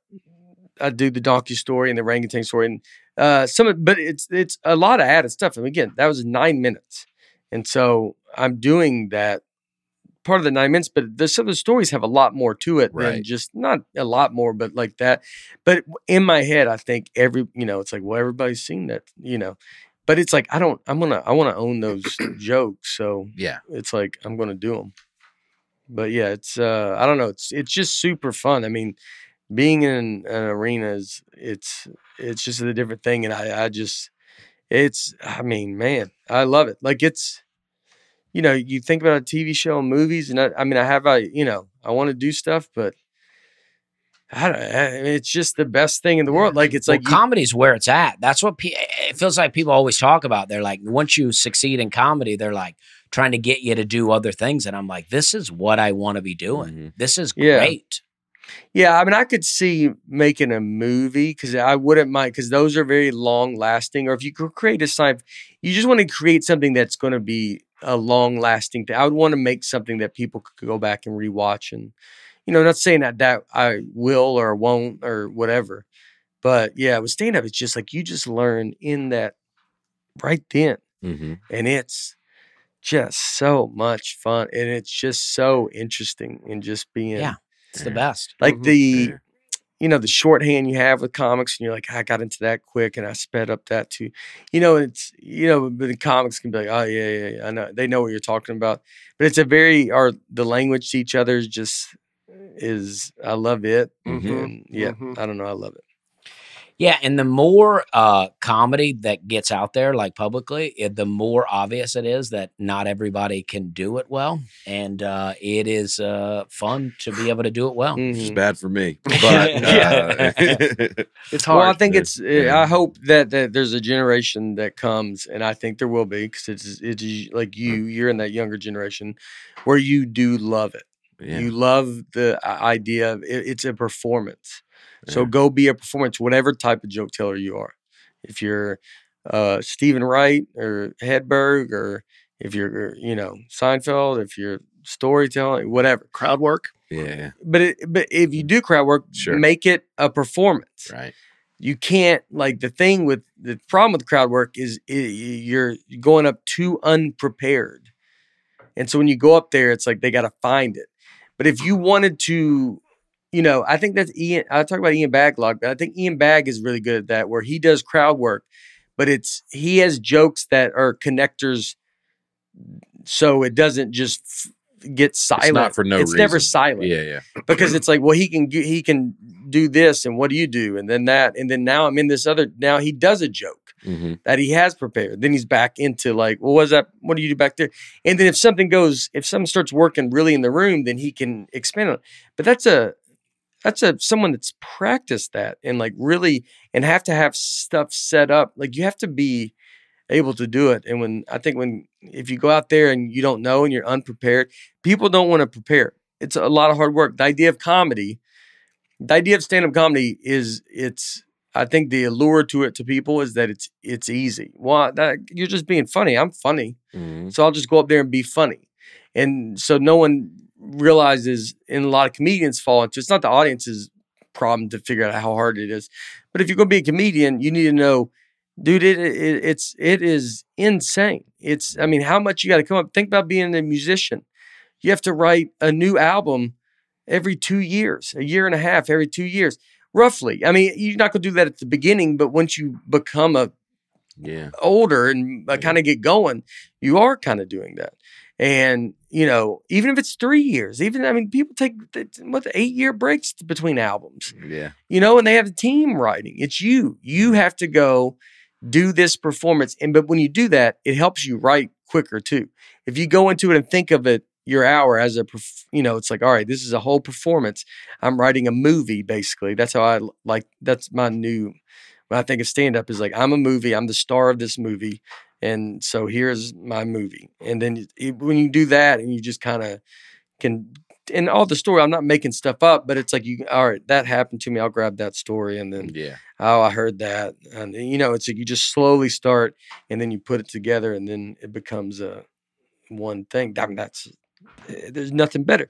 Speaker 1: I do the donkey story and the orangutan story, and uh, some, of- but it's it's a lot of added stuff. And again, that was nine minutes, and so I'm doing that part of the nine minutes. But the, some of the stories have a lot more to it than
Speaker 2: Right.
Speaker 1: just not a lot more, but like that. But in my head, I think every you know, it's like well, everybody's seen that, you know. But it's like I don't. I'm gonna. I want to own those jokes. So
Speaker 2: Yeah,
Speaker 1: it's like I'm gonna do them. But yeah, it's uh I don't know, it's it's just super fun. I mean, being in an arena is it's it's just a different thing, and I I just it's I mean man I love it like it's you know you think about a TV show and movies and I, I mean I have I you know I want to do stuff but I don't I mean, it's just the best thing in the world like it's
Speaker 3: Well,
Speaker 1: like you-
Speaker 3: comedy's where it's at. That's what pe- it feels like. People always talk about. They're like, once you succeed in comedy, they're like trying to get you to do other things. And I'm like, this is what I want to be doing. This is
Speaker 1: Yeah.
Speaker 3: great.
Speaker 1: Yeah, I mean, I could see making a movie because I wouldn't mind because those are very long lasting. Or if you could create a sci, you just want to create something that's going to be a long lasting thing. I would want to make something that people could go back and rewatch, and you know, not saying that that I will or won't or whatever, but yeah, with stand up, it's just like you just learn in that right then
Speaker 2: Mm-hmm.
Speaker 1: and it's just so much fun and it's just so interesting and just being
Speaker 3: Yeah, It's the best.
Speaker 1: like
Speaker 4: Mhm.
Speaker 1: the you know the shorthand you have with comics and you're like i got into that quick and i sped up that too you know it's you know but the comics can be like oh yeah yeah, yeah i know they know what you're talking about but it's a very or the language to each other is just is i love it
Speaker 2: Mm-hmm.
Speaker 4: Mhm.
Speaker 1: and yeah
Speaker 4: Mhm.
Speaker 1: i don't know i love it
Speaker 3: Yeah, and the more uh, comedy that gets out there, like publicly, it, the more obvious it is that not everybody can do it well, and uh, it is uh, fun to be able to do it well.
Speaker 2: Which is
Speaker 1: Mhm.
Speaker 2: bad for me. But uh,
Speaker 4: It's hard.
Speaker 1: Well, I think
Speaker 2: Yeah.
Speaker 1: it's. eh,
Speaker 2: Yeah.
Speaker 1: I hope that, that there's a generation that comes, and I think there will be because it's it's like you. You're in that younger generation where you do love it.
Speaker 2: yeah.
Speaker 1: You love the i- idea of it, it's a performance. So
Speaker 2: Yeah.
Speaker 1: go be a performance, whatever type of joke teller you are. If you're uh, Stephen Wright or Hedberg, or if you're uh, you know Seinfeld, if you're storytelling, whatever.
Speaker 4: crowd work.
Speaker 2: yeah.
Speaker 1: But it, but if you do crowd work,
Speaker 2: Mm. Sure.
Speaker 1: make it a performance
Speaker 2: Right.
Speaker 1: you can't like the thing with the problem with crowd work is i- you're going up too unprepared and so when you go up there it's like they got to find it but if you wanted to you know i think that's ian i talk about ian baglog but i think ian bag is really good at that where he does crowd work but it's he has jokes that are connectors so it doesn't just f- get silent
Speaker 2: for no
Speaker 1: it's never
Speaker 2: reason.
Speaker 1: silent
Speaker 2: Yeah. Yeah.
Speaker 1: because it's like, well, he can g- he can do this, and what do you do, and then that, and then now I'm in this other. Now he does a joke
Speaker 2: Mm-hmm.
Speaker 1: that he has prepared. Then he's back into like, well, what's that? What do you do back there? And then if something goes, if something starts working really in the room, then he can expand on. it. But that's a that's a someone that's practiced that and like really and have to have stuff set up. Like you have to be able to do it. And when I think when if you go out there and you don't know and you're unprepared, people don't want to prepare. It's a lot of hard work. The idea of comedy, the idea of stand-up comedy is it's I think the allure to it to people is that it's it's easy. Well, that, you're just being funny. I'm funny.
Speaker 2: Mm-hmm.
Speaker 1: So I'll just go up there and be funny. And so no one realizes, and a lot of comedians fall into it's not the audience's problem to figure out how hard it is. But if you're going to be a comedian, you need to know, dude, it, it it's it is insane. It's I mean, how much you got to come up. Think about being a musician. You have to write a new album every two years, a year and a half, every two years, roughly. I mean, you're not going to do that at the beginning, but once you become a
Speaker 2: Yeah.
Speaker 1: older and uh,
Speaker 2: Yeah.
Speaker 1: kind of get going, you are kind of doing that. And you know, even if it's three years, even I mean, people take th- what eight year breaks t- between albums,
Speaker 2: Yeah.
Speaker 1: you know, and they have a team writing. It's you. You have to go do this performance, and but when you do that, it helps you write quicker too. If you go into it and think of it your hour as a, perf- you know, it's like all right, this is a whole performance. I'm writing a movie basically. That's how I l- like. That's my new when I think of stand up is like I'm a movie, I'm the star of this movie, and so here's my movie. And then it- it, when you do that, and you just kind of can, and all the story, I'm not making stuff up, but it's like you, all right, that happened to me. I'll grab that story, and then
Speaker 2: Yeah.
Speaker 1: oh, I heard that, and eh, you know, it's like you just slowly start, and then you put it together, and then it becomes a one thing. I mean, that's eh, there's nothing better.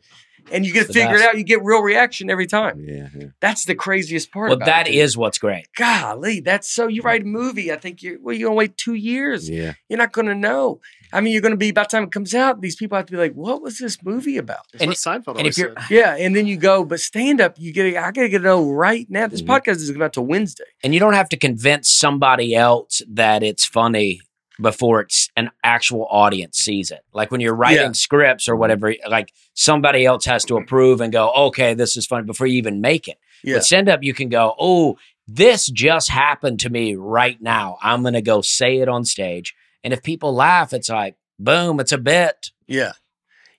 Speaker 1: And you get
Speaker 3: the
Speaker 1: to figure it
Speaker 3: best.
Speaker 1: out. You get real reaction every time.
Speaker 2: Yeah. yeah.
Speaker 1: That's the craziest part.
Speaker 3: Well,
Speaker 1: about
Speaker 3: that
Speaker 1: it, dude
Speaker 3: is what's great.
Speaker 1: golly, that's so you write a movie. I think you're well, you're gonna wait two years.
Speaker 2: Yeah.
Speaker 1: You're not gonna know. I mean, you're gonna be by the time it comes out, these people have to be like, what was this movie about?
Speaker 4: That's
Speaker 3: And
Speaker 4: what Seinfeld
Speaker 3: and if
Speaker 4: always
Speaker 3: you're-
Speaker 4: said.
Speaker 1: Yeah, and then you go, but stand up, you get I gotta get to know right now.
Speaker 3: Mm-hmm.
Speaker 1: This
Speaker 2: Mhm.
Speaker 1: podcast is about to Wednesday.
Speaker 3: And you don't have to convince somebody else that it's funny before it's an actual audience sees it. Like when you're writing
Speaker 1: Yeah.
Speaker 3: scripts or whatever, like somebody else has to approve and go, okay, this is funny before you even make it.
Speaker 1: Yeah.
Speaker 3: With send up, you can go, oh, this just happened to me right now. I'm going to go say it on stage. And if people laugh, it's like, boom, it's a bit.
Speaker 1: Yeah.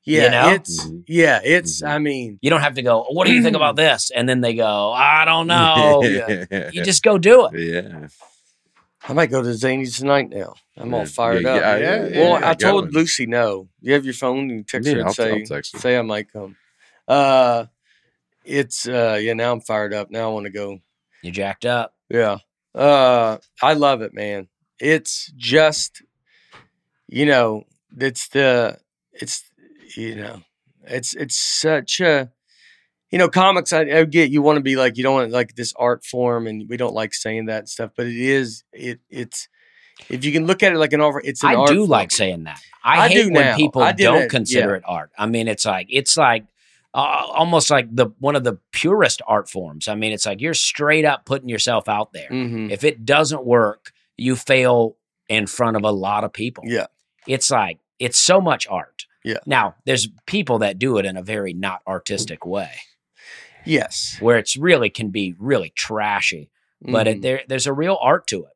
Speaker 3: You
Speaker 1: Yeah.
Speaker 3: know?
Speaker 1: It's
Speaker 2: Mhm.
Speaker 1: yeah, it's
Speaker 2: Mhm.
Speaker 1: I mean,
Speaker 3: You don't have to go, what do you think about this? And then they go, I don't know.
Speaker 2: yeah.
Speaker 3: you just go do it.
Speaker 2: yeah.
Speaker 1: I might go to Zany's tonight now. I'm all
Speaker 2: Yeah.
Speaker 1: fired
Speaker 2: Yeah,
Speaker 1: up.
Speaker 2: yeah,
Speaker 4: Yeah,
Speaker 2: yeah,
Speaker 1: well,
Speaker 2: yeah,
Speaker 1: I told
Speaker 2: going.
Speaker 1: Lucy no. You have your phone and text her
Speaker 2: Yeah,
Speaker 1: and
Speaker 2: I'll-
Speaker 1: say
Speaker 2: I'll text her.
Speaker 1: say I might come. Uh it's uh yeah, now I'm fired up. Now I want to go.
Speaker 3: You jacked up.
Speaker 1: Yeah. Uh I love it, man. It's just you know, it's the it's you know, it's it's such a you know, comics I, I get you want to be like you don't want like this art form and we don't like saying that stuff, but it is it it's if you can look at it like an art, it's an
Speaker 3: I
Speaker 1: art
Speaker 3: do
Speaker 1: form.
Speaker 3: like saying that. I,
Speaker 1: I
Speaker 3: hate
Speaker 1: do
Speaker 3: when
Speaker 1: now.
Speaker 3: people
Speaker 1: I did
Speaker 3: don't
Speaker 1: it,
Speaker 3: consider
Speaker 1: yeah.
Speaker 3: it art. I mean, it's like it's like uh, almost like the one of the purest art forms. I mean, it's like you're straight up putting yourself out there.
Speaker 1: Mhm.
Speaker 3: If it doesn't work, you fail in front of a lot of people.
Speaker 1: Yeah.
Speaker 3: It's like it's so much art.
Speaker 1: Yeah.
Speaker 3: Now, there's people that do it in a very not artistic way
Speaker 1: Yes.
Speaker 3: where it's really can be really trashy, but it,
Speaker 1: Mhm.
Speaker 3: there there's a real art to it.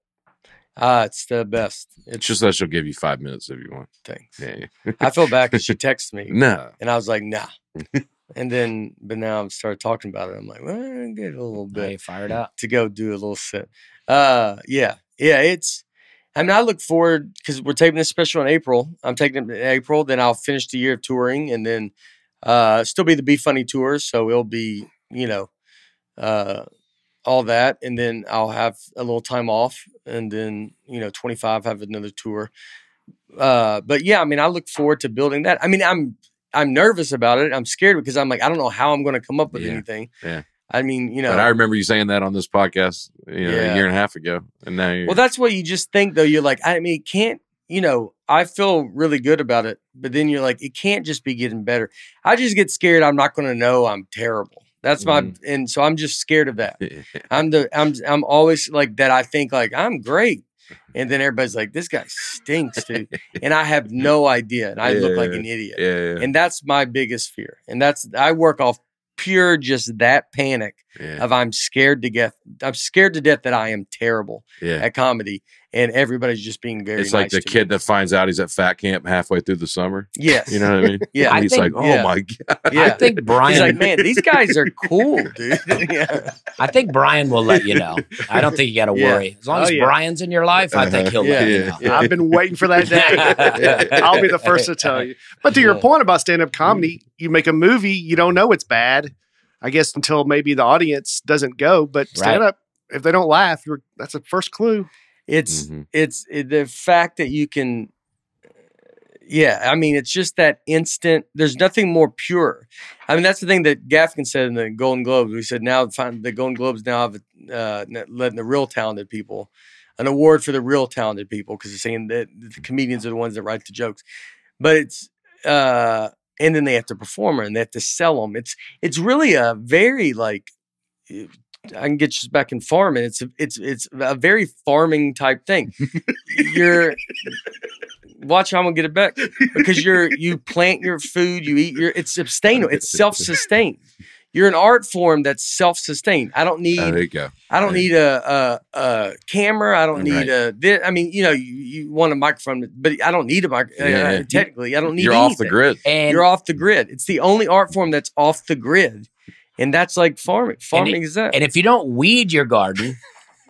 Speaker 1: ah, it's the best. It's
Speaker 2: It's just that she'll give you five minutes if you want.
Speaker 1: thanks.
Speaker 2: Yeah. yeah.
Speaker 1: I feel bad because she texted me.
Speaker 2: No.
Speaker 1: And I was like, nah. and then, but now I've started talking about it. I'm like, well, I get a little
Speaker 3: They
Speaker 1: bit
Speaker 3: fired up.
Speaker 1: to go do a little set. Uh, yeah, yeah. It's. I mean, I look forward because we're taping this special in April. I'm taking it in April. Then I'll finish the year of touring, and then uh, still be the Be Funny tour. So it'll be you know uh, all that, and then I'll have a little time off, and then you know 25 have another tour. Uh, but yeah, I mean, I look forward to building that. I mean, I'm I'm nervous about it. I'm scared because I'm like, I don't know how I'm going to come up with
Speaker 2: Yeah,
Speaker 1: anything.
Speaker 2: yeah.
Speaker 1: I mean, you know,
Speaker 2: But I remember you saying that on this podcast, you know,
Speaker 1: Yeah.
Speaker 2: a year and a half ago. And now you're
Speaker 1: Well, that's what you just think, though. You're like, I mean, it can't, you know, I feel really good about it, but then you're like, it can't just be getting better. I just get scared. I'm not going to know I'm terrible. That's my,
Speaker 2: Mhm.
Speaker 1: and so I'm just scared of that.
Speaker 2: Yeah.
Speaker 1: I'm the, I'm, I'm always like that. I think like I'm great. And then everybody's like, this guy stinks, dude. and I have no idea. And I look like
Speaker 2: Yeah.
Speaker 1: an idiot.
Speaker 2: yeah.
Speaker 1: And that's my biggest fear. And that's, I work off pure just that panic
Speaker 2: yeah.
Speaker 1: of I'm scared to get, I'm scared to death that I am terrible
Speaker 2: yeah.
Speaker 1: at comedy, and everybody's just being very.
Speaker 2: It's like
Speaker 1: nice
Speaker 2: the
Speaker 1: to me.
Speaker 2: kid that finds out he's at fat camp halfway through the summer.
Speaker 1: Yes.
Speaker 2: You know what I mean?
Speaker 1: Yeah.
Speaker 2: And
Speaker 3: I
Speaker 2: he's
Speaker 3: think-
Speaker 2: like, oh
Speaker 1: yeah.
Speaker 2: my God.
Speaker 1: Yeah.
Speaker 3: I think Brian
Speaker 1: He's like, man, these guys are cool, dude. yeah.
Speaker 3: I think Brian will let you know. I don't think you got to
Speaker 1: Yeah.
Speaker 3: worry. As long
Speaker 4: Oh,
Speaker 3: as
Speaker 4: yeah.
Speaker 3: Brian's in your life, I think he'll let you know.
Speaker 2: Yeah.
Speaker 4: I've been waiting for that day. I'll be the first to tell you. But to your
Speaker 1: Yeah.
Speaker 4: point about
Speaker 2: Mm.
Speaker 4: stand up comedy, you make a movie, you don't know it's bad. I guess until maybe the audience doesn't go, but stand up, if they don't laugh, you're, that's the first clue.
Speaker 1: It's
Speaker 2: Mhm.
Speaker 1: it's it, the fact that you can. Yeah, I mean, it's just that instant. There's nothing more pure. I mean, that's the thing that Gaffigan said in the Golden Globes. We said now find the Golden Globes now have uh, n- letting the real talented people an award for the real talented people because they're saying that the comedians are the ones that write the jokes. But it's uh, and then they have to perform it and they have to sell them. It's it's really a very like I can get you back in farming. It's a- it's it's a very farming type thing. you're watch how I'm gonna get it back because you're you plant your food, you eat your it's sustainable, it's self sustained. You're an art form that's self sustained. I don't need
Speaker 2: Oh, there you go.
Speaker 1: I don't
Speaker 2: Right.
Speaker 1: need a, a, a camera. I don't need
Speaker 2: Right.
Speaker 1: a. This, I mean, you know, you, you want a microphone, but I don't need a microphone.
Speaker 2: Yeah. You-
Speaker 1: technically, I don't need.
Speaker 2: You're off the
Speaker 1: anything.
Speaker 2: grid.
Speaker 3: And
Speaker 1: You're off the grid. It's the only art form that's off the grid, and that's like farming. Farming is that.
Speaker 3: and if you don't weed your garden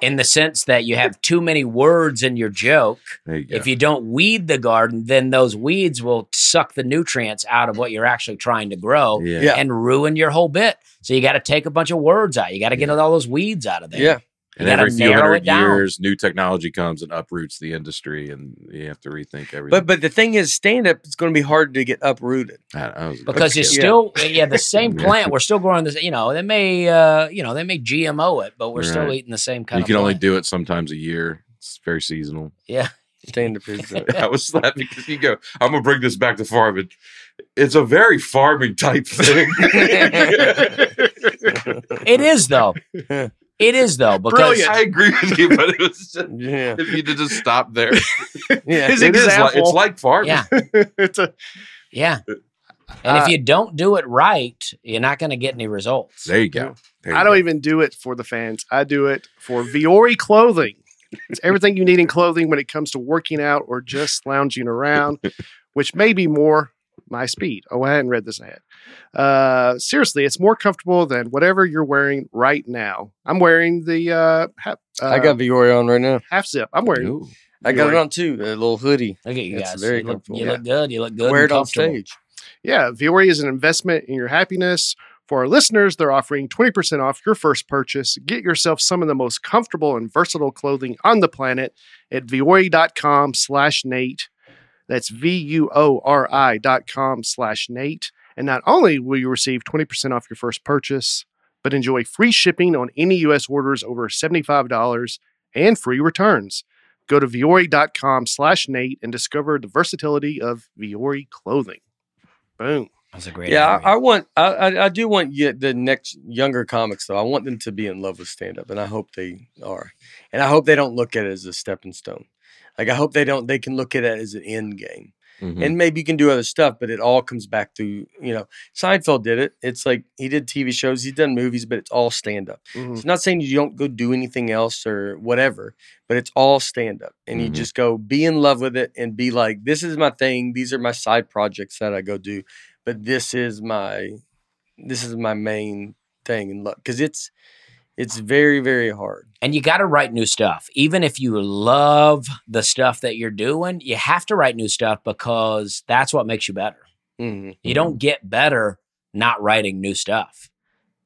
Speaker 3: in the sense that you have too many words in your joke,
Speaker 2: There you go.
Speaker 3: if you don't weed the garden, then those weeds will suck the nutrients out of what you're actually trying to grow
Speaker 2: yeah.
Speaker 1: Yeah.
Speaker 3: and ruin your whole bit. So you got to take a bunch of words out. You got to get all those weeds out of there.
Speaker 1: yeah,
Speaker 2: And
Speaker 3: You gotta
Speaker 2: every few
Speaker 3: narrow it
Speaker 2: hundred
Speaker 3: down.
Speaker 2: years, new technology comes and uproots the industry, and you have to rethink everything.
Speaker 1: but but the thing is, stand up is going to be hard to get uprooted.
Speaker 2: I, I was
Speaker 3: because it's
Speaker 1: Yeah.
Speaker 3: still yeah the same
Speaker 2: Yeah.
Speaker 3: plant we're still growing this you know they may uh you know they may gmo it but we're still
Speaker 2: Right.
Speaker 3: eating the same kind
Speaker 2: you
Speaker 3: of
Speaker 2: can only
Speaker 3: plant.
Speaker 2: do it sometimes a year. It's very seasonal.
Speaker 3: yeah
Speaker 1: Stand up is. uh,
Speaker 2: I was laughing because you go, I'm gonna bring this back to farming. It's a very farming type thing.
Speaker 3: it is though it is though because
Speaker 4: Brilliant.
Speaker 2: I agree with you, but it was just,
Speaker 1: yeah,
Speaker 2: if you did just stop there,
Speaker 1: yeah.
Speaker 4: His
Speaker 2: It is like,
Speaker 4: example.
Speaker 2: it's like farming.
Speaker 3: yeah
Speaker 4: it's a,
Speaker 3: yeah And
Speaker 4: Uh,
Speaker 3: if you don't do it right, you're not going to get any results.
Speaker 2: There you go. There you
Speaker 4: I don't
Speaker 2: go.
Speaker 4: even do it for the fans. I do it for Viore clothing. It's everything you need in clothing when it comes to working out or just lounging around, which may be more my speed. Oh, I hadn't read this ahead. Uh, seriously, it's more comfortable than whatever you're wearing right now. I'm wearing the uh, half, uh,
Speaker 1: I got Viore on right now.
Speaker 4: half zip. I'm wearing
Speaker 2: Ooh.
Speaker 1: I got it
Speaker 4: Viore.
Speaker 1: on too. A little hoodie.
Speaker 3: Look at you
Speaker 1: It's
Speaker 3: guys.
Speaker 1: very
Speaker 3: you look, you
Speaker 1: comfortable.
Speaker 3: look good. You look good.
Speaker 1: Wear
Speaker 3: and
Speaker 1: it on
Speaker 3: comfortable.
Speaker 1: stage.
Speaker 4: Yeah, Viore is an investment in your happiness. For our listeners, they're offering 20% off your first purchase. Get yourself some of the most comfortable and versatile clothing on the planet at viore.com slash Nate. That's V-U-O-R-I dot com slash Nate. And not only will you receive 20% off your first purchase, but enjoy free shipping on any U.S. orders over $75 and free returns. Go to viore.com slash Nate and discover the versatility of Viore clothing. Boom.
Speaker 3: That's a great.
Speaker 1: Yeah,
Speaker 3: interview.
Speaker 1: I, I want. I, I I do want ye- the next younger comics though. I want them to be in love with stand up, and I hope they are. And I hope they don't look at it as a stepping stone. Like I hope they don't. They can look at it as an end game.
Speaker 2: Mhm.
Speaker 1: and maybe you can do other stuff but it all comes back to you know seinfeld did it it's like he did tv shows he's done movies but it's all stand up
Speaker 4: Mhm.
Speaker 1: it's not saying you don't go do anything else or whatever but it's all stand up and you
Speaker 2: Mhm.
Speaker 1: just go be in love with it and be like this is my thing these are my side projects that i go do but this is my this is my main thing and because it's it's very very hard
Speaker 3: And you got to write new stuff. Even if you love the stuff that you're doing, you have to write new stuff because that's what makes you better.
Speaker 1: Mhm.
Speaker 3: You don't get better not writing new stuff.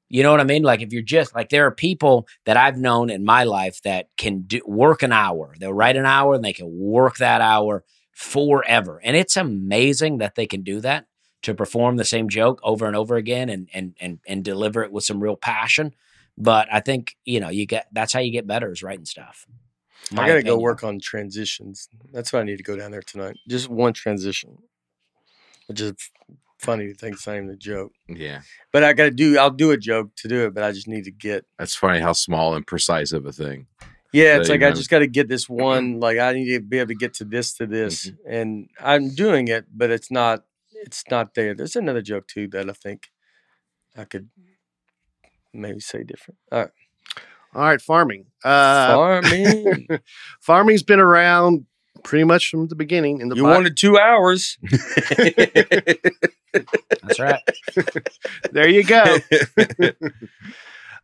Speaker 3: You know what I mean? Like if you're just like there are people that I've known in my life that can do, work an hour. They'll write an hour and they can work that hour forever. And it's amazing that they can do that to perform the same joke over and over again and and and and deliver it with some real passion. But I think, you know, you get that's how you get better is writing stuff.
Speaker 1: i
Speaker 3: My
Speaker 1: gotta go
Speaker 3: opinion.
Speaker 1: work on transitions that's what i need to go down there tonight just one transition which is funny to think saying the joke
Speaker 2: Yeah.
Speaker 1: but i gotta do i'll do a joke to do it but i just need to get
Speaker 2: That's funny how small and precise of a thing.
Speaker 1: yeah it's
Speaker 2: So you
Speaker 1: like i
Speaker 2: have-
Speaker 1: just gotta get this one like i need to be able to get to this to this
Speaker 3: Mm-hmm.
Speaker 1: and i'm doing it but it's not it's not there there's another joke too that i think i could maybe say different Uh, all right
Speaker 4: All right, farming. Uh,
Speaker 1: farming
Speaker 4: farming's been around pretty much from the beginning. In the
Speaker 1: you
Speaker 4: Bi-
Speaker 1: wanted two hours
Speaker 3: That's right.
Speaker 4: there you go.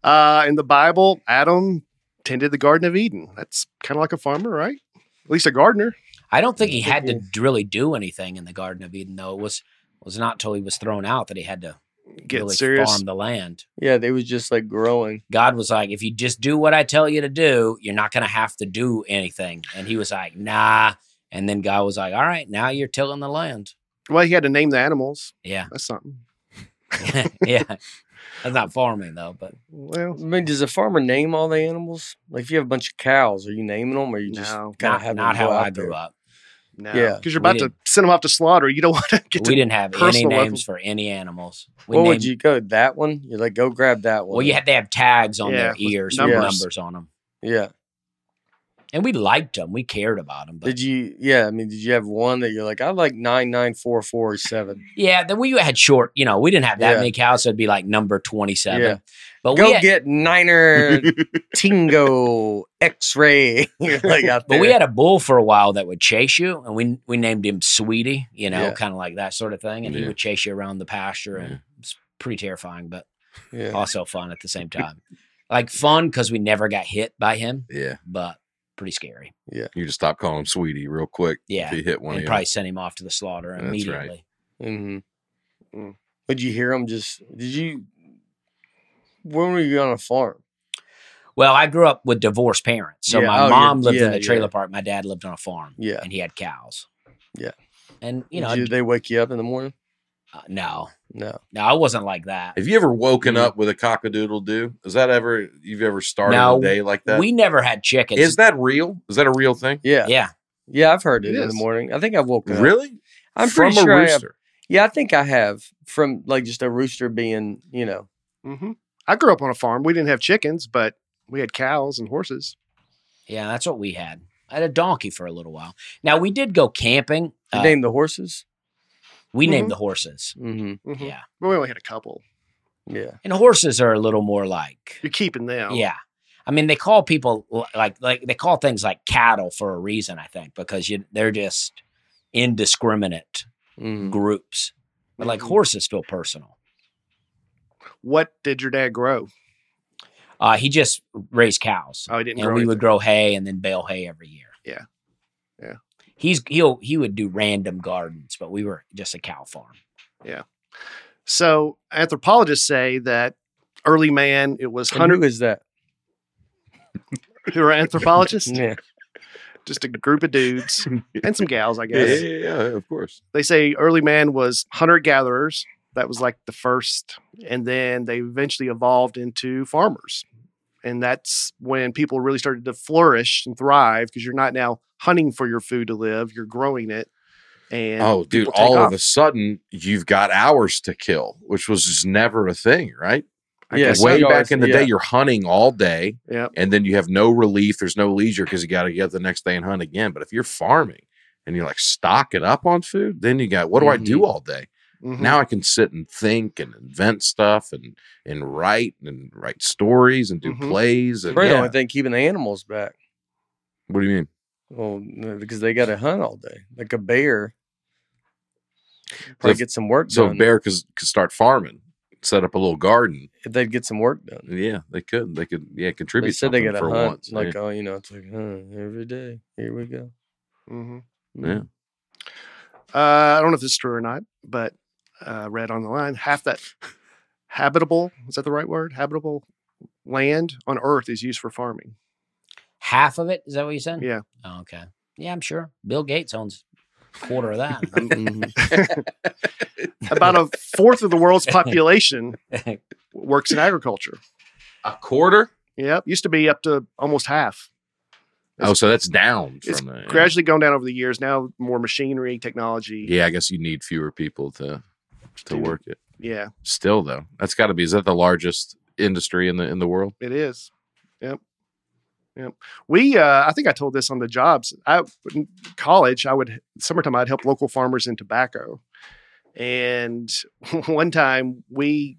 Speaker 4: uh, in the Bible, Adam tended the Garden of Eden. That's kind of like a farmer, right? At least a gardener.
Speaker 3: I don't think he had to d- really do anything in the Garden of Eden, though. It was was not till he was thrown out that he had to
Speaker 4: Get
Speaker 3: really
Speaker 4: serious.
Speaker 3: farm the land.
Speaker 1: yeah they was just like growing
Speaker 3: God was like, if you just do what I tell you to do, you're not going to have to do anything. And he was like, nah. And then God was like, all right, now you're tilling the land.
Speaker 4: Well, he had to name the animals.
Speaker 3: Yeah.
Speaker 4: That's something.
Speaker 3: yeah. That's not farming, though, but
Speaker 4: Well,
Speaker 1: I mean, does a farmer name all the animals? Like, if you have a bunch of cows, are you naming them, or you just
Speaker 4: No.
Speaker 1: kind
Speaker 3: not,
Speaker 1: of have
Speaker 3: not
Speaker 1: them
Speaker 3: how
Speaker 1: go
Speaker 3: I
Speaker 1: out
Speaker 3: grew
Speaker 1: there?
Speaker 3: up.
Speaker 4: no.
Speaker 1: Yeah.
Speaker 4: Because you're
Speaker 3: We
Speaker 4: about to
Speaker 3: didn't-
Speaker 4: send them off to slaughter. You don't want to get
Speaker 3: We
Speaker 4: to.
Speaker 3: didn't have any
Speaker 4: personal level.
Speaker 3: names for any animals. We
Speaker 1: What would
Speaker 3: named-
Speaker 1: you go? That one? You're like, go grab that one.
Speaker 3: Well, you had to have tags on
Speaker 4: Yeah,
Speaker 3: their
Speaker 4: with
Speaker 3: ears with
Speaker 4: numbers.
Speaker 3: numbers on them.
Speaker 1: yeah.
Speaker 3: And we liked them. We cared about them. But
Speaker 1: Did you? Yeah, I mean, did you have one that you're like, I like nine nine four four seven?
Speaker 3: Yeah, then we had short, you know, we didn't have that
Speaker 1: Yeah.
Speaker 3: many cows, so it'd be like number 27.
Speaker 1: Yeah.
Speaker 3: But we
Speaker 1: Go
Speaker 3: had,
Speaker 1: get Niner Tingo X Ray. like out
Speaker 3: but we
Speaker 1: there.
Speaker 3: had a bull for a while that would chase you and we we named him Sweetie, you know,
Speaker 1: Yeah.
Speaker 3: kind of like that sort of thing and he
Speaker 2: Yeah.
Speaker 3: would chase you around the pasture and
Speaker 2: Yeah.
Speaker 3: it's pretty terrifying but
Speaker 1: Yeah.
Speaker 3: also fun at the same time. like fun cuz we never got hit by him,
Speaker 2: Yeah.
Speaker 3: but pretty scary.
Speaker 2: You just stop calling him sweetie real quick.
Speaker 3: Yeah.
Speaker 2: If you hit one
Speaker 3: and
Speaker 2: of
Speaker 3: probably sent him off to the slaughter
Speaker 2: That's right.
Speaker 3: immediately.
Speaker 1: Mm-hmm.
Speaker 4: Mm.
Speaker 1: But you hear them just? Did you? When were you on a farm?
Speaker 3: Well, I grew up with divorced parents. So
Speaker 1: Yeah,
Speaker 3: my
Speaker 1: oh, you're-
Speaker 3: mom lived in
Speaker 1: yeah,
Speaker 3: the trailer
Speaker 1: yeah.
Speaker 3: park, my dad lived on a farm
Speaker 1: Yeah.
Speaker 3: and he had cows.
Speaker 1: Yeah.
Speaker 3: And you
Speaker 1: Did
Speaker 3: know,
Speaker 1: they wake you up in the morning?
Speaker 3: uh, no.
Speaker 1: No.
Speaker 3: No, I wasn't like that.
Speaker 2: Have you ever woken
Speaker 1: Mhm.
Speaker 2: up with a cockadoodle do? Is that ever you've ever started
Speaker 3: No,
Speaker 2: a day like that?
Speaker 3: We never had chickens.
Speaker 2: Is that real? Is that a real thing?
Speaker 1: Yeah.
Speaker 3: yeah.
Speaker 1: Yeah, I've heard
Speaker 4: It
Speaker 1: it, in the
Speaker 4: is.
Speaker 1: morning. I think I've woken up.
Speaker 2: Really?
Speaker 1: I'm
Speaker 2: From
Speaker 1: pretty sure
Speaker 2: a
Speaker 1: I have.
Speaker 2: rooster.
Speaker 1: Yeah, I think I have from like just a rooster being, you know.
Speaker 4: Mhm. I grew up on a farm. We didn't have chickens, but we had cows and horses.
Speaker 3: Yeah, that's what we had. I had a donkey for a little while. Now we did go camping.
Speaker 1: You Mm-hmm.
Speaker 3: Uh,
Speaker 1: name the horses.
Speaker 3: We
Speaker 4: Mhm.
Speaker 3: named the horses.
Speaker 1: hmm
Speaker 4: Mhm.
Speaker 3: Yeah.
Speaker 4: But we only had a couple.
Speaker 1: Yeah.
Speaker 3: And horses are a little more like,
Speaker 4: You're keeping them.
Speaker 3: yeah. I mean, they call people l- like, like they call things like cattle for a reason, I think, because you, they're just indiscriminate
Speaker 1: Mhm.
Speaker 3: groups. But like
Speaker 4: Mhm.
Speaker 1: Mm-hmm.
Speaker 3: horses feel personal.
Speaker 4: What did your dad grow?
Speaker 3: Uh, he just raised cows.
Speaker 4: Oh, he didn't
Speaker 3: and
Speaker 4: grow.
Speaker 3: we
Speaker 4: anything.
Speaker 3: would grow hay and then bale hay every year.
Speaker 4: Yeah. Yeah.
Speaker 3: He's he'll he would do random gardens, but we were just a cow farm.
Speaker 4: So anthropologists say that early man, it was
Speaker 1: And
Speaker 4: hundred
Speaker 1: who is that?
Speaker 4: who are anthropologists,
Speaker 1: Yeah.
Speaker 4: just a group of dudes and some gals, I
Speaker 2: Yeah, yeah,
Speaker 4: guess.
Speaker 2: yeah, yeah, of course.
Speaker 4: They say early man was hunter gatherers. That was like the first, and then they eventually evolved into farmers. And that's when people really started to flourish and thrive because you're not now hunting for your food to live, you're growing it. And
Speaker 2: oh, dude,
Speaker 4: people take
Speaker 2: all
Speaker 4: off.
Speaker 2: of a sudden you've got hours to kill, which was just never a thing, right?
Speaker 4: I
Speaker 1: Yeah,
Speaker 4: guess
Speaker 1: so-
Speaker 2: Way
Speaker 1: Eight
Speaker 2: back
Speaker 1: hours,
Speaker 2: in the
Speaker 1: yeah.
Speaker 2: day, you're hunting all day,
Speaker 4: Yeah.
Speaker 2: and then you have no relief. There's no leisure because you got to get up the next day and hunt again. But if you're farming and you're like stocking up on food, then you got what do I
Speaker 1: Mm-hmm.
Speaker 2: do all day?
Speaker 4: Mhm.
Speaker 2: Now I can sit and think and invent stuff and and write and write stories and do
Speaker 1: Mm-hmm.
Speaker 4: Mhm.
Speaker 2: plays and
Speaker 1: Probably the
Speaker 2: yeah.
Speaker 1: only thing keeping the animals back.
Speaker 2: What do you mean?
Speaker 1: Well, no, because they got to hunt all day, like a bear. Probably
Speaker 2: if-
Speaker 1: get some work
Speaker 2: So
Speaker 1: done.
Speaker 2: if bear could, could start farming, set up a little garden.
Speaker 1: if they'd get some work done.
Speaker 2: Yeah, they could. They could. Yeah,
Speaker 1: They
Speaker 2: contribute.
Speaker 1: said they
Speaker 2: something
Speaker 1: got to
Speaker 2: for
Speaker 1: hunt.
Speaker 2: once.
Speaker 1: like,
Speaker 2: yeah.
Speaker 1: oh, you know, it's like, huh, every day. Here we go.
Speaker 4: Mhm.
Speaker 2: Yeah.
Speaker 4: Uh, I don't know if this is true or not, but uh, read on the line half that habitable is that the right word? Habitable land on Earth is used for farming.
Speaker 3: Half of it is that what you said?
Speaker 4: Yeah.
Speaker 3: Oh, okay. Yeah, I'm sure. Bill Gates owns a quarter of that.
Speaker 1: Mhm.
Speaker 4: um, mm-hmm. About a fourth of the world's population works in agriculture.
Speaker 2: a quarter.
Speaker 4: Yep, used to be up to almost half.
Speaker 2: Oh, so that's down
Speaker 4: It's
Speaker 2: from the,
Speaker 4: Gradually gone down over the years. Now more machinery, technology.
Speaker 2: Yeah, I guess you need fewer people to to
Speaker 4: Dude.
Speaker 2: work it.
Speaker 4: Yeah,
Speaker 2: Still though, that's got to be. Is that the largest industry in the in the world?
Speaker 4: it is. Yep. Yep. We, uh, I think I told this on the jobs. I in college, I would summertime I'd help local farmers in tobacco. And one time we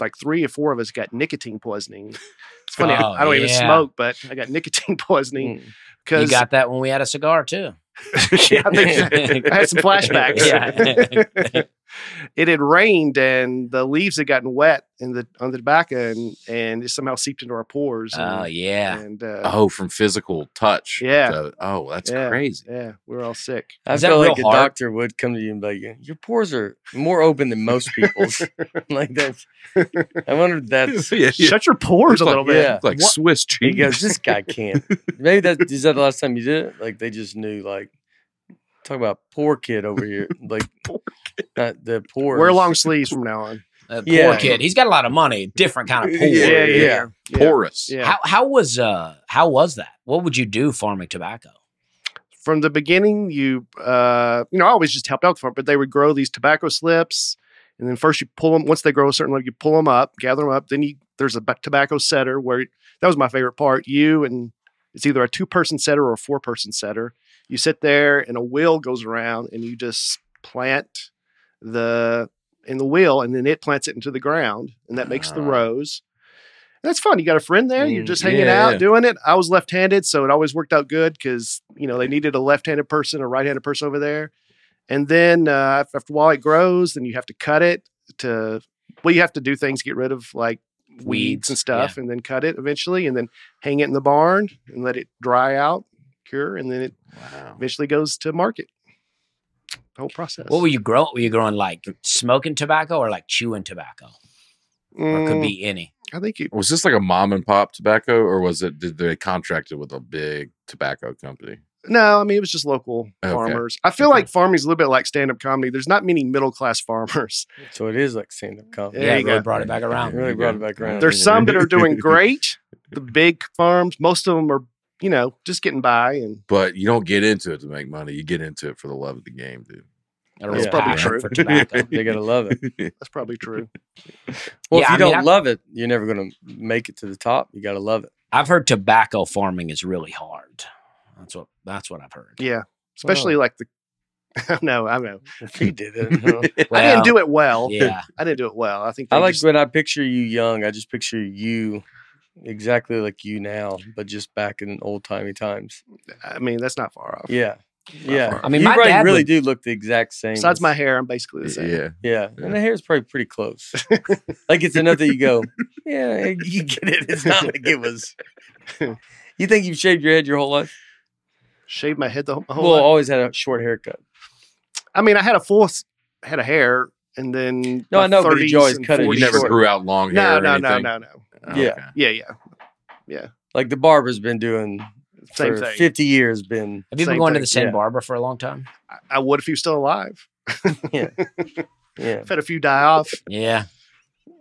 Speaker 4: like three or four of us got nicotine poisoning. It's funny, I-
Speaker 3: Oh,
Speaker 4: I, don't even
Speaker 3: yeah.
Speaker 4: smoke, but I got nicotine poisoning
Speaker 1: Mm.
Speaker 3: you
Speaker 4: because
Speaker 3: got that when we had a cigar too.
Speaker 4: yeah, I, think- I had some flashbacks.
Speaker 3: Yeah.
Speaker 4: it had rained and the leaves had gotten wet in the on the tobacco and, and it somehow seeped into our pores. And,
Speaker 3: Oh yeah.
Speaker 4: and uh,
Speaker 2: Oh, from physical touch.
Speaker 4: Yeah.
Speaker 2: to- oh, that's
Speaker 4: Yeah.
Speaker 2: crazy.
Speaker 4: yeah, we were all sick.
Speaker 1: I
Speaker 3: Is that
Speaker 1: feel like a
Speaker 3: real hard?
Speaker 1: doctor would come to you and be like, "Your pores are more open than most people's." like that's. I wonder if that's.
Speaker 2: yeah, yeah.
Speaker 4: Shut your pores
Speaker 2: It's
Speaker 4: a
Speaker 2: like-
Speaker 4: little bit.
Speaker 1: yeah.
Speaker 2: It's Like
Speaker 4: What-
Speaker 2: Swiss
Speaker 1: He
Speaker 2: cheese.
Speaker 1: goes, "This guy can't." Maybe that is that the last time you did it. Like they just knew. Like talk about poor kid over here. Like not the poor.
Speaker 4: Wear long sleeves from now on.
Speaker 3: That
Speaker 1: Yeah.
Speaker 3: Poor kid. He's got a lot of money. Different kind of poor.
Speaker 2: Yeah, yeah,
Speaker 4: yeah.
Speaker 2: porous.
Speaker 4: Yeah.
Speaker 3: How how was uh how was that? What would you do farming tobacco?
Speaker 4: From the beginning, you uh, you know, I always just helped out the farm, but they would grow these tobacco slips, and then first you pull them. Once they grow a certain level, you pull them up, gather them up. Then you there's a ba- tobacco setter where that was my favorite part. You and it's either a two person setter or a four person setter. You sit there, and a wheel goes around, and you just plant the in the wheel, and then it plants it into the ground, and that makes the
Speaker 2: Ah.
Speaker 4: rows. That's fun. You got a friend there. You're
Speaker 1: Mm,
Speaker 4: just hanging
Speaker 2: yeah,
Speaker 4: out,
Speaker 2: yeah.
Speaker 4: doing it. I was left-handed, so it always worked out good because you know they needed a left-handed person, a right-handed person over there. And then uh, after a while, it grows. Then you have to cut it to. Well, you have to do things, get rid of like weeds,
Speaker 3: Weeds,
Speaker 4: and stuff, and then cut it eventually, and then hang it in the barn and let it dry out, cure, and then it
Speaker 2: Wow.
Speaker 4: eventually goes to market. The whole process.
Speaker 3: What were you growing? Were you growing like smoking tobacco or like chewing tobacco? Or it could
Speaker 4: Mm,
Speaker 3: be any.
Speaker 4: I think you.
Speaker 2: Was this like a mom and pop tobacco, or was it? Did they contracted with a big tobacco company?
Speaker 4: No, I mean it was just local
Speaker 2: Okay.
Speaker 4: farmers. I feel
Speaker 2: Okay.
Speaker 4: like farming's a little bit like stand-up comedy. There's not many middle-class farmers.
Speaker 1: So it is like stand up comedy.
Speaker 4: There
Speaker 3: Yeah,
Speaker 4: you
Speaker 3: it really
Speaker 4: go.
Speaker 3: brought it back
Speaker 1: It
Speaker 3: around.
Speaker 1: really brought it back around.
Speaker 4: There's some that are doing great. The big farms, most of them are, you know, just getting by and
Speaker 2: But you don't get into it to make money. You get into it for the love of the game, dude.
Speaker 3: A
Speaker 4: That's
Speaker 3: real
Speaker 4: probably
Speaker 3: passion
Speaker 4: true.
Speaker 3: for tobacco.
Speaker 1: They gotta love it.
Speaker 4: that's probably true.
Speaker 1: Well,
Speaker 3: Yeah,
Speaker 1: if you
Speaker 3: I mean,
Speaker 1: don't
Speaker 3: I-
Speaker 1: love it, you're never gonna make it to the top. You gotta love it.
Speaker 3: I've heard tobacco farming is really hard. That's what that's what I've heard.
Speaker 4: Yeah. Especially like the no, I know.
Speaker 1: He did it. huh?
Speaker 4: I
Speaker 3: Well,
Speaker 4: didn't do it well.
Speaker 3: Yeah.
Speaker 4: I didn't do it well. I think
Speaker 1: I
Speaker 4: they
Speaker 1: like
Speaker 4: just-
Speaker 1: when I picture you young. I just picture you exactly like you now, but just back in old timey times.
Speaker 4: I mean, that's not far off.
Speaker 1: Yeah, yeah.
Speaker 4: far.
Speaker 3: I mean,
Speaker 1: you
Speaker 3: my
Speaker 1: probably
Speaker 3: dad
Speaker 1: really
Speaker 3: would-
Speaker 1: do look the exact same.
Speaker 4: Besides
Speaker 1: as-
Speaker 4: my hair, I'm basically the same.
Speaker 2: yeah.
Speaker 1: Yeah,
Speaker 2: Yeah.
Speaker 1: and the hair's probably pretty close. like it's enough that you go, yeah, you get it. It's not like it was. You think you've shaved your head your whole life?
Speaker 4: Shaved my head the whole. whole
Speaker 1: well,
Speaker 4: lot.
Speaker 1: always had a short haircut.
Speaker 4: I mean, I had a full s- head of hair, and then
Speaker 1: No, I
Speaker 4: my
Speaker 1: know, but
Speaker 4: 30s
Speaker 1: did you always
Speaker 4: and
Speaker 1: cut it?
Speaker 2: You
Speaker 4: 40s.
Speaker 2: never
Speaker 1: short.
Speaker 2: grew out long hair.
Speaker 4: No,
Speaker 2: or
Speaker 4: no, no,
Speaker 2: anything?
Speaker 4: no, no.
Speaker 2: Oh,
Speaker 1: Yeah.
Speaker 2: okay.
Speaker 4: Yeah, yeah.
Speaker 1: Like the barber's been doing
Speaker 4: Same
Speaker 1: for
Speaker 4: thing.
Speaker 1: fifty years. Been
Speaker 3: Have you been
Speaker 4: Same
Speaker 3: going to
Speaker 4: thing,
Speaker 3: the same
Speaker 1: yeah.
Speaker 3: barber for a long time?
Speaker 4: I, I would if he was still alive.
Speaker 1: yeah.
Speaker 4: I've had a few die off. It
Speaker 3: Yeah.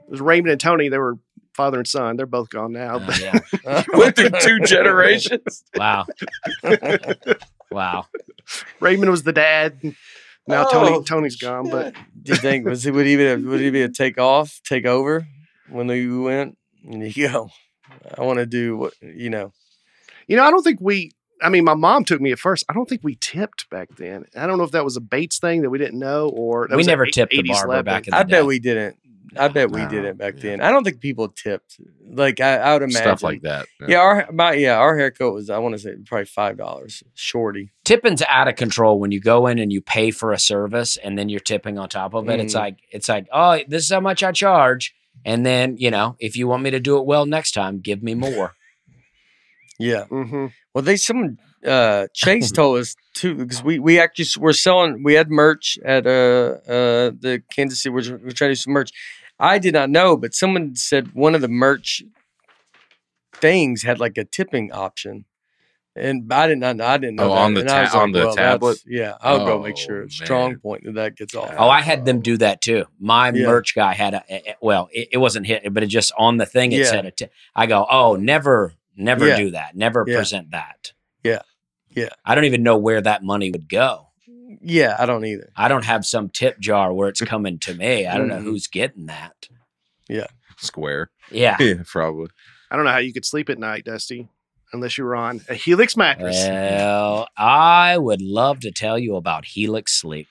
Speaker 4: was Raymond and Tony. They were father and son. They're both gone now.
Speaker 3: Oh,
Speaker 4: but
Speaker 3: yeah.
Speaker 2: Went through two generations.
Speaker 3: Wow. Wow.
Speaker 4: Raymond was the dad. Now
Speaker 1: Oh,
Speaker 4: Tony, Tony's gone. But
Speaker 1: Do you think was it would he be a, would he be a take off, take over when they went? And you go, I want to do what you know.
Speaker 4: you know, I don't think we. I mean, my mom took me at first. I don't think we tipped back then. I don't know if that was a Bates thing that we didn't know, or that
Speaker 3: We
Speaker 4: was a
Speaker 3: never
Speaker 4: eight-
Speaker 3: tipped the
Speaker 4: 80s
Speaker 3: barber
Speaker 4: lab
Speaker 3: back
Speaker 4: thing.
Speaker 3: in the
Speaker 1: I
Speaker 3: day.
Speaker 1: bet we didn't. I bet we
Speaker 2: No,
Speaker 1: didn't back
Speaker 2: yeah.
Speaker 1: then. I don't think people tipped. Like I, I would imagine
Speaker 2: Stuff like that.
Speaker 1: Yeah, our my yeah, our haircut was I want to say probably five dollars shorty.
Speaker 3: tipping's out of control when you go in and you pay for a service and then you're tipping on top of it. It's
Speaker 1: Mm.
Speaker 3: like it's like, oh, this is how much I charge. And then, you know, if you want me to do it well next time, give me more.
Speaker 1: Yeah.
Speaker 4: Mhm.
Speaker 1: Well, they someone uh, Chase told us too because we we actually s- were selling we had merch at uh uh the Kansas City. We're, we're trying to do some merch. I did not know, but someone said one of the merch things had like a tipping option, and I did not know. I didn't know.
Speaker 2: Oh,
Speaker 1: that.
Speaker 2: on the
Speaker 1: And I
Speaker 2: ta-
Speaker 1: was
Speaker 2: on the
Speaker 1: that's-
Speaker 2: tablet?
Speaker 1: Yeah, I'll go make
Speaker 2: Oh,
Speaker 1: sure.
Speaker 2: man.
Speaker 1: Strong point that that gets off.
Speaker 3: Oh, I had them do that too. My
Speaker 1: Uh, Yeah.
Speaker 3: merch guy had a, a- a- well, it, it wasn't hit, but it just on the thing it
Speaker 1: Yeah.
Speaker 3: said a tip. I go, oh, never, never
Speaker 1: Yeah.
Speaker 3: do that. Never
Speaker 1: Yeah.
Speaker 3: present that.
Speaker 1: Yeah. Yeah.
Speaker 3: I don't even know where that money would go.
Speaker 1: yeah, I don't either.
Speaker 3: I don't have some tip jar where it's coming to me. I don't know
Speaker 1: Mhm.
Speaker 3: who's getting that.
Speaker 2: Square.
Speaker 3: Yeah.
Speaker 2: Yeah, probably.
Speaker 4: I don't know how you could sleep at night, Dusty, unless you were on a Helix mattress.
Speaker 3: Well, I would love to tell you about Helix Sleep.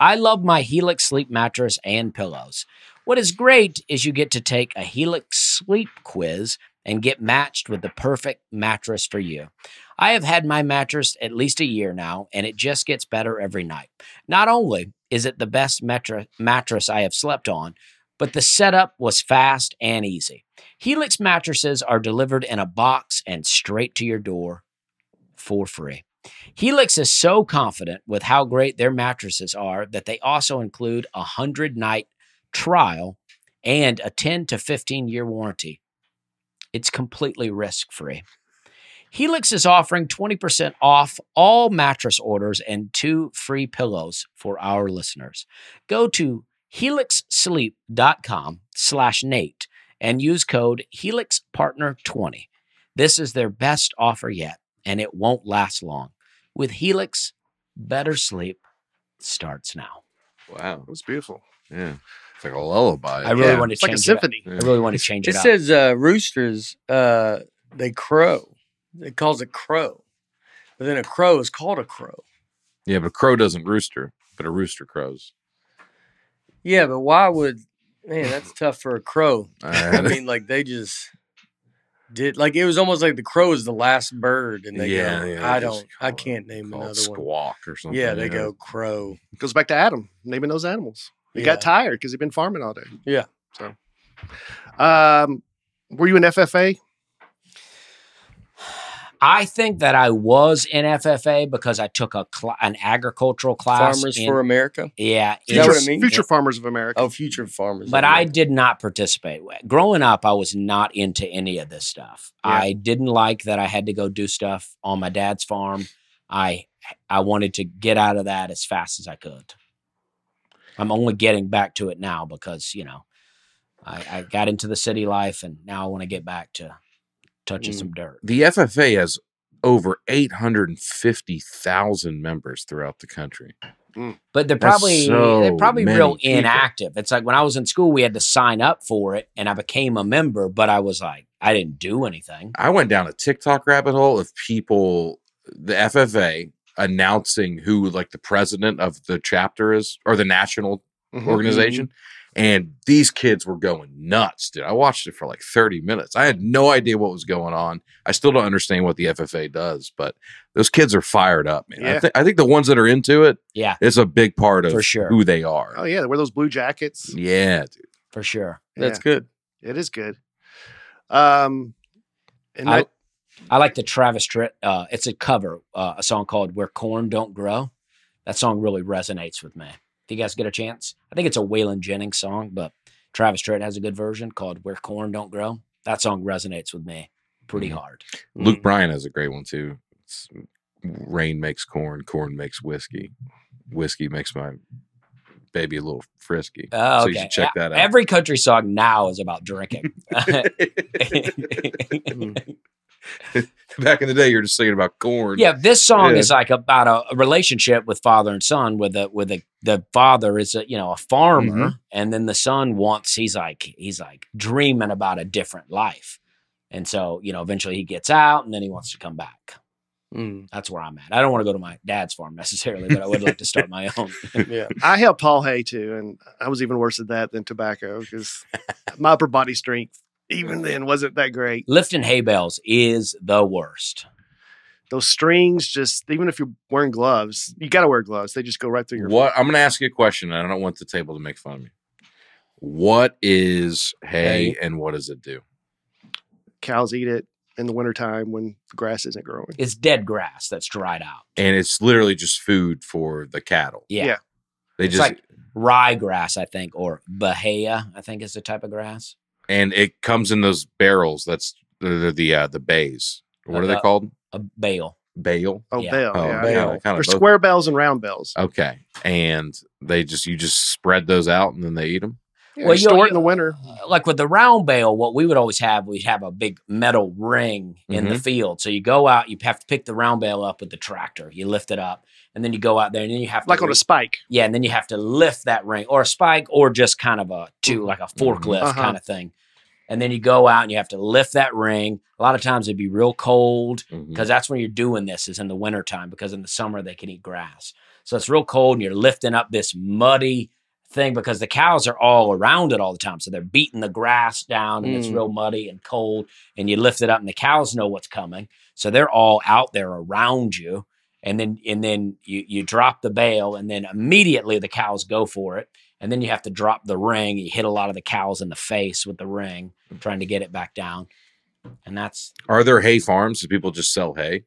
Speaker 3: I love my Helix Sleep mattress and pillows. What is great is you get to take a Helix Sleep quiz and get matched with the perfect mattress for you. I have had my mattress at least a year now, and it just gets better every night. Not only is it the best metra- mattress I have slept on, but the setup was fast and easy. Helix mattresses are delivered in a box and straight to your door for free. Helix is so confident with how great their mattresses are that they also include a 100 night trial and a 10 to 15 year warranty. It's completely risk free. Helix is offering 20% off all mattress orders and two free pillows for our listeners. Go to helixsleep.com slash Nate and use code HelixPartner20. This is their best offer yet and it won't last long. With Helix, better sleep starts now.
Speaker 2: Wow.
Speaker 4: It was beautiful.
Speaker 2: Yeah. It's like a lullaby.
Speaker 3: I really
Speaker 4: Yeah.
Speaker 3: want to
Speaker 4: It's like a
Speaker 3: change it.
Speaker 4: symphony.
Speaker 3: Up. I really want to change it,
Speaker 1: It
Speaker 3: up.
Speaker 1: says uh, roosters. Uh, they crow. It calls it crow, but then a crow is called a crow.
Speaker 2: Yeah, but a crow doesn't rooster, but a rooster crows.
Speaker 1: Yeah, but why would man? That's tough for a crow. I
Speaker 2: I
Speaker 1: mean, like they just did. Like it was almost like the crow is the last bird, and they
Speaker 2: Yeah,
Speaker 1: go,
Speaker 2: yeah, they
Speaker 1: "I
Speaker 2: just
Speaker 1: don't, I
Speaker 2: call it-
Speaker 1: can't name
Speaker 2: call it
Speaker 1: another one."
Speaker 2: squawk or something.
Speaker 1: Yeah, they go crow.
Speaker 4: goes back to Adam naming those animals. He
Speaker 1: Yeah.
Speaker 4: got tired because he'd been farming all day.
Speaker 1: Yeah.
Speaker 4: So, um, were you an FFA?
Speaker 3: I think that I was in FFA because I took a cl- an agricultural class.
Speaker 1: Farmers
Speaker 3: in-
Speaker 1: for America.
Speaker 3: yeah,
Speaker 1: Is that
Speaker 3: in-
Speaker 1: what it means?
Speaker 4: Future farmers of America.
Speaker 1: Oh, future farmers.
Speaker 3: but
Speaker 1: of
Speaker 3: I
Speaker 1: America.
Speaker 3: did not participate. Growing up, I was not into any of this stuff.
Speaker 4: Yeah.
Speaker 3: I didn't like that I had to go do stuff on my dad's farm. I I wanted to get out of that as fast as I could. I'm only getting back to it now because you know I, I got into the city life and now I want to get back to touching
Speaker 1: Mm.
Speaker 3: some dirt.
Speaker 2: The FFA has over 850,000 members throughout the country.
Speaker 3: But they're
Speaker 2: That's
Speaker 3: probably
Speaker 2: so
Speaker 3: they're probably real
Speaker 2: many people.
Speaker 3: inactive. It's like when I was in school, we had to sign up for it, and I became a member, but I was like I didn't do anything.
Speaker 2: I went down a TikTok rabbit hole of people, the FFA. announcing who like the president of the chapter is or the national
Speaker 4: Mhm.
Speaker 2: organization. And these kids were going nuts, dude. I watched it for like 30 minutes. I had no idea what was going on. I still don't understand what the FFA does, but those kids are fired up, man. I,
Speaker 4: Yeah.
Speaker 2: thi- I think the ones that are into it,
Speaker 3: Yeah.
Speaker 2: it's a big part of
Speaker 3: For sure.
Speaker 2: who they are.
Speaker 4: Oh yeah, they wear those blue jackets.
Speaker 2: Yeah, dude.
Speaker 3: for sure.
Speaker 1: That's
Speaker 4: Yeah,
Speaker 1: good.
Speaker 4: it is good. Um, and
Speaker 3: I,
Speaker 4: that-
Speaker 3: I like the Travis Tritt. Uh, it's a cover, uh, a song called "Where Corn Don't Grow." That song really resonates with me. If you guys get a chance, I think it's a Waylon Jennings song, but Travis Tritt has a good version called "Where Corn Don't Grow." That song resonates with me pretty
Speaker 2: Mhm.
Speaker 3: hard. Mm.
Speaker 2: Luke Bryan has a great one too. It's, Rain makes corn, corn makes whiskey. Whiskey makes my baby a little frisky.
Speaker 3: Oh, okay.
Speaker 2: So you should check
Speaker 3: E-
Speaker 2: that out.
Speaker 3: Every country song now is about drinking.
Speaker 2: Back in the day, you're just singing about corn.
Speaker 3: yeah, this song
Speaker 2: Yeah.
Speaker 3: is like about a, a relationship with father and son. With the with the the father is a you know a farmer, and then the son wants he's like he's like dreaming about a different life, and so you know eventually he gets out, and then he wants to come back.
Speaker 1: Mm.
Speaker 3: That's where I'm at. I don't want to go to my dad's farm necessarily, but I would like to start my own.
Speaker 1: Yeah.
Speaker 4: I helped Paul Hay too, and I was even worse at that than tobacco because my upper body strength even then wasn't that great.
Speaker 3: Lifting hay bales is the worst.
Speaker 4: Those strings, just even if you're wearing gloves, you got to wear gloves. They just go right through your.
Speaker 2: What I'm going to ask you a question, and I don't want the table to make fun of me. What is hay, and what does it do?
Speaker 4: Cows eat it in the wintertime when the grass isn't growing.
Speaker 3: It's dead grass that's dried out.
Speaker 2: And it's literally just food for the cattle.
Speaker 3: Yeah.
Speaker 4: Yeah.
Speaker 2: They
Speaker 3: It's
Speaker 2: just
Speaker 3: like- Rye grass, I think, or bahia, I think is the type of grass.
Speaker 2: and it comes in those barrels. That's the the uh, the bays. What are they
Speaker 3: Uh,
Speaker 2: called?
Speaker 3: A bale.
Speaker 2: Bale.
Speaker 4: Oh,
Speaker 3: Yeah.
Speaker 4: bell,
Speaker 2: Oh,
Speaker 4: yeah,
Speaker 2: bell.
Speaker 4: yeah.
Speaker 2: I Uh, kinda
Speaker 4: They're
Speaker 2: both-
Speaker 4: square bells and round bells.
Speaker 2: Okay, and they just you just spread those out and then they eat them.
Speaker 4: Yeah,
Speaker 3: Well,
Speaker 4: you
Speaker 3: you'll-
Speaker 4: store it in the
Speaker 3: you'll-
Speaker 4: winter.
Speaker 3: Uh, like with the round bale, what we would always have, we'd have a big metal ring in
Speaker 4: Mm-hmm.
Speaker 3: the field. So you go out, you have to pick the round bale up with the tractor. You lift it up, and then you go out there, and then you have to
Speaker 4: like on a spike.
Speaker 3: yeah, and then you have to lift that ring or a spike or just kind of a two like a forklift
Speaker 4: Uh-huh.
Speaker 3: kind of thing. And then you go out and you have to lift that ring. A lot of times it'd be real cold because that's when you're doing this is in the wintertime because in the summer they can eat grass. So it's real cold and you're lifting up this muddy thing because the cows are all around it all the time. So they're beating the grass down and it's
Speaker 1: Mm.
Speaker 3: real muddy and cold and you lift it up and the cows know what's coming. So they're all out there around you. And then and then you you drop the bale and then immediately the cows go for it. And then you have to drop the ring. You hit a lot of the cows in the face with the ring, trying to get it back down. And that's
Speaker 2: Are there hay farms? Do people just sell hay?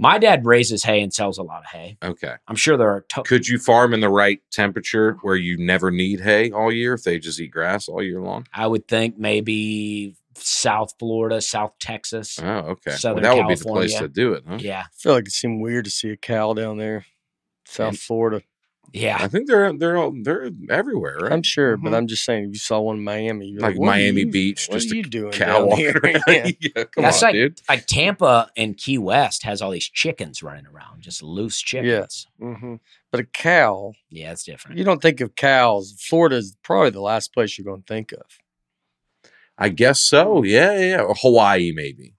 Speaker 3: my dad raises hay and sells a lot of hay.
Speaker 2: Okay.
Speaker 3: I'm sure there are. To-
Speaker 2: Could you farm in the right temperature where you never need hay all year if they just eat grass all year long?
Speaker 3: I would think maybe South Florida, South Texas.
Speaker 2: Oh,
Speaker 4: Uh-huh.
Speaker 2: okay.
Speaker 3: Southern
Speaker 2: well, that would be the place to
Speaker 3: California.
Speaker 2: do it. Huh?
Speaker 3: Yeah,
Speaker 1: I feel like it seemed weird to see a cow down there, South
Speaker 3: Yes.
Speaker 1: Florida.
Speaker 3: yeah.
Speaker 2: I think they're they're all, they're everywhere, right?
Speaker 1: I'm sure,
Speaker 4: Mhm.
Speaker 1: but I'm just saying, if you saw one in Miami, you're
Speaker 2: like
Speaker 1: like, "What are
Speaker 2: Miami
Speaker 1: you-
Speaker 2: Beach,
Speaker 1: what are
Speaker 2: just
Speaker 1: you
Speaker 2: a
Speaker 1: doing
Speaker 2: cow
Speaker 1: down
Speaker 2: walking
Speaker 1: here?
Speaker 2: around.
Speaker 1: Yeah.
Speaker 2: Yeah, come
Speaker 3: That's
Speaker 2: on,
Speaker 3: like-
Speaker 2: dude.
Speaker 3: Like Tampa and Key West has all these chickens running around, just loose chickens.
Speaker 4: hmm
Speaker 1: But a cow,
Speaker 3: Yeah, it's different.
Speaker 1: you don't think of cows. Florida's probably the last place you're going to think of.
Speaker 2: I guess so. Yeah, yeah, yeah. Or Hawaii, maybe.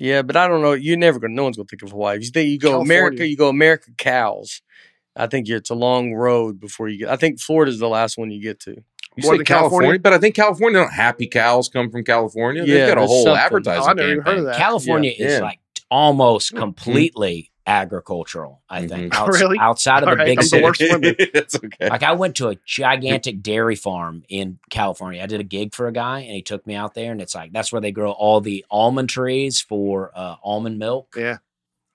Speaker 1: Yeah, but I don't know. You're never going. to No one's going to think of Hawaii. If you think you go America,
Speaker 4: California.
Speaker 1: you go America cows. I think you're, it's a long road before you get. I think Florida's the last one you get to.
Speaker 2: You
Speaker 4: More
Speaker 2: say California,
Speaker 4: than California?
Speaker 2: but I think California don't happy cows come from California.
Speaker 1: Yeah,
Speaker 2: They've got a
Speaker 1: there's
Speaker 2: whole
Speaker 1: something.
Speaker 2: advertising.
Speaker 4: Oh, I never even heard
Speaker 2: campaign.
Speaker 4: of that.
Speaker 3: California is
Speaker 2: yeah.
Speaker 3: like t- almost completely agricultural. I think
Speaker 4: Mhm.
Speaker 3: Outs-
Speaker 4: Really?
Speaker 3: outside of
Speaker 4: All
Speaker 3: the
Speaker 4: right,
Speaker 3: big
Speaker 4: I'm the
Speaker 3: city.
Speaker 4: worst women.
Speaker 2: That's okay.
Speaker 3: Like I went to a gigantic dairy farm in California. I did a gig for a guy, and he took me out there, and it's like that's where they grow all the almond trees for uh, almond milk.
Speaker 4: Yeah.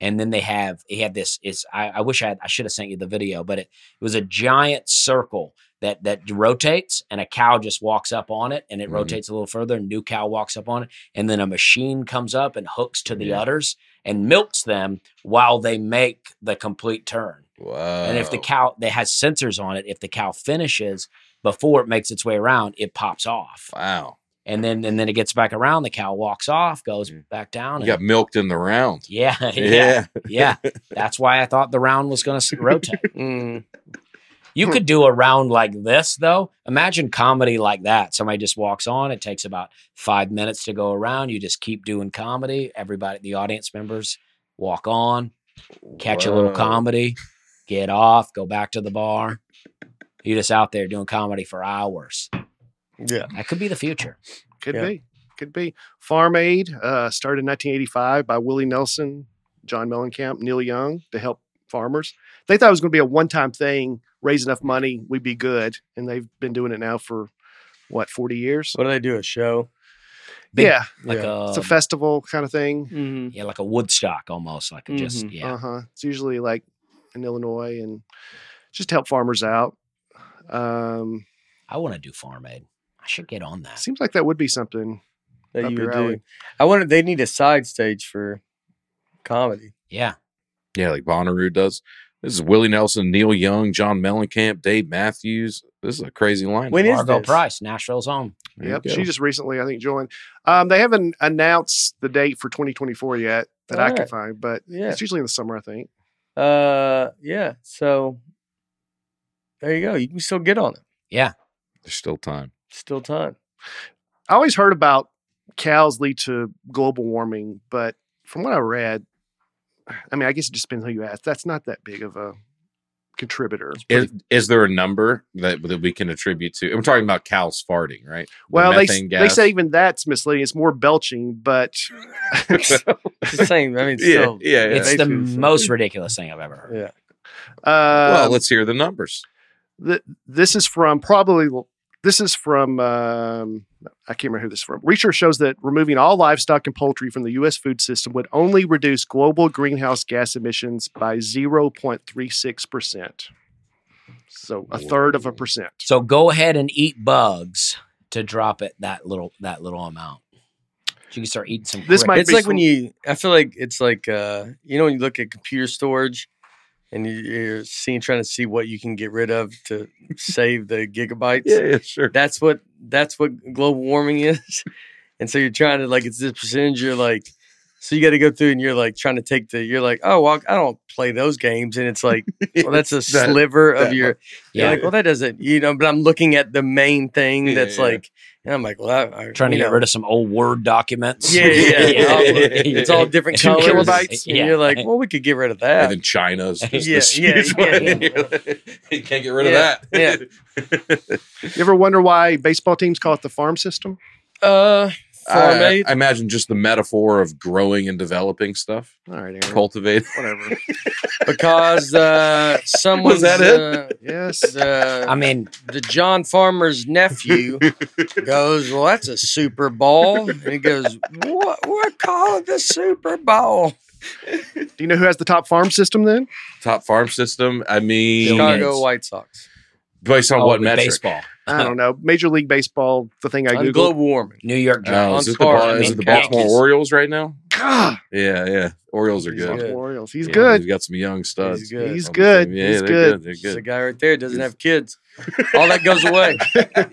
Speaker 3: And then they have he had this. It's I, I wish I had, I should have sent you the video, but it, it was a giant circle that that rotates, and a cow just walks up on it, and it
Speaker 2: Mhm.
Speaker 3: rotates a little further. And new cow walks up on it, and then a machine comes up and hooks to the
Speaker 2: Yeah.
Speaker 3: udders and milks them while they make the complete turn.
Speaker 2: Wow.
Speaker 3: And if the cow that has sensors on it, if the cow finishes before it makes its way around, it pops off.
Speaker 2: wow,
Speaker 3: And then and then it gets back around, the cow walks off, goes
Speaker 2: Mm.
Speaker 3: back down.
Speaker 2: you
Speaker 3: And,
Speaker 2: got milked in the round.
Speaker 3: yeah, yeah,
Speaker 2: Yeah.
Speaker 3: yeah. That's why I thought the round was going to rotate.
Speaker 1: Mm,
Speaker 3: You could do a round like this, though. Imagine comedy like that. Somebody just walks on. It takes about five minutes to go around. You just keep doing comedy. Everybody, the audience members walk on. catch a little
Speaker 2: Whoa.
Speaker 3: comedy, get off, go back to the bar. You're just out there doing comedy for hours.
Speaker 1: Yeah.
Speaker 3: That could be the future.
Speaker 4: Could
Speaker 1: Yeah.
Speaker 4: be. Could be. Farm Aid, uh, started in 1985 by Willie Nelson, John Mellencamp, Neil Young to help farmers. They thought it was going to be a one time thing, raise enough money, we'd be good. And they've been doing it now for what, 40 years?
Speaker 1: What do they do? A show?
Speaker 3: Big- um,
Speaker 4: yeah.
Speaker 3: Like
Speaker 1: Yeah.
Speaker 3: a
Speaker 4: It's a festival kind of thing.
Speaker 1: Mm-hmm.
Speaker 3: yeah, like a Woodstock almost, like a just
Speaker 1: Mhm.
Speaker 3: yeah.
Speaker 4: Uh huh. It's usually like in Illinois and just help farmers out. Um,
Speaker 3: I want to do farm aid. I should get on that.
Speaker 4: seems like that would be something.
Speaker 1: That
Speaker 4: Up
Speaker 1: you
Speaker 4: your
Speaker 1: would
Speaker 4: alley.
Speaker 1: do. I wonder. They need a side stage for comedy.
Speaker 3: Yeah.
Speaker 2: Yeah, like Bonnaroo does. This is Willie Nelson, Neil Young, John Mellencamp, Dave Matthews. This is a crazy line.
Speaker 1: When is
Speaker 3: Margo
Speaker 1: this?
Speaker 3: Price, Nashville's home.
Speaker 4: Yep. She just recently, I think, joined. Um, they haven't announced the date for 2024 yet that I can
Speaker 1: Alright.
Speaker 4: find, but
Speaker 1: Yeah.
Speaker 4: it's usually in the summer, I think.
Speaker 1: Uh. Yeah. So there you go. You can still get on it.
Speaker 2: There's still time.
Speaker 1: Still time.
Speaker 4: I always heard about cows lead to global warming, but from what I read, I mean, I guess it just depends who you ask. That's not that big of a contributor.
Speaker 2: Is, is there a number that, that we can attribute to? I'm talking about cows farting, right? The
Speaker 4: well, they,
Speaker 2: methane
Speaker 4: they
Speaker 2: gas.
Speaker 4: say even that's misleading. It's more belching, but
Speaker 1: It's the same. I mean,
Speaker 2: yeah,
Speaker 1: still.
Speaker 2: yeah, yeah.
Speaker 3: It's
Speaker 1: they
Speaker 3: the
Speaker 1: do, so-
Speaker 3: most ridiculous thing I've ever heard.
Speaker 1: Yeah.
Speaker 2: well,
Speaker 4: uh,
Speaker 2: let's hear the numbers.
Speaker 4: th- this is from probably this is from um, I can't remember who this is from. Research shows that removing all livestock and poultry from the U.S. food system would only reduce global greenhouse gas emissions by zero point three six percent. So a third of a
Speaker 2: Whoa.
Speaker 4: percent.
Speaker 3: So go ahead and eat bugs to drop it that little that little amount. You can start eating some.
Speaker 4: This
Speaker 3: crickets.
Speaker 4: might
Speaker 1: it's
Speaker 4: be
Speaker 1: like
Speaker 4: some-
Speaker 1: when you. I feel like it's like uh, you know when you look at computer storage, and you- you're seeing trying to see what you can get rid of to save the gigabytes.
Speaker 2: yeah, sure.
Speaker 1: That's what that's what global warming is. And so you're trying to like it's this percentage you're like so you got to go through and you're like trying to take the you're like oh well I don't play those games and it's like well that's a
Speaker 2: That-
Speaker 1: sliver of
Speaker 2: that
Speaker 1: your yeah.
Speaker 3: yeah.
Speaker 1: like well that doesn't you know but I'm looking at the main thing
Speaker 2: Yeah,
Speaker 1: that's
Speaker 2: yeah.
Speaker 1: like and I'm like well I, I
Speaker 3: Trying to
Speaker 1: you
Speaker 3: get
Speaker 1: know,
Speaker 3: rid of some old Word documents.
Speaker 1: yeah yeah, yeah. All- it's
Speaker 2: It's
Speaker 1: all different
Speaker 3: Two
Speaker 1: colors
Speaker 4: kilobytes?
Speaker 1: and you're like
Speaker 3: Yeah.
Speaker 1: well we could get rid of
Speaker 2: and
Speaker 1: that
Speaker 2: then China's just
Speaker 1: Yeah,
Speaker 2: this
Speaker 1: yeah,
Speaker 2: huge
Speaker 1: yeah,
Speaker 2: one.
Speaker 1: yeah.
Speaker 2: You're like, you can't get rid
Speaker 1: Yeah,
Speaker 2: of that.
Speaker 4: You ever wonder why baseball teams call it the farm system?
Speaker 1: uh farm
Speaker 2: I-
Speaker 1: aid
Speaker 2: I imagine just the metaphor of growing and developing stuff,
Speaker 4: All right, Aaron.
Speaker 2: cultivating.
Speaker 4: Whatever.
Speaker 1: because uh someone's
Speaker 2: that it?
Speaker 1: uh,
Speaker 4: Yes.
Speaker 1: uh,
Speaker 3: I mean,
Speaker 1: the John Farmer's nephew goes, Well, that's a Super Bowl. And he goes, What what call it the Super Bowl?
Speaker 4: Do you know who has the top farm system then?
Speaker 2: Top farm system. I mean,
Speaker 1: Chicago
Speaker 3: Gates.
Speaker 1: White Sox.
Speaker 2: based on
Speaker 3: oh,
Speaker 2: what
Speaker 3: the
Speaker 2: metric?
Speaker 3: baseball,
Speaker 4: I don't know. Major League Baseball, the thing I
Speaker 1: On
Speaker 4: Googled.
Speaker 1: global warming.
Speaker 3: New York
Speaker 2: Oh,
Speaker 1: on
Speaker 2: is, it the,
Speaker 1: par.
Speaker 2: Bal-
Speaker 1: I
Speaker 2: is
Speaker 1: mean,
Speaker 2: it the Baltimore
Speaker 3: Yankees.
Speaker 2: Orioles right now?
Speaker 4: God,
Speaker 2: Yeah, yeah. Orioles are
Speaker 4: these
Speaker 2: good.
Speaker 4: Baltimore Orioles. Ah, He's
Speaker 2: Yeah,
Speaker 4: good.
Speaker 2: He's got some young studs.
Speaker 1: He's good.
Speaker 4: He's
Speaker 2: on the
Speaker 4: good.
Speaker 2: team. Yeah,
Speaker 4: He's
Speaker 2: they're
Speaker 4: good.
Speaker 2: They're
Speaker 1: There's a
Speaker 2: good.
Speaker 1: guy right there doesn't have kids. All that goes away.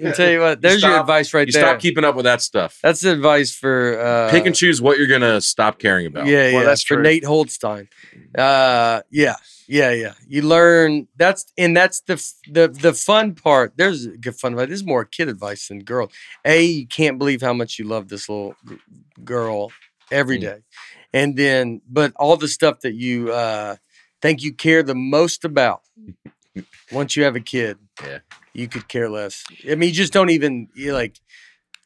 Speaker 1: I'll tell you what, there's your
Speaker 2: stop-
Speaker 1: advice right
Speaker 2: you
Speaker 1: there.
Speaker 2: stop keeping up with that stuff.
Speaker 1: that's the advice for uh
Speaker 2: Pick and choose what you're gonna stop caring about.
Speaker 1: Yeah, yeah.
Speaker 4: Well, that's
Speaker 1: That's for
Speaker 4: true.
Speaker 1: Nate Holdstein. Uh, yeah, yeah, yeah. You learn that's and that's the f- the the fun part. There's a good fun. part. This is more kid advice than girl. A, you can't believe how much you love this little g- girl every
Speaker 2: Mm.
Speaker 1: day, and then but all the stuff that you uh, think you care the most about. once you have a kid,
Speaker 2: Yeah.
Speaker 1: you could care less. I mean, you just don't even you like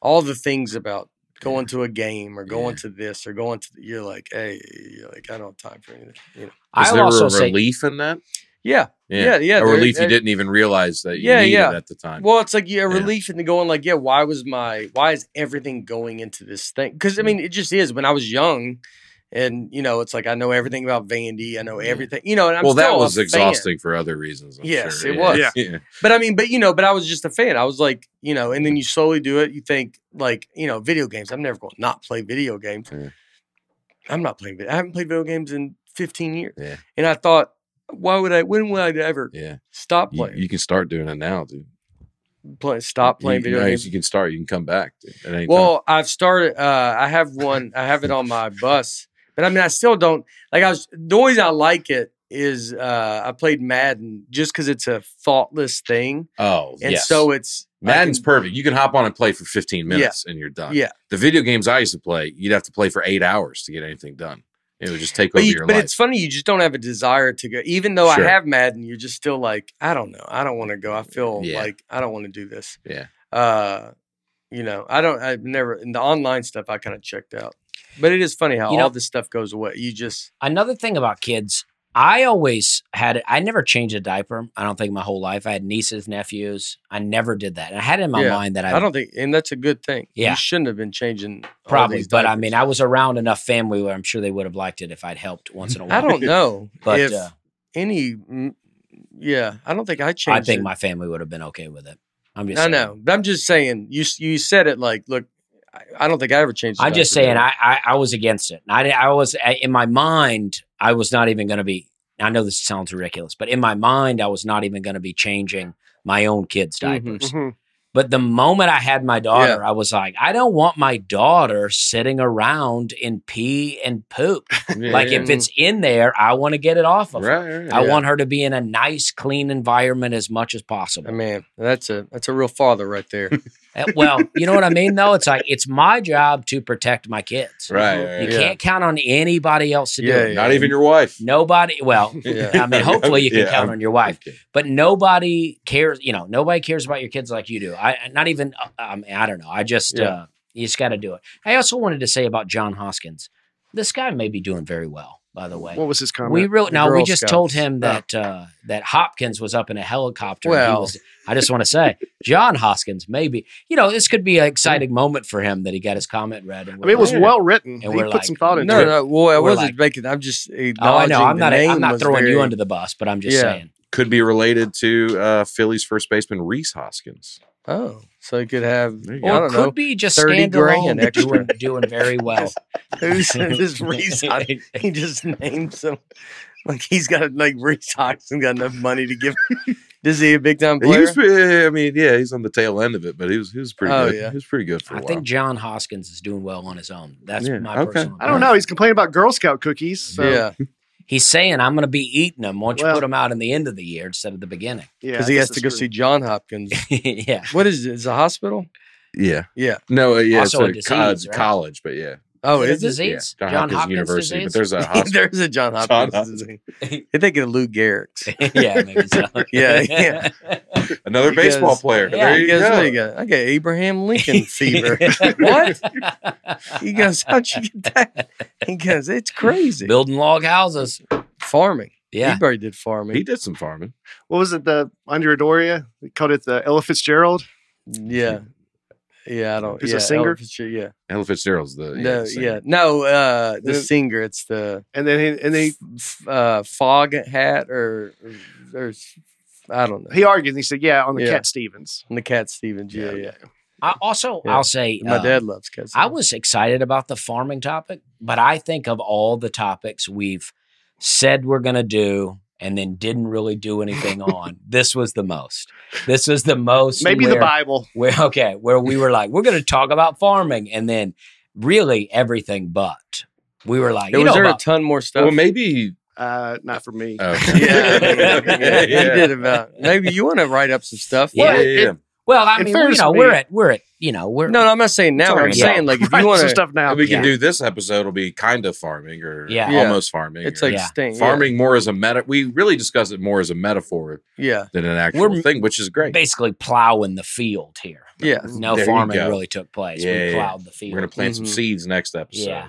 Speaker 1: all the things about going to a game or going to this or going to you're like hey you're like i don't have time for anything you know
Speaker 2: Is
Speaker 3: I'll
Speaker 2: there
Speaker 3: also
Speaker 2: a
Speaker 3: say
Speaker 2: relief in that?
Speaker 1: yeah yeah yeah,
Speaker 2: A
Speaker 1: there-
Speaker 2: relief you
Speaker 1: there-
Speaker 2: didn't even realize that you
Speaker 1: Yeah,
Speaker 2: needed
Speaker 1: yeah.
Speaker 2: at the time.
Speaker 1: well it's like yeah, a
Speaker 2: Yeah.
Speaker 1: relief in the going like yeah why was my why is everything going into this thing because i
Speaker 2: Mm.
Speaker 1: mean it just is when i was young and you know it's like i know everything about vandy i know
Speaker 2: Yeah.
Speaker 1: everything you know and I'm
Speaker 2: Well, that
Speaker 1: still a
Speaker 2: was
Speaker 1: fan.
Speaker 2: exhausting for other reasons. I'm
Speaker 1: Yes,
Speaker 2: sure.
Speaker 1: it
Speaker 2: Yeah.
Speaker 1: was.
Speaker 4: Yeah.
Speaker 2: Yeah.
Speaker 1: But I mean, but you know, but I was just a fan. I was like, you know, and then you slowly do it. You think like, you know, video games. I'm never going to not play video games.
Speaker 2: Yeah.
Speaker 1: I'm not playing. vid- I haven't played video games in 15 years.
Speaker 2: Yeah.
Speaker 1: And I thought, why would I? When would I ever
Speaker 2: yeah.
Speaker 1: stop
Speaker 2: You,
Speaker 1: playing?
Speaker 2: you can start doing it now, dude.
Speaker 1: play, stop playing
Speaker 2: you,
Speaker 1: video
Speaker 2: no,
Speaker 1: games.
Speaker 2: You can start. You can come back. Dude, at any time.
Speaker 1: Well, I've started. Uh, I have one. I have it on my bus, but I mean, I still don't like. I was the only reason I like it is uh, I played Madden just because it's a thoughtless thing,
Speaker 2: oh,
Speaker 1: and
Speaker 2: yes.
Speaker 1: so it's I
Speaker 2: Madden's
Speaker 1: can-
Speaker 2: perfect. You can hop on and play for 15 minutes and you're done.
Speaker 1: Yeah.
Speaker 2: The video games I used to play, you'd have to play for eight hours to get anything done. It would just take
Speaker 1: But,
Speaker 2: over
Speaker 1: you,
Speaker 2: your
Speaker 1: but
Speaker 2: life.
Speaker 1: it's funny, you just don't have a desire to go. Even though
Speaker 2: Sure.
Speaker 1: I have Madden, you're just still like, I don't know. I don't want to go. I feel
Speaker 2: Yeah.
Speaker 1: like I don't want to do this.
Speaker 2: Yeah.
Speaker 1: Uh, you know, I don't, I've never, in the online stuff, I kind of checked out. But it is funny how
Speaker 3: You know-
Speaker 1: all this stuff goes away. You just,
Speaker 3: Another thing about kids, I always had it. I never changed a diaper. I don't think my whole life. I had nieces, nephews. I never did that. And I had it in my
Speaker 1: Yeah.
Speaker 3: mind that I,
Speaker 1: I don't think, and that's a good thing.
Speaker 3: Yeah.
Speaker 1: You shouldn't have been changing. all
Speaker 3: probably,
Speaker 1: these
Speaker 3: but I
Speaker 1: diapers.
Speaker 3: mean, I was around enough family where I'm sure they would have liked it if I'd helped once in a while.
Speaker 1: I don't know
Speaker 3: But,
Speaker 1: if
Speaker 3: uh,
Speaker 1: any, mm, yeah, I don't think I changed.
Speaker 3: I think
Speaker 1: it.
Speaker 3: my family would have been okay with it. I'm just
Speaker 1: I
Speaker 3: saying.
Speaker 1: know, but I'm just saying. You s- you said it like, look, I, I don't think I ever changed. the
Speaker 3: I'm just
Speaker 1: diaper,
Speaker 3: saying
Speaker 1: though.
Speaker 3: I, I I was against it. And I didn't- I was I- in my mind I was not even going to be. I know this sounds ridiculous, but in my mind I was not even going to be changing my own kids'
Speaker 2: Mm-hmm.
Speaker 1: Mhm.
Speaker 3: diapers.
Speaker 4: Mhm.
Speaker 3: But the moment I had my daughter, I was like, I don't want my daughter sitting around in pee and poop.
Speaker 2: Yeah,
Speaker 3: Like
Speaker 2: yeah.
Speaker 3: if it's in there, I want to get it off of her.
Speaker 2: right, right,
Speaker 3: I
Speaker 2: yeah.
Speaker 3: want her to be in a nice, clean environment as much as
Speaker 1: I
Speaker 3: possible.
Speaker 1: mean, that's a that's a real father right there.
Speaker 3: Uh, well, you know what I mean, though. It's like it's my job to protect my kids.
Speaker 2: right, right,
Speaker 3: You
Speaker 2: right.
Speaker 1: Yeah.
Speaker 3: can't count on anybody else to do
Speaker 1: Yeah,
Speaker 3: it.
Speaker 1: yeah.
Speaker 2: Not even your wife.
Speaker 3: Nobody. Well,
Speaker 1: Yeah.
Speaker 3: I mean, hopefully you can
Speaker 2: Yeah,
Speaker 3: count
Speaker 2: I'm-
Speaker 3: on your wife,
Speaker 2: Okay.
Speaker 3: but nobody cares. You know, nobody cares about your kids like you do. I not even. uh, I mean, I don't know. I just
Speaker 1: Yeah.
Speaker 3: uh, you just got to do it. I also wanted to say about John Hoskins. This guy may be doing very well, by the way.
Speaker 4: What was his comment?
Speaker 3: we wrote
Speaker 1: The
Speaker 3: now. We
Speaker 1: Girl
Speaker 3: just
Speaker 1: Scouts.
Speaker 3: told him
Speaker 1: Oh.
Speaker 3: that uh, that Hopkins was up in a helicopter. and he
Speaker 1: Well.
Speaker 3: was- I just want to say John Hoskins. Maybe you know this could be an exciting moment for him that he got his comment read. And
Speaker 4: I mean, it was
Speaker 3: we're-
Speaker 4: well written. He
Speaker 3: And
Speaker 4: put
Speaker 3: we're like,
Speaker 4: some thought into
Speaker 1: no,
Speaker 4: it.
Speaker 1: no. Well, I
Speaker 3: We're
Speaker 1: wasn't
Speaker 3: like-
Speaker 1: making. I'm just.
Speaker 3: Oh, I know. I'm not.
Speaker 1: Name
Speaker 3: I'm not
Speaker 1: was
Speaker 3: throwing
Speaker 1: very-
Speaker 3: you under the bus, but I'm just
Speaker 1: Yeah.
Speaker 3: saying.
Speaker 2: Could be related to uh, Phillies first baseman Reese Hoskins.
Speaker 1: Oh, so you could have.
Speaker 2: There you
Speaker 1: I
Speaker 3: Or
Speaker 1: don't
Speaker 3: could
Speaker 1: know.
Speaker 3: be just
Speaker 1: 30
Speaker 3: standalone
Speaker 1: grand extra.
Speaker 3: doing, doing very well.
Speaker 1: Who's this Reese? Hox- He just names him like he's got like Reese Hoxton got enough money to give. Is he a big time
Speaker 2: He
Speaker 1: player?
Speaker 2: was, pre- I mean, yeah, he's on the tail end of it, but he was he was pretty
Speaker 1: Oh,
Speaker 2: good.
Speaker 1: yeah.
Speaker 2: He was pretty good for a
Speaker 3: I
Speaker 2: while.
Speaker 3: think John Hoskins is doing well on his own. That's
Speaker 2: Yeah,
Speaker 3: my
Speaker 2: okay.
Speaker 3: personal.
Speaker 4: I don't
Speaker 3: opinion.
Speaker 4: know. He's complaining about Girl Scout cookies. So, yeah,
Speaker 1: yeah,
Speaker 3: He's saying I'm going to be eating them once you
Speaker 4: Well-
Speaker 3: put them out in the end of the year instead of the beginning.
Speaker 1: because he has to go see John Hopkins.
Speaker 3: yeah.
Speaker 1: What is it? Is it a hospital?
Speaker 2: yeah,
Speaker 1: Yeah.
Speaker 2: no, uh, yeah,
Speaker 3: Also
Speaker 2: so
Speaker 3: a disease,
Speaker 2: co-
Speaker 3: right?
Speaker 2: college, but yeah,
Speaker 1: Oh,
Speaker 3: Is it
Speaker 1: is it?
Speaker 2: yeah.
Speaker 3: disease? John Hopkins
Speaker 2: University, but
Speaker 3: disease?
Speaker 2: there's a hospital.
Speaker 1: There's a John
Speaker 2: John
Speaker 1: Hopkins.
Speaker 2: Hopkins.
Speaker 1: disease. They're thinking of Lou Gehrig's.
Speaker 3: yeah, maybe so.
Speaker 1: Yeah, yeah.
Speaker 2: another
Speaker 1: Because-
Speaker 2: baseball player.
Speaker 3: Yeah,
Speaker 2: there you
Speaker 1: goes,
Speaker 2: go.
Speaker 1: "There you go. I got Abraham Lincoln fever. what? He goes, how'd you get that? He goes, it's crazy.
Speaker 3: Building log houses.
Speaker 1: farming.
Speaker 3: Yeah.
Speaker 1: He probably did farming.
Speaker 2: He did some farming.
Speaker 4: What was it? The Under Adoria? They called it the Ella Fitzgerald.
Speaker 1: yeah. Yeah, I don't.
Speaker 4: Who's a
Speaker 1: yeah,
Speaker 4: singer?
Speaker 1: Elvis, sure, yeah.
Speaker 2: Ella Fitzgerald's the
Speaker 1: no,
Speaker 2: the singer.
Speaker 1: yeah, no. Uh, the
Speaker 4: Yeah.
Speaker 1: singer. It's the
Speaker 4: And then he, and then he,
Speaker 1: f- uh, fog hat or, or, or s- I don't know.
Speaker 4: he argued and he said, yeah, on the
Speaker 1: Yeah.
Speaker 4: Cat Stevens.
Speaker 1: And the Cat Stevens. Yeah, yeah.
Speaker 3: I also,
Speaker 1: Yeah.
Speaker 3: I'll say,
Speaker 1: My
Speaker 3: uh,
Speaker 1: dad loves Cat.
Speaker 3: I
Speaker 1: Stevens.
Speaker 3: was excited about the farming topic, but I think of all the topics we've said we're going to do and then didn't really do anything on, this was the most. This was the most.
Speaker 4: Maybe the
Speaker 3: where-
Speaker 4: Bible.
Speaker 3: where okay, where we were like, we're going to talk about farming, and then really everything but we were like,
Speaker 1: There
Speaker 3: you
Speaker 1: was
Speaker 3: know,
Speaker 1: there a
Speaker 3: about,
Speaker 1: ton more stuff.
Speaker 2: Well, maybe.
Speaker 4: Uh, not for me.
Speaker 2: Oh.
Speaker 1: yeah, yeah, he
Speaker 2: Yeah.
Speaker 1: did about. Maybe you want to write up some stuff.
Speaker 2: yeah,
Speaker 3: Yeah.
Speaker 4: Well,
Speaker 2: yeah.
Speaker 3: well, I
Speaker 4: in
Speaker 3: mean, we're, you
Speaker 4: fairness
Speaker 3: know,
Speaker 4: to
Speaker 3: we're
Speaker 4: me-
Speaker 3: at we're at you know we're
Speaker 1: No, no, I'm not saying now.
Speaker 4: Sorry,
Speaker 1: I'm
Speaker 4: yeah.
Speaker 1: saying like if
Speaker 4: Write
Speaker 1: you want
Speaker 4: some
Speaker 1: to,
Speaker 4: stuff now.
Speaker 2: And we
Speaker 3: Yeah.
Speaker 2: can do this episode. Will be kind of farming or
Speaker 3: Yeah.
Speaker 1: Yeah.
Speaker 2: almost farming.
Speaker 1: it's
Speaker 2: or
Speaker 1: like
Speaker 3: Yeah.
Speaker 1: sting,
Speaker 2: farming more as a meta. We really discuss it more as a metaphor
Speaker 1: Yeah,
Speaker 2: than an actual
Speaker 3: We're-
Speaker 2: thing, which is great.
Speaker 3: basically plowing the field here.
Speaker 1: yeah. yeah.
Speaker 3: No
Speaker 2: There you
Speaker 3: farming
Speaker 2: go.
Speaker 3: really took place.
Speaker 2: Yeah,
Speaker 3: we
Speaker 2: yeah.
Speaker 3: plowed the field.
Speaker 2: We're gonna plant some
Speaker 1: Mhm.
Speaker 2: seeds next episode.
Speaker 3: Yeah.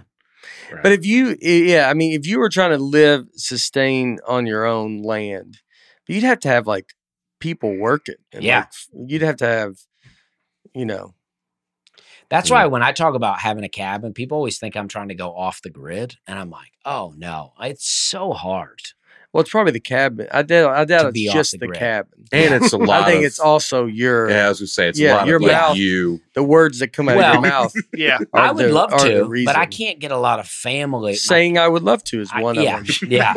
Speaker 2: Right.
Speaker 1: But if you, yeah, I mean, if you were trying to live sustain on your own land, you'd have to have like people work it. and,
Speaker 3: Yeah.
Speaker 1: like, f- you'd have to have, you know,
Speaker 3: That's
Speaker 2: Yeah.
Speaker 3: why when I talk about having a cabin, people always think I'm trying to go off the grid, and I'm like, oh no, it's so hard.
Speaker 1: well, it's probably the cabin. I doubt, I
Speaker 3: To
Speaker 1: doubt
Speaker 3: be
Speaker 1: it's
Speaker 3: off
Speaker 1: just
Speaker 3: the
Speaker 1: the,
Speaker 3: grid.
Speaker 1: cabin.
Speaker 2: and it's a lot.
Speaker 1: I think
Speaker 2: of-
Speaker 1: it's also your
Speaker 2: Yeah, I was gonna say it's
Speaker 1: Yeah,
Speaker 2: a lot
Speaker 1: your
Speaker 2: of like
Speaker 1: mouth-
Speaker 2: you.
Speaker 1: the words that come out of
Speaker 3: Well,
Speaker 1: your mouth.
Speaker 4: Yeah.
Speaker 1: are
Speaker 3: I would
Speaker 1: the-
Speaker 3: love
Speaker 1: are the
Speaker 3: to, but I
Speaker 1: reason.
Speaker 3: can't get a lot of family. my
Speaker 1: Saying I would love to is
Speaker 3: I-
Speaker 1: one
Speaker 3: yeah,
Speaker 1: of them.
Speaker 3: yeah.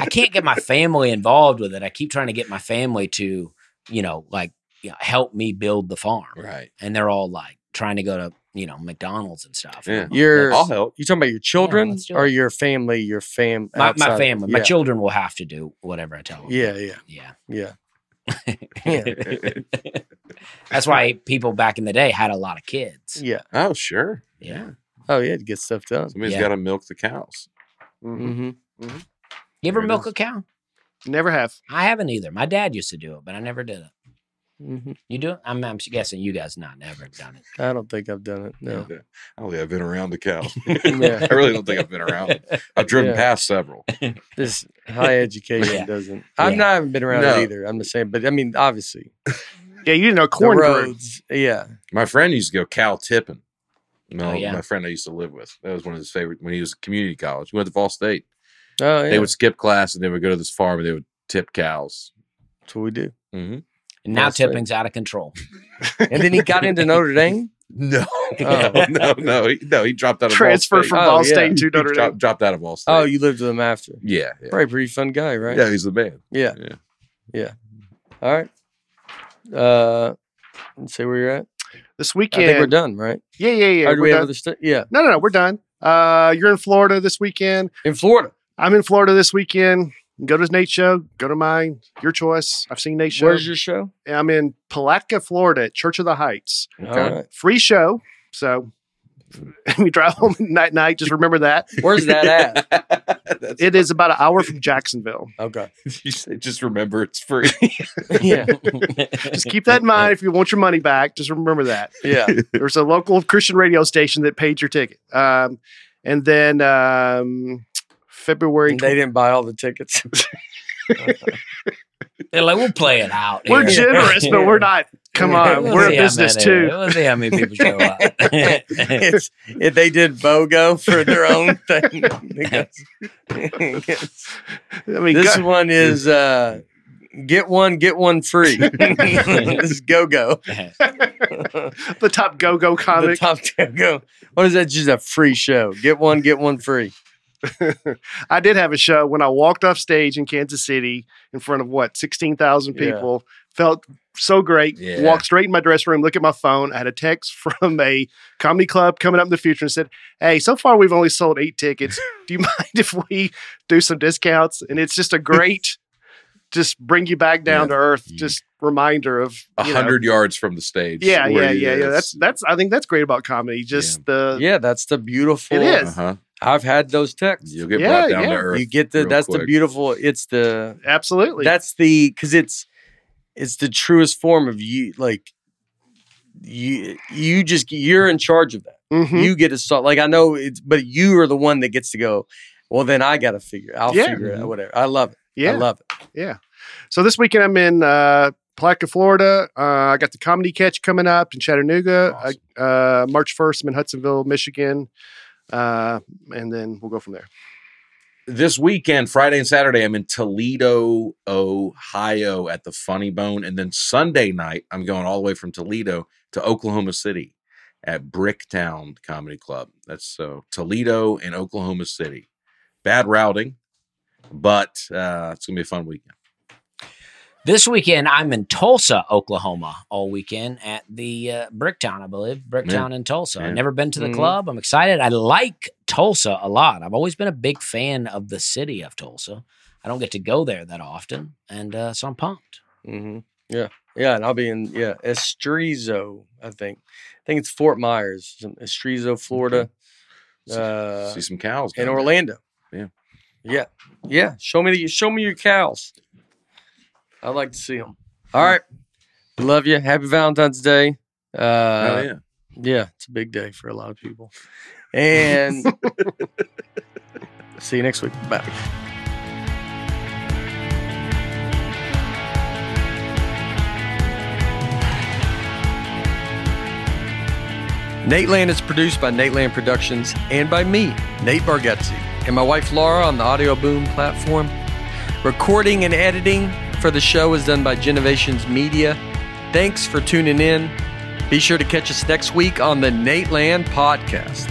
Speaker 3: I can't get my family involved with it. I keep trying to get my family to, you know, like you know, help me build the farm,
Speaker 2: Right.
Speaker 3: and they're all like trying to go to, you know, McDonald's and stuff.
Speaker 2: Yeah.
Speaker 1: Your
Speaker 2: I'll help.
Speaker 1: You talking about your children
Speaker 3: let's do
Speaker 1: or
Speaker 3: it.
Speaker 1: your family? Your fam,
Speaker 3: My, my
Speaker 1: outside-
Speaker 3: family,
Speaker 1: yeah.
Speaker 3: my children will have to do whatever I tell them.
Speaker 1: Yeah, yeah,
Speaker 3: yeah.
Speaker 1: yeah.
Speaker 3: That's why people back in the day had a lot of kids.
Speaker 1: Yeah.
Speaker 2: Oh sure.
Speaker 3: Yeah.
Speaker 1: Oh yeah, to get stuff done.
Speaker 2: Somebody's
Speaker 3: Yeah.
Speaker 2: got to milk the cows.
Speaker 4: Mhm.
Speaker 5: Mm-hmm.
Speaker 3: You ever
Speaker 2: There it
Speaker 3: milk
Speaker 2: is.
Speaker 3: a cow?
Speaker 4: Never have.
Speaker 3: I haven't either. My dad used to do it, but I never did it.
Speaker 1: Mm-hmm.
Speaker 3: You do it? I'm, I'm guessing you guys not never done it.
Speaker 1: I don't think I've done it. No.
Speaker 2: I don't think I've been around the cow.
Speaker 1: Yeah.
Speaker 2: I really don't think I've been around. it. I've driven
Speaker 1: Yeah.
Speaker 2: past several.
Speaker 1: This high education
Speaker 3: Yeah.
Speaker 1: doesn't. I'm
Speaker 3: Yeah.
Speaker 1: not I haven't been around
Speaker 2: No.
Speaker 1: it either. I'm the same, but I mean, obviously
Speaker 4: Yeah, you didn't know
Speaker 1: the
Speaker 4: corn grew.
Speaker 1: roads. Yeah,
Speaker 2: My friend used to go cow tipping.
Speaker 1: Oh,
Speaker 2: No,
Speaker 3: yeah.
Speaker 2: my friend I used to live with. That was one of his favorite when he was at community college. He went to Fall State.
Speaker 1: oh yeah,
Speaker 2: They would skip class and they would go to this farm and they would tip cows.
Speaker 1: that's what we do.
Speaker 2: Mm-hmm.
Speaker 3: And now
Speaker 2: That's right.
Speaker 3: tipping's out of control.
Speaker 1: And then he got into Notre Dame.
Speaker 2: No, no, no, no, he, no. He dropped out of
Speaker 4: Transfer
Speaker 2: Ball State.
Speaker 4: from
Speaker 1: Oh,
Speaker 4: Ball
Speaker 1: yeah.
Speaker 4: State to
Speaker 2: He
Speaker 4: Notre
Speaker 2: dropped,
Speaker 4: Dame.
Speaker 2: dropped out of Ball State.
Speaker 1: Oh, you lived with him after.
Speaker 2: yeah, yeah.
Speaker 1: Probably a pretty fun guy, right?
Speaker 2: Yeah, he's the man.
Speaker 1: Yeah.
Speaker 2: Yeah.
Speaker 1: Yeah. All right. Uh, let's see where you're at.
Speaker 4: This
Speaker 1: I think we're
Speaker 4: weekend.
Speaker 1: done, right?
Speaker 4: Yeah, yeah, yeah.
Speaker 1: Or do
Speaker 4: we're
Speaker 1: we have
Speaker 4: done.
Speaker 1: other stu- Yeah.
Speaker 4: no, no, no. We're done. Uh, you're in Florida this weekend.
Speaker 1: In Florida.
Speaker 4: I'm in Florida this weekend. Go to his Nate show. Go to mine. Your choice. I've seen Nate's show.
Speaker 1: Where's your show?
Speaker 4: I'm in Palatka, Florida, at Church of the Heights.
Speaker 1: All right.
Speaker 4: Free show. So if you drive home at night, night, just remember that.
Speaker 1: Where's that at?
Speaker 2: That's-
Speaker 4: It is about an hour from Jacksonville.
Speaker 1: okay.
Speaker 2: you say, just remember it's free.
Speaker 1: Yeah.
Speaker 4: Just keep that in mind if you want your money back. Just remember that.
Speaker 1: Yeah.
Speaker 4: There's a local Christian radio station that paid your ticket. Um, and then um, February.
Speaker 1: And they didn't buy all the tickets.
Speaker 3: They're like, we'll play it out.
Speaker 4: we're
Speaker 3: here."
Speaker 4: generous, but we're not. Come on,
Speaker 3: We'll
Speaker 4: we're
Speaker 3: see
Speaker 4: a
Speaker 3: how
Speaker 4: business
Speaker 3: many-
Speaker 4: too.
Speaker 3: We'll see how many people show up.
Speaker 1: it's, if they did BOGO for their own thing. Because-
Speaker 4: I mean,
Speaker 1: this
Speaker 4: go-
Speaker 1: one is uh, get one, get one free. this is go go.
Speaker 4: the top go-go
Speaker 1: The
Speaker 4: comic.
Speaker 1: top go. What is that? Just a free show. Get one, get one free.
Speaker 4: I did have a show when I walked off stage in Kansas City in front of what sixteen thousand
Speaker 1: Yeah.
Speaker 4: people. Felt so great.
Speaker 2: Yeah.
Speaker 4: Walked straight in my dressing room. Look at my phone. I had a text from a comedy club coming up in the future and said, "Hey, so far we've only sold eight tickets. Do you mind if we do some discounts?" And it's just a great, just bring you back down to earth.
Speaker 2: Mm.
Speaker 4: Just reminder of
Speaker 2: A
Speaker 4: you know,
Speaker 2: hundred yards from the stage.
Speaker 4: Yeah,
Speaker 2: where
Speaker 4: yeah,
Speaker 2: it
Speaker 4: yeah, yeah.
Speaker 2: is.
Speaker 4: That's that's. I think that's great about comedy. Just
Speaker 2: Uh,
Speaker 4: the
Speaker 1: Yeah, that's the beautiful.
Speaker 4: It is.
Speaker 2: uh-huh.
Speaker 1: I've had those texts.
Speaker 2: You'll get
Speaker 4: Yeah,
Speaker 2: brought down
Speaker 4: yeah.
Speaker 2: to earth.
Speaker 1: You get the
Speaker 2: real
Speaker 1: that's the
Speaker 2: quick.
Speaker 1: beautiful. It's the
Speaker 4: absolutely.
Speaker 1: that's the because it's it's the truest form of you like you you just you're in charge of that.
Speaker 2: Mm-hmm.
Speaker 4: Mhm.
Speaker 1: You get to start like I know it's but you are the one that gets to go. Well, then I got to figure. I'll
Speaker 4: Yeah.
Speaker 1: figure it
Speaker 2: Mm-hmm.
Speaker 1: out. Whatever. I love it.
Speaker 4: yeah.
Speaker 1: I love it.
Speaker 4: So this weekend I'm in uh, Palatka, Florida. Uh, I got the comedy catch coming up in Chattanooga.
Speaker 2: Awesome.
Speaker 4: I, uh, March 1st, I'm in Hudsonville, Michigan. Uh, and then we'll go from there.
Speaker 2: this weekend, Friday and Saturday, I'm in Toledo, Ohio at the Funny Bone. And then Sunday night, I'm going all the way from Toledo to Oklahoma City at Bricktown Comedy Club. That's so Toledo and Oklahoma City. Bad routing, but uh, it's going to be a fun weekend.
Speaker 3: This weekend, I'm in Tulsa, Oklahoma, all weekend at the uh, Bricktown, I believe. Bricktown in Tulsa.
Speaker 2: Yeah.
Speaker 3: I've never been to the
Speaker 1: Mhm.
Speaker 3: club. I'm excited. I like Tulsa a lot. I've always been a big fan of the city of Tulsa. I don't get to go there that often. And uh, so I'm pumped.
Speaker 2: Mm-hmm.
Speaker 1: hmm Yeah. Yeah, and I'll be in yeah Estrizo. I think, I think it's Fort Myers, Estrizo, Florida,
Speaker 2: Okay.
Speaker 1: uh,
Speaker 2: See some cows.
Speaker 1: in
Speaker 2: down there.
Speaker 1: Orlando.
Speaker 2: Yeah.
Speaker 1: yeah, yeah. Show me the, show me your cows. I'd like to see them. All right, love you. Happy Valentine's Day. Uh,
Speaker 2: Oh,
Speaker 1: yeah.
Speaker 2: yeah.
Speaker 1: it's a big day for a lot of people. And see you next week. Bye. Nate Land is produced by Nate Land Productions and by me, Nate Bargatze, and my wife Laura on the Audio Boom platform. Recording and editing for the show is done by Genovations Media. Thanks for tuning in. Be sure to catch us next week on the Nate Land Podcast.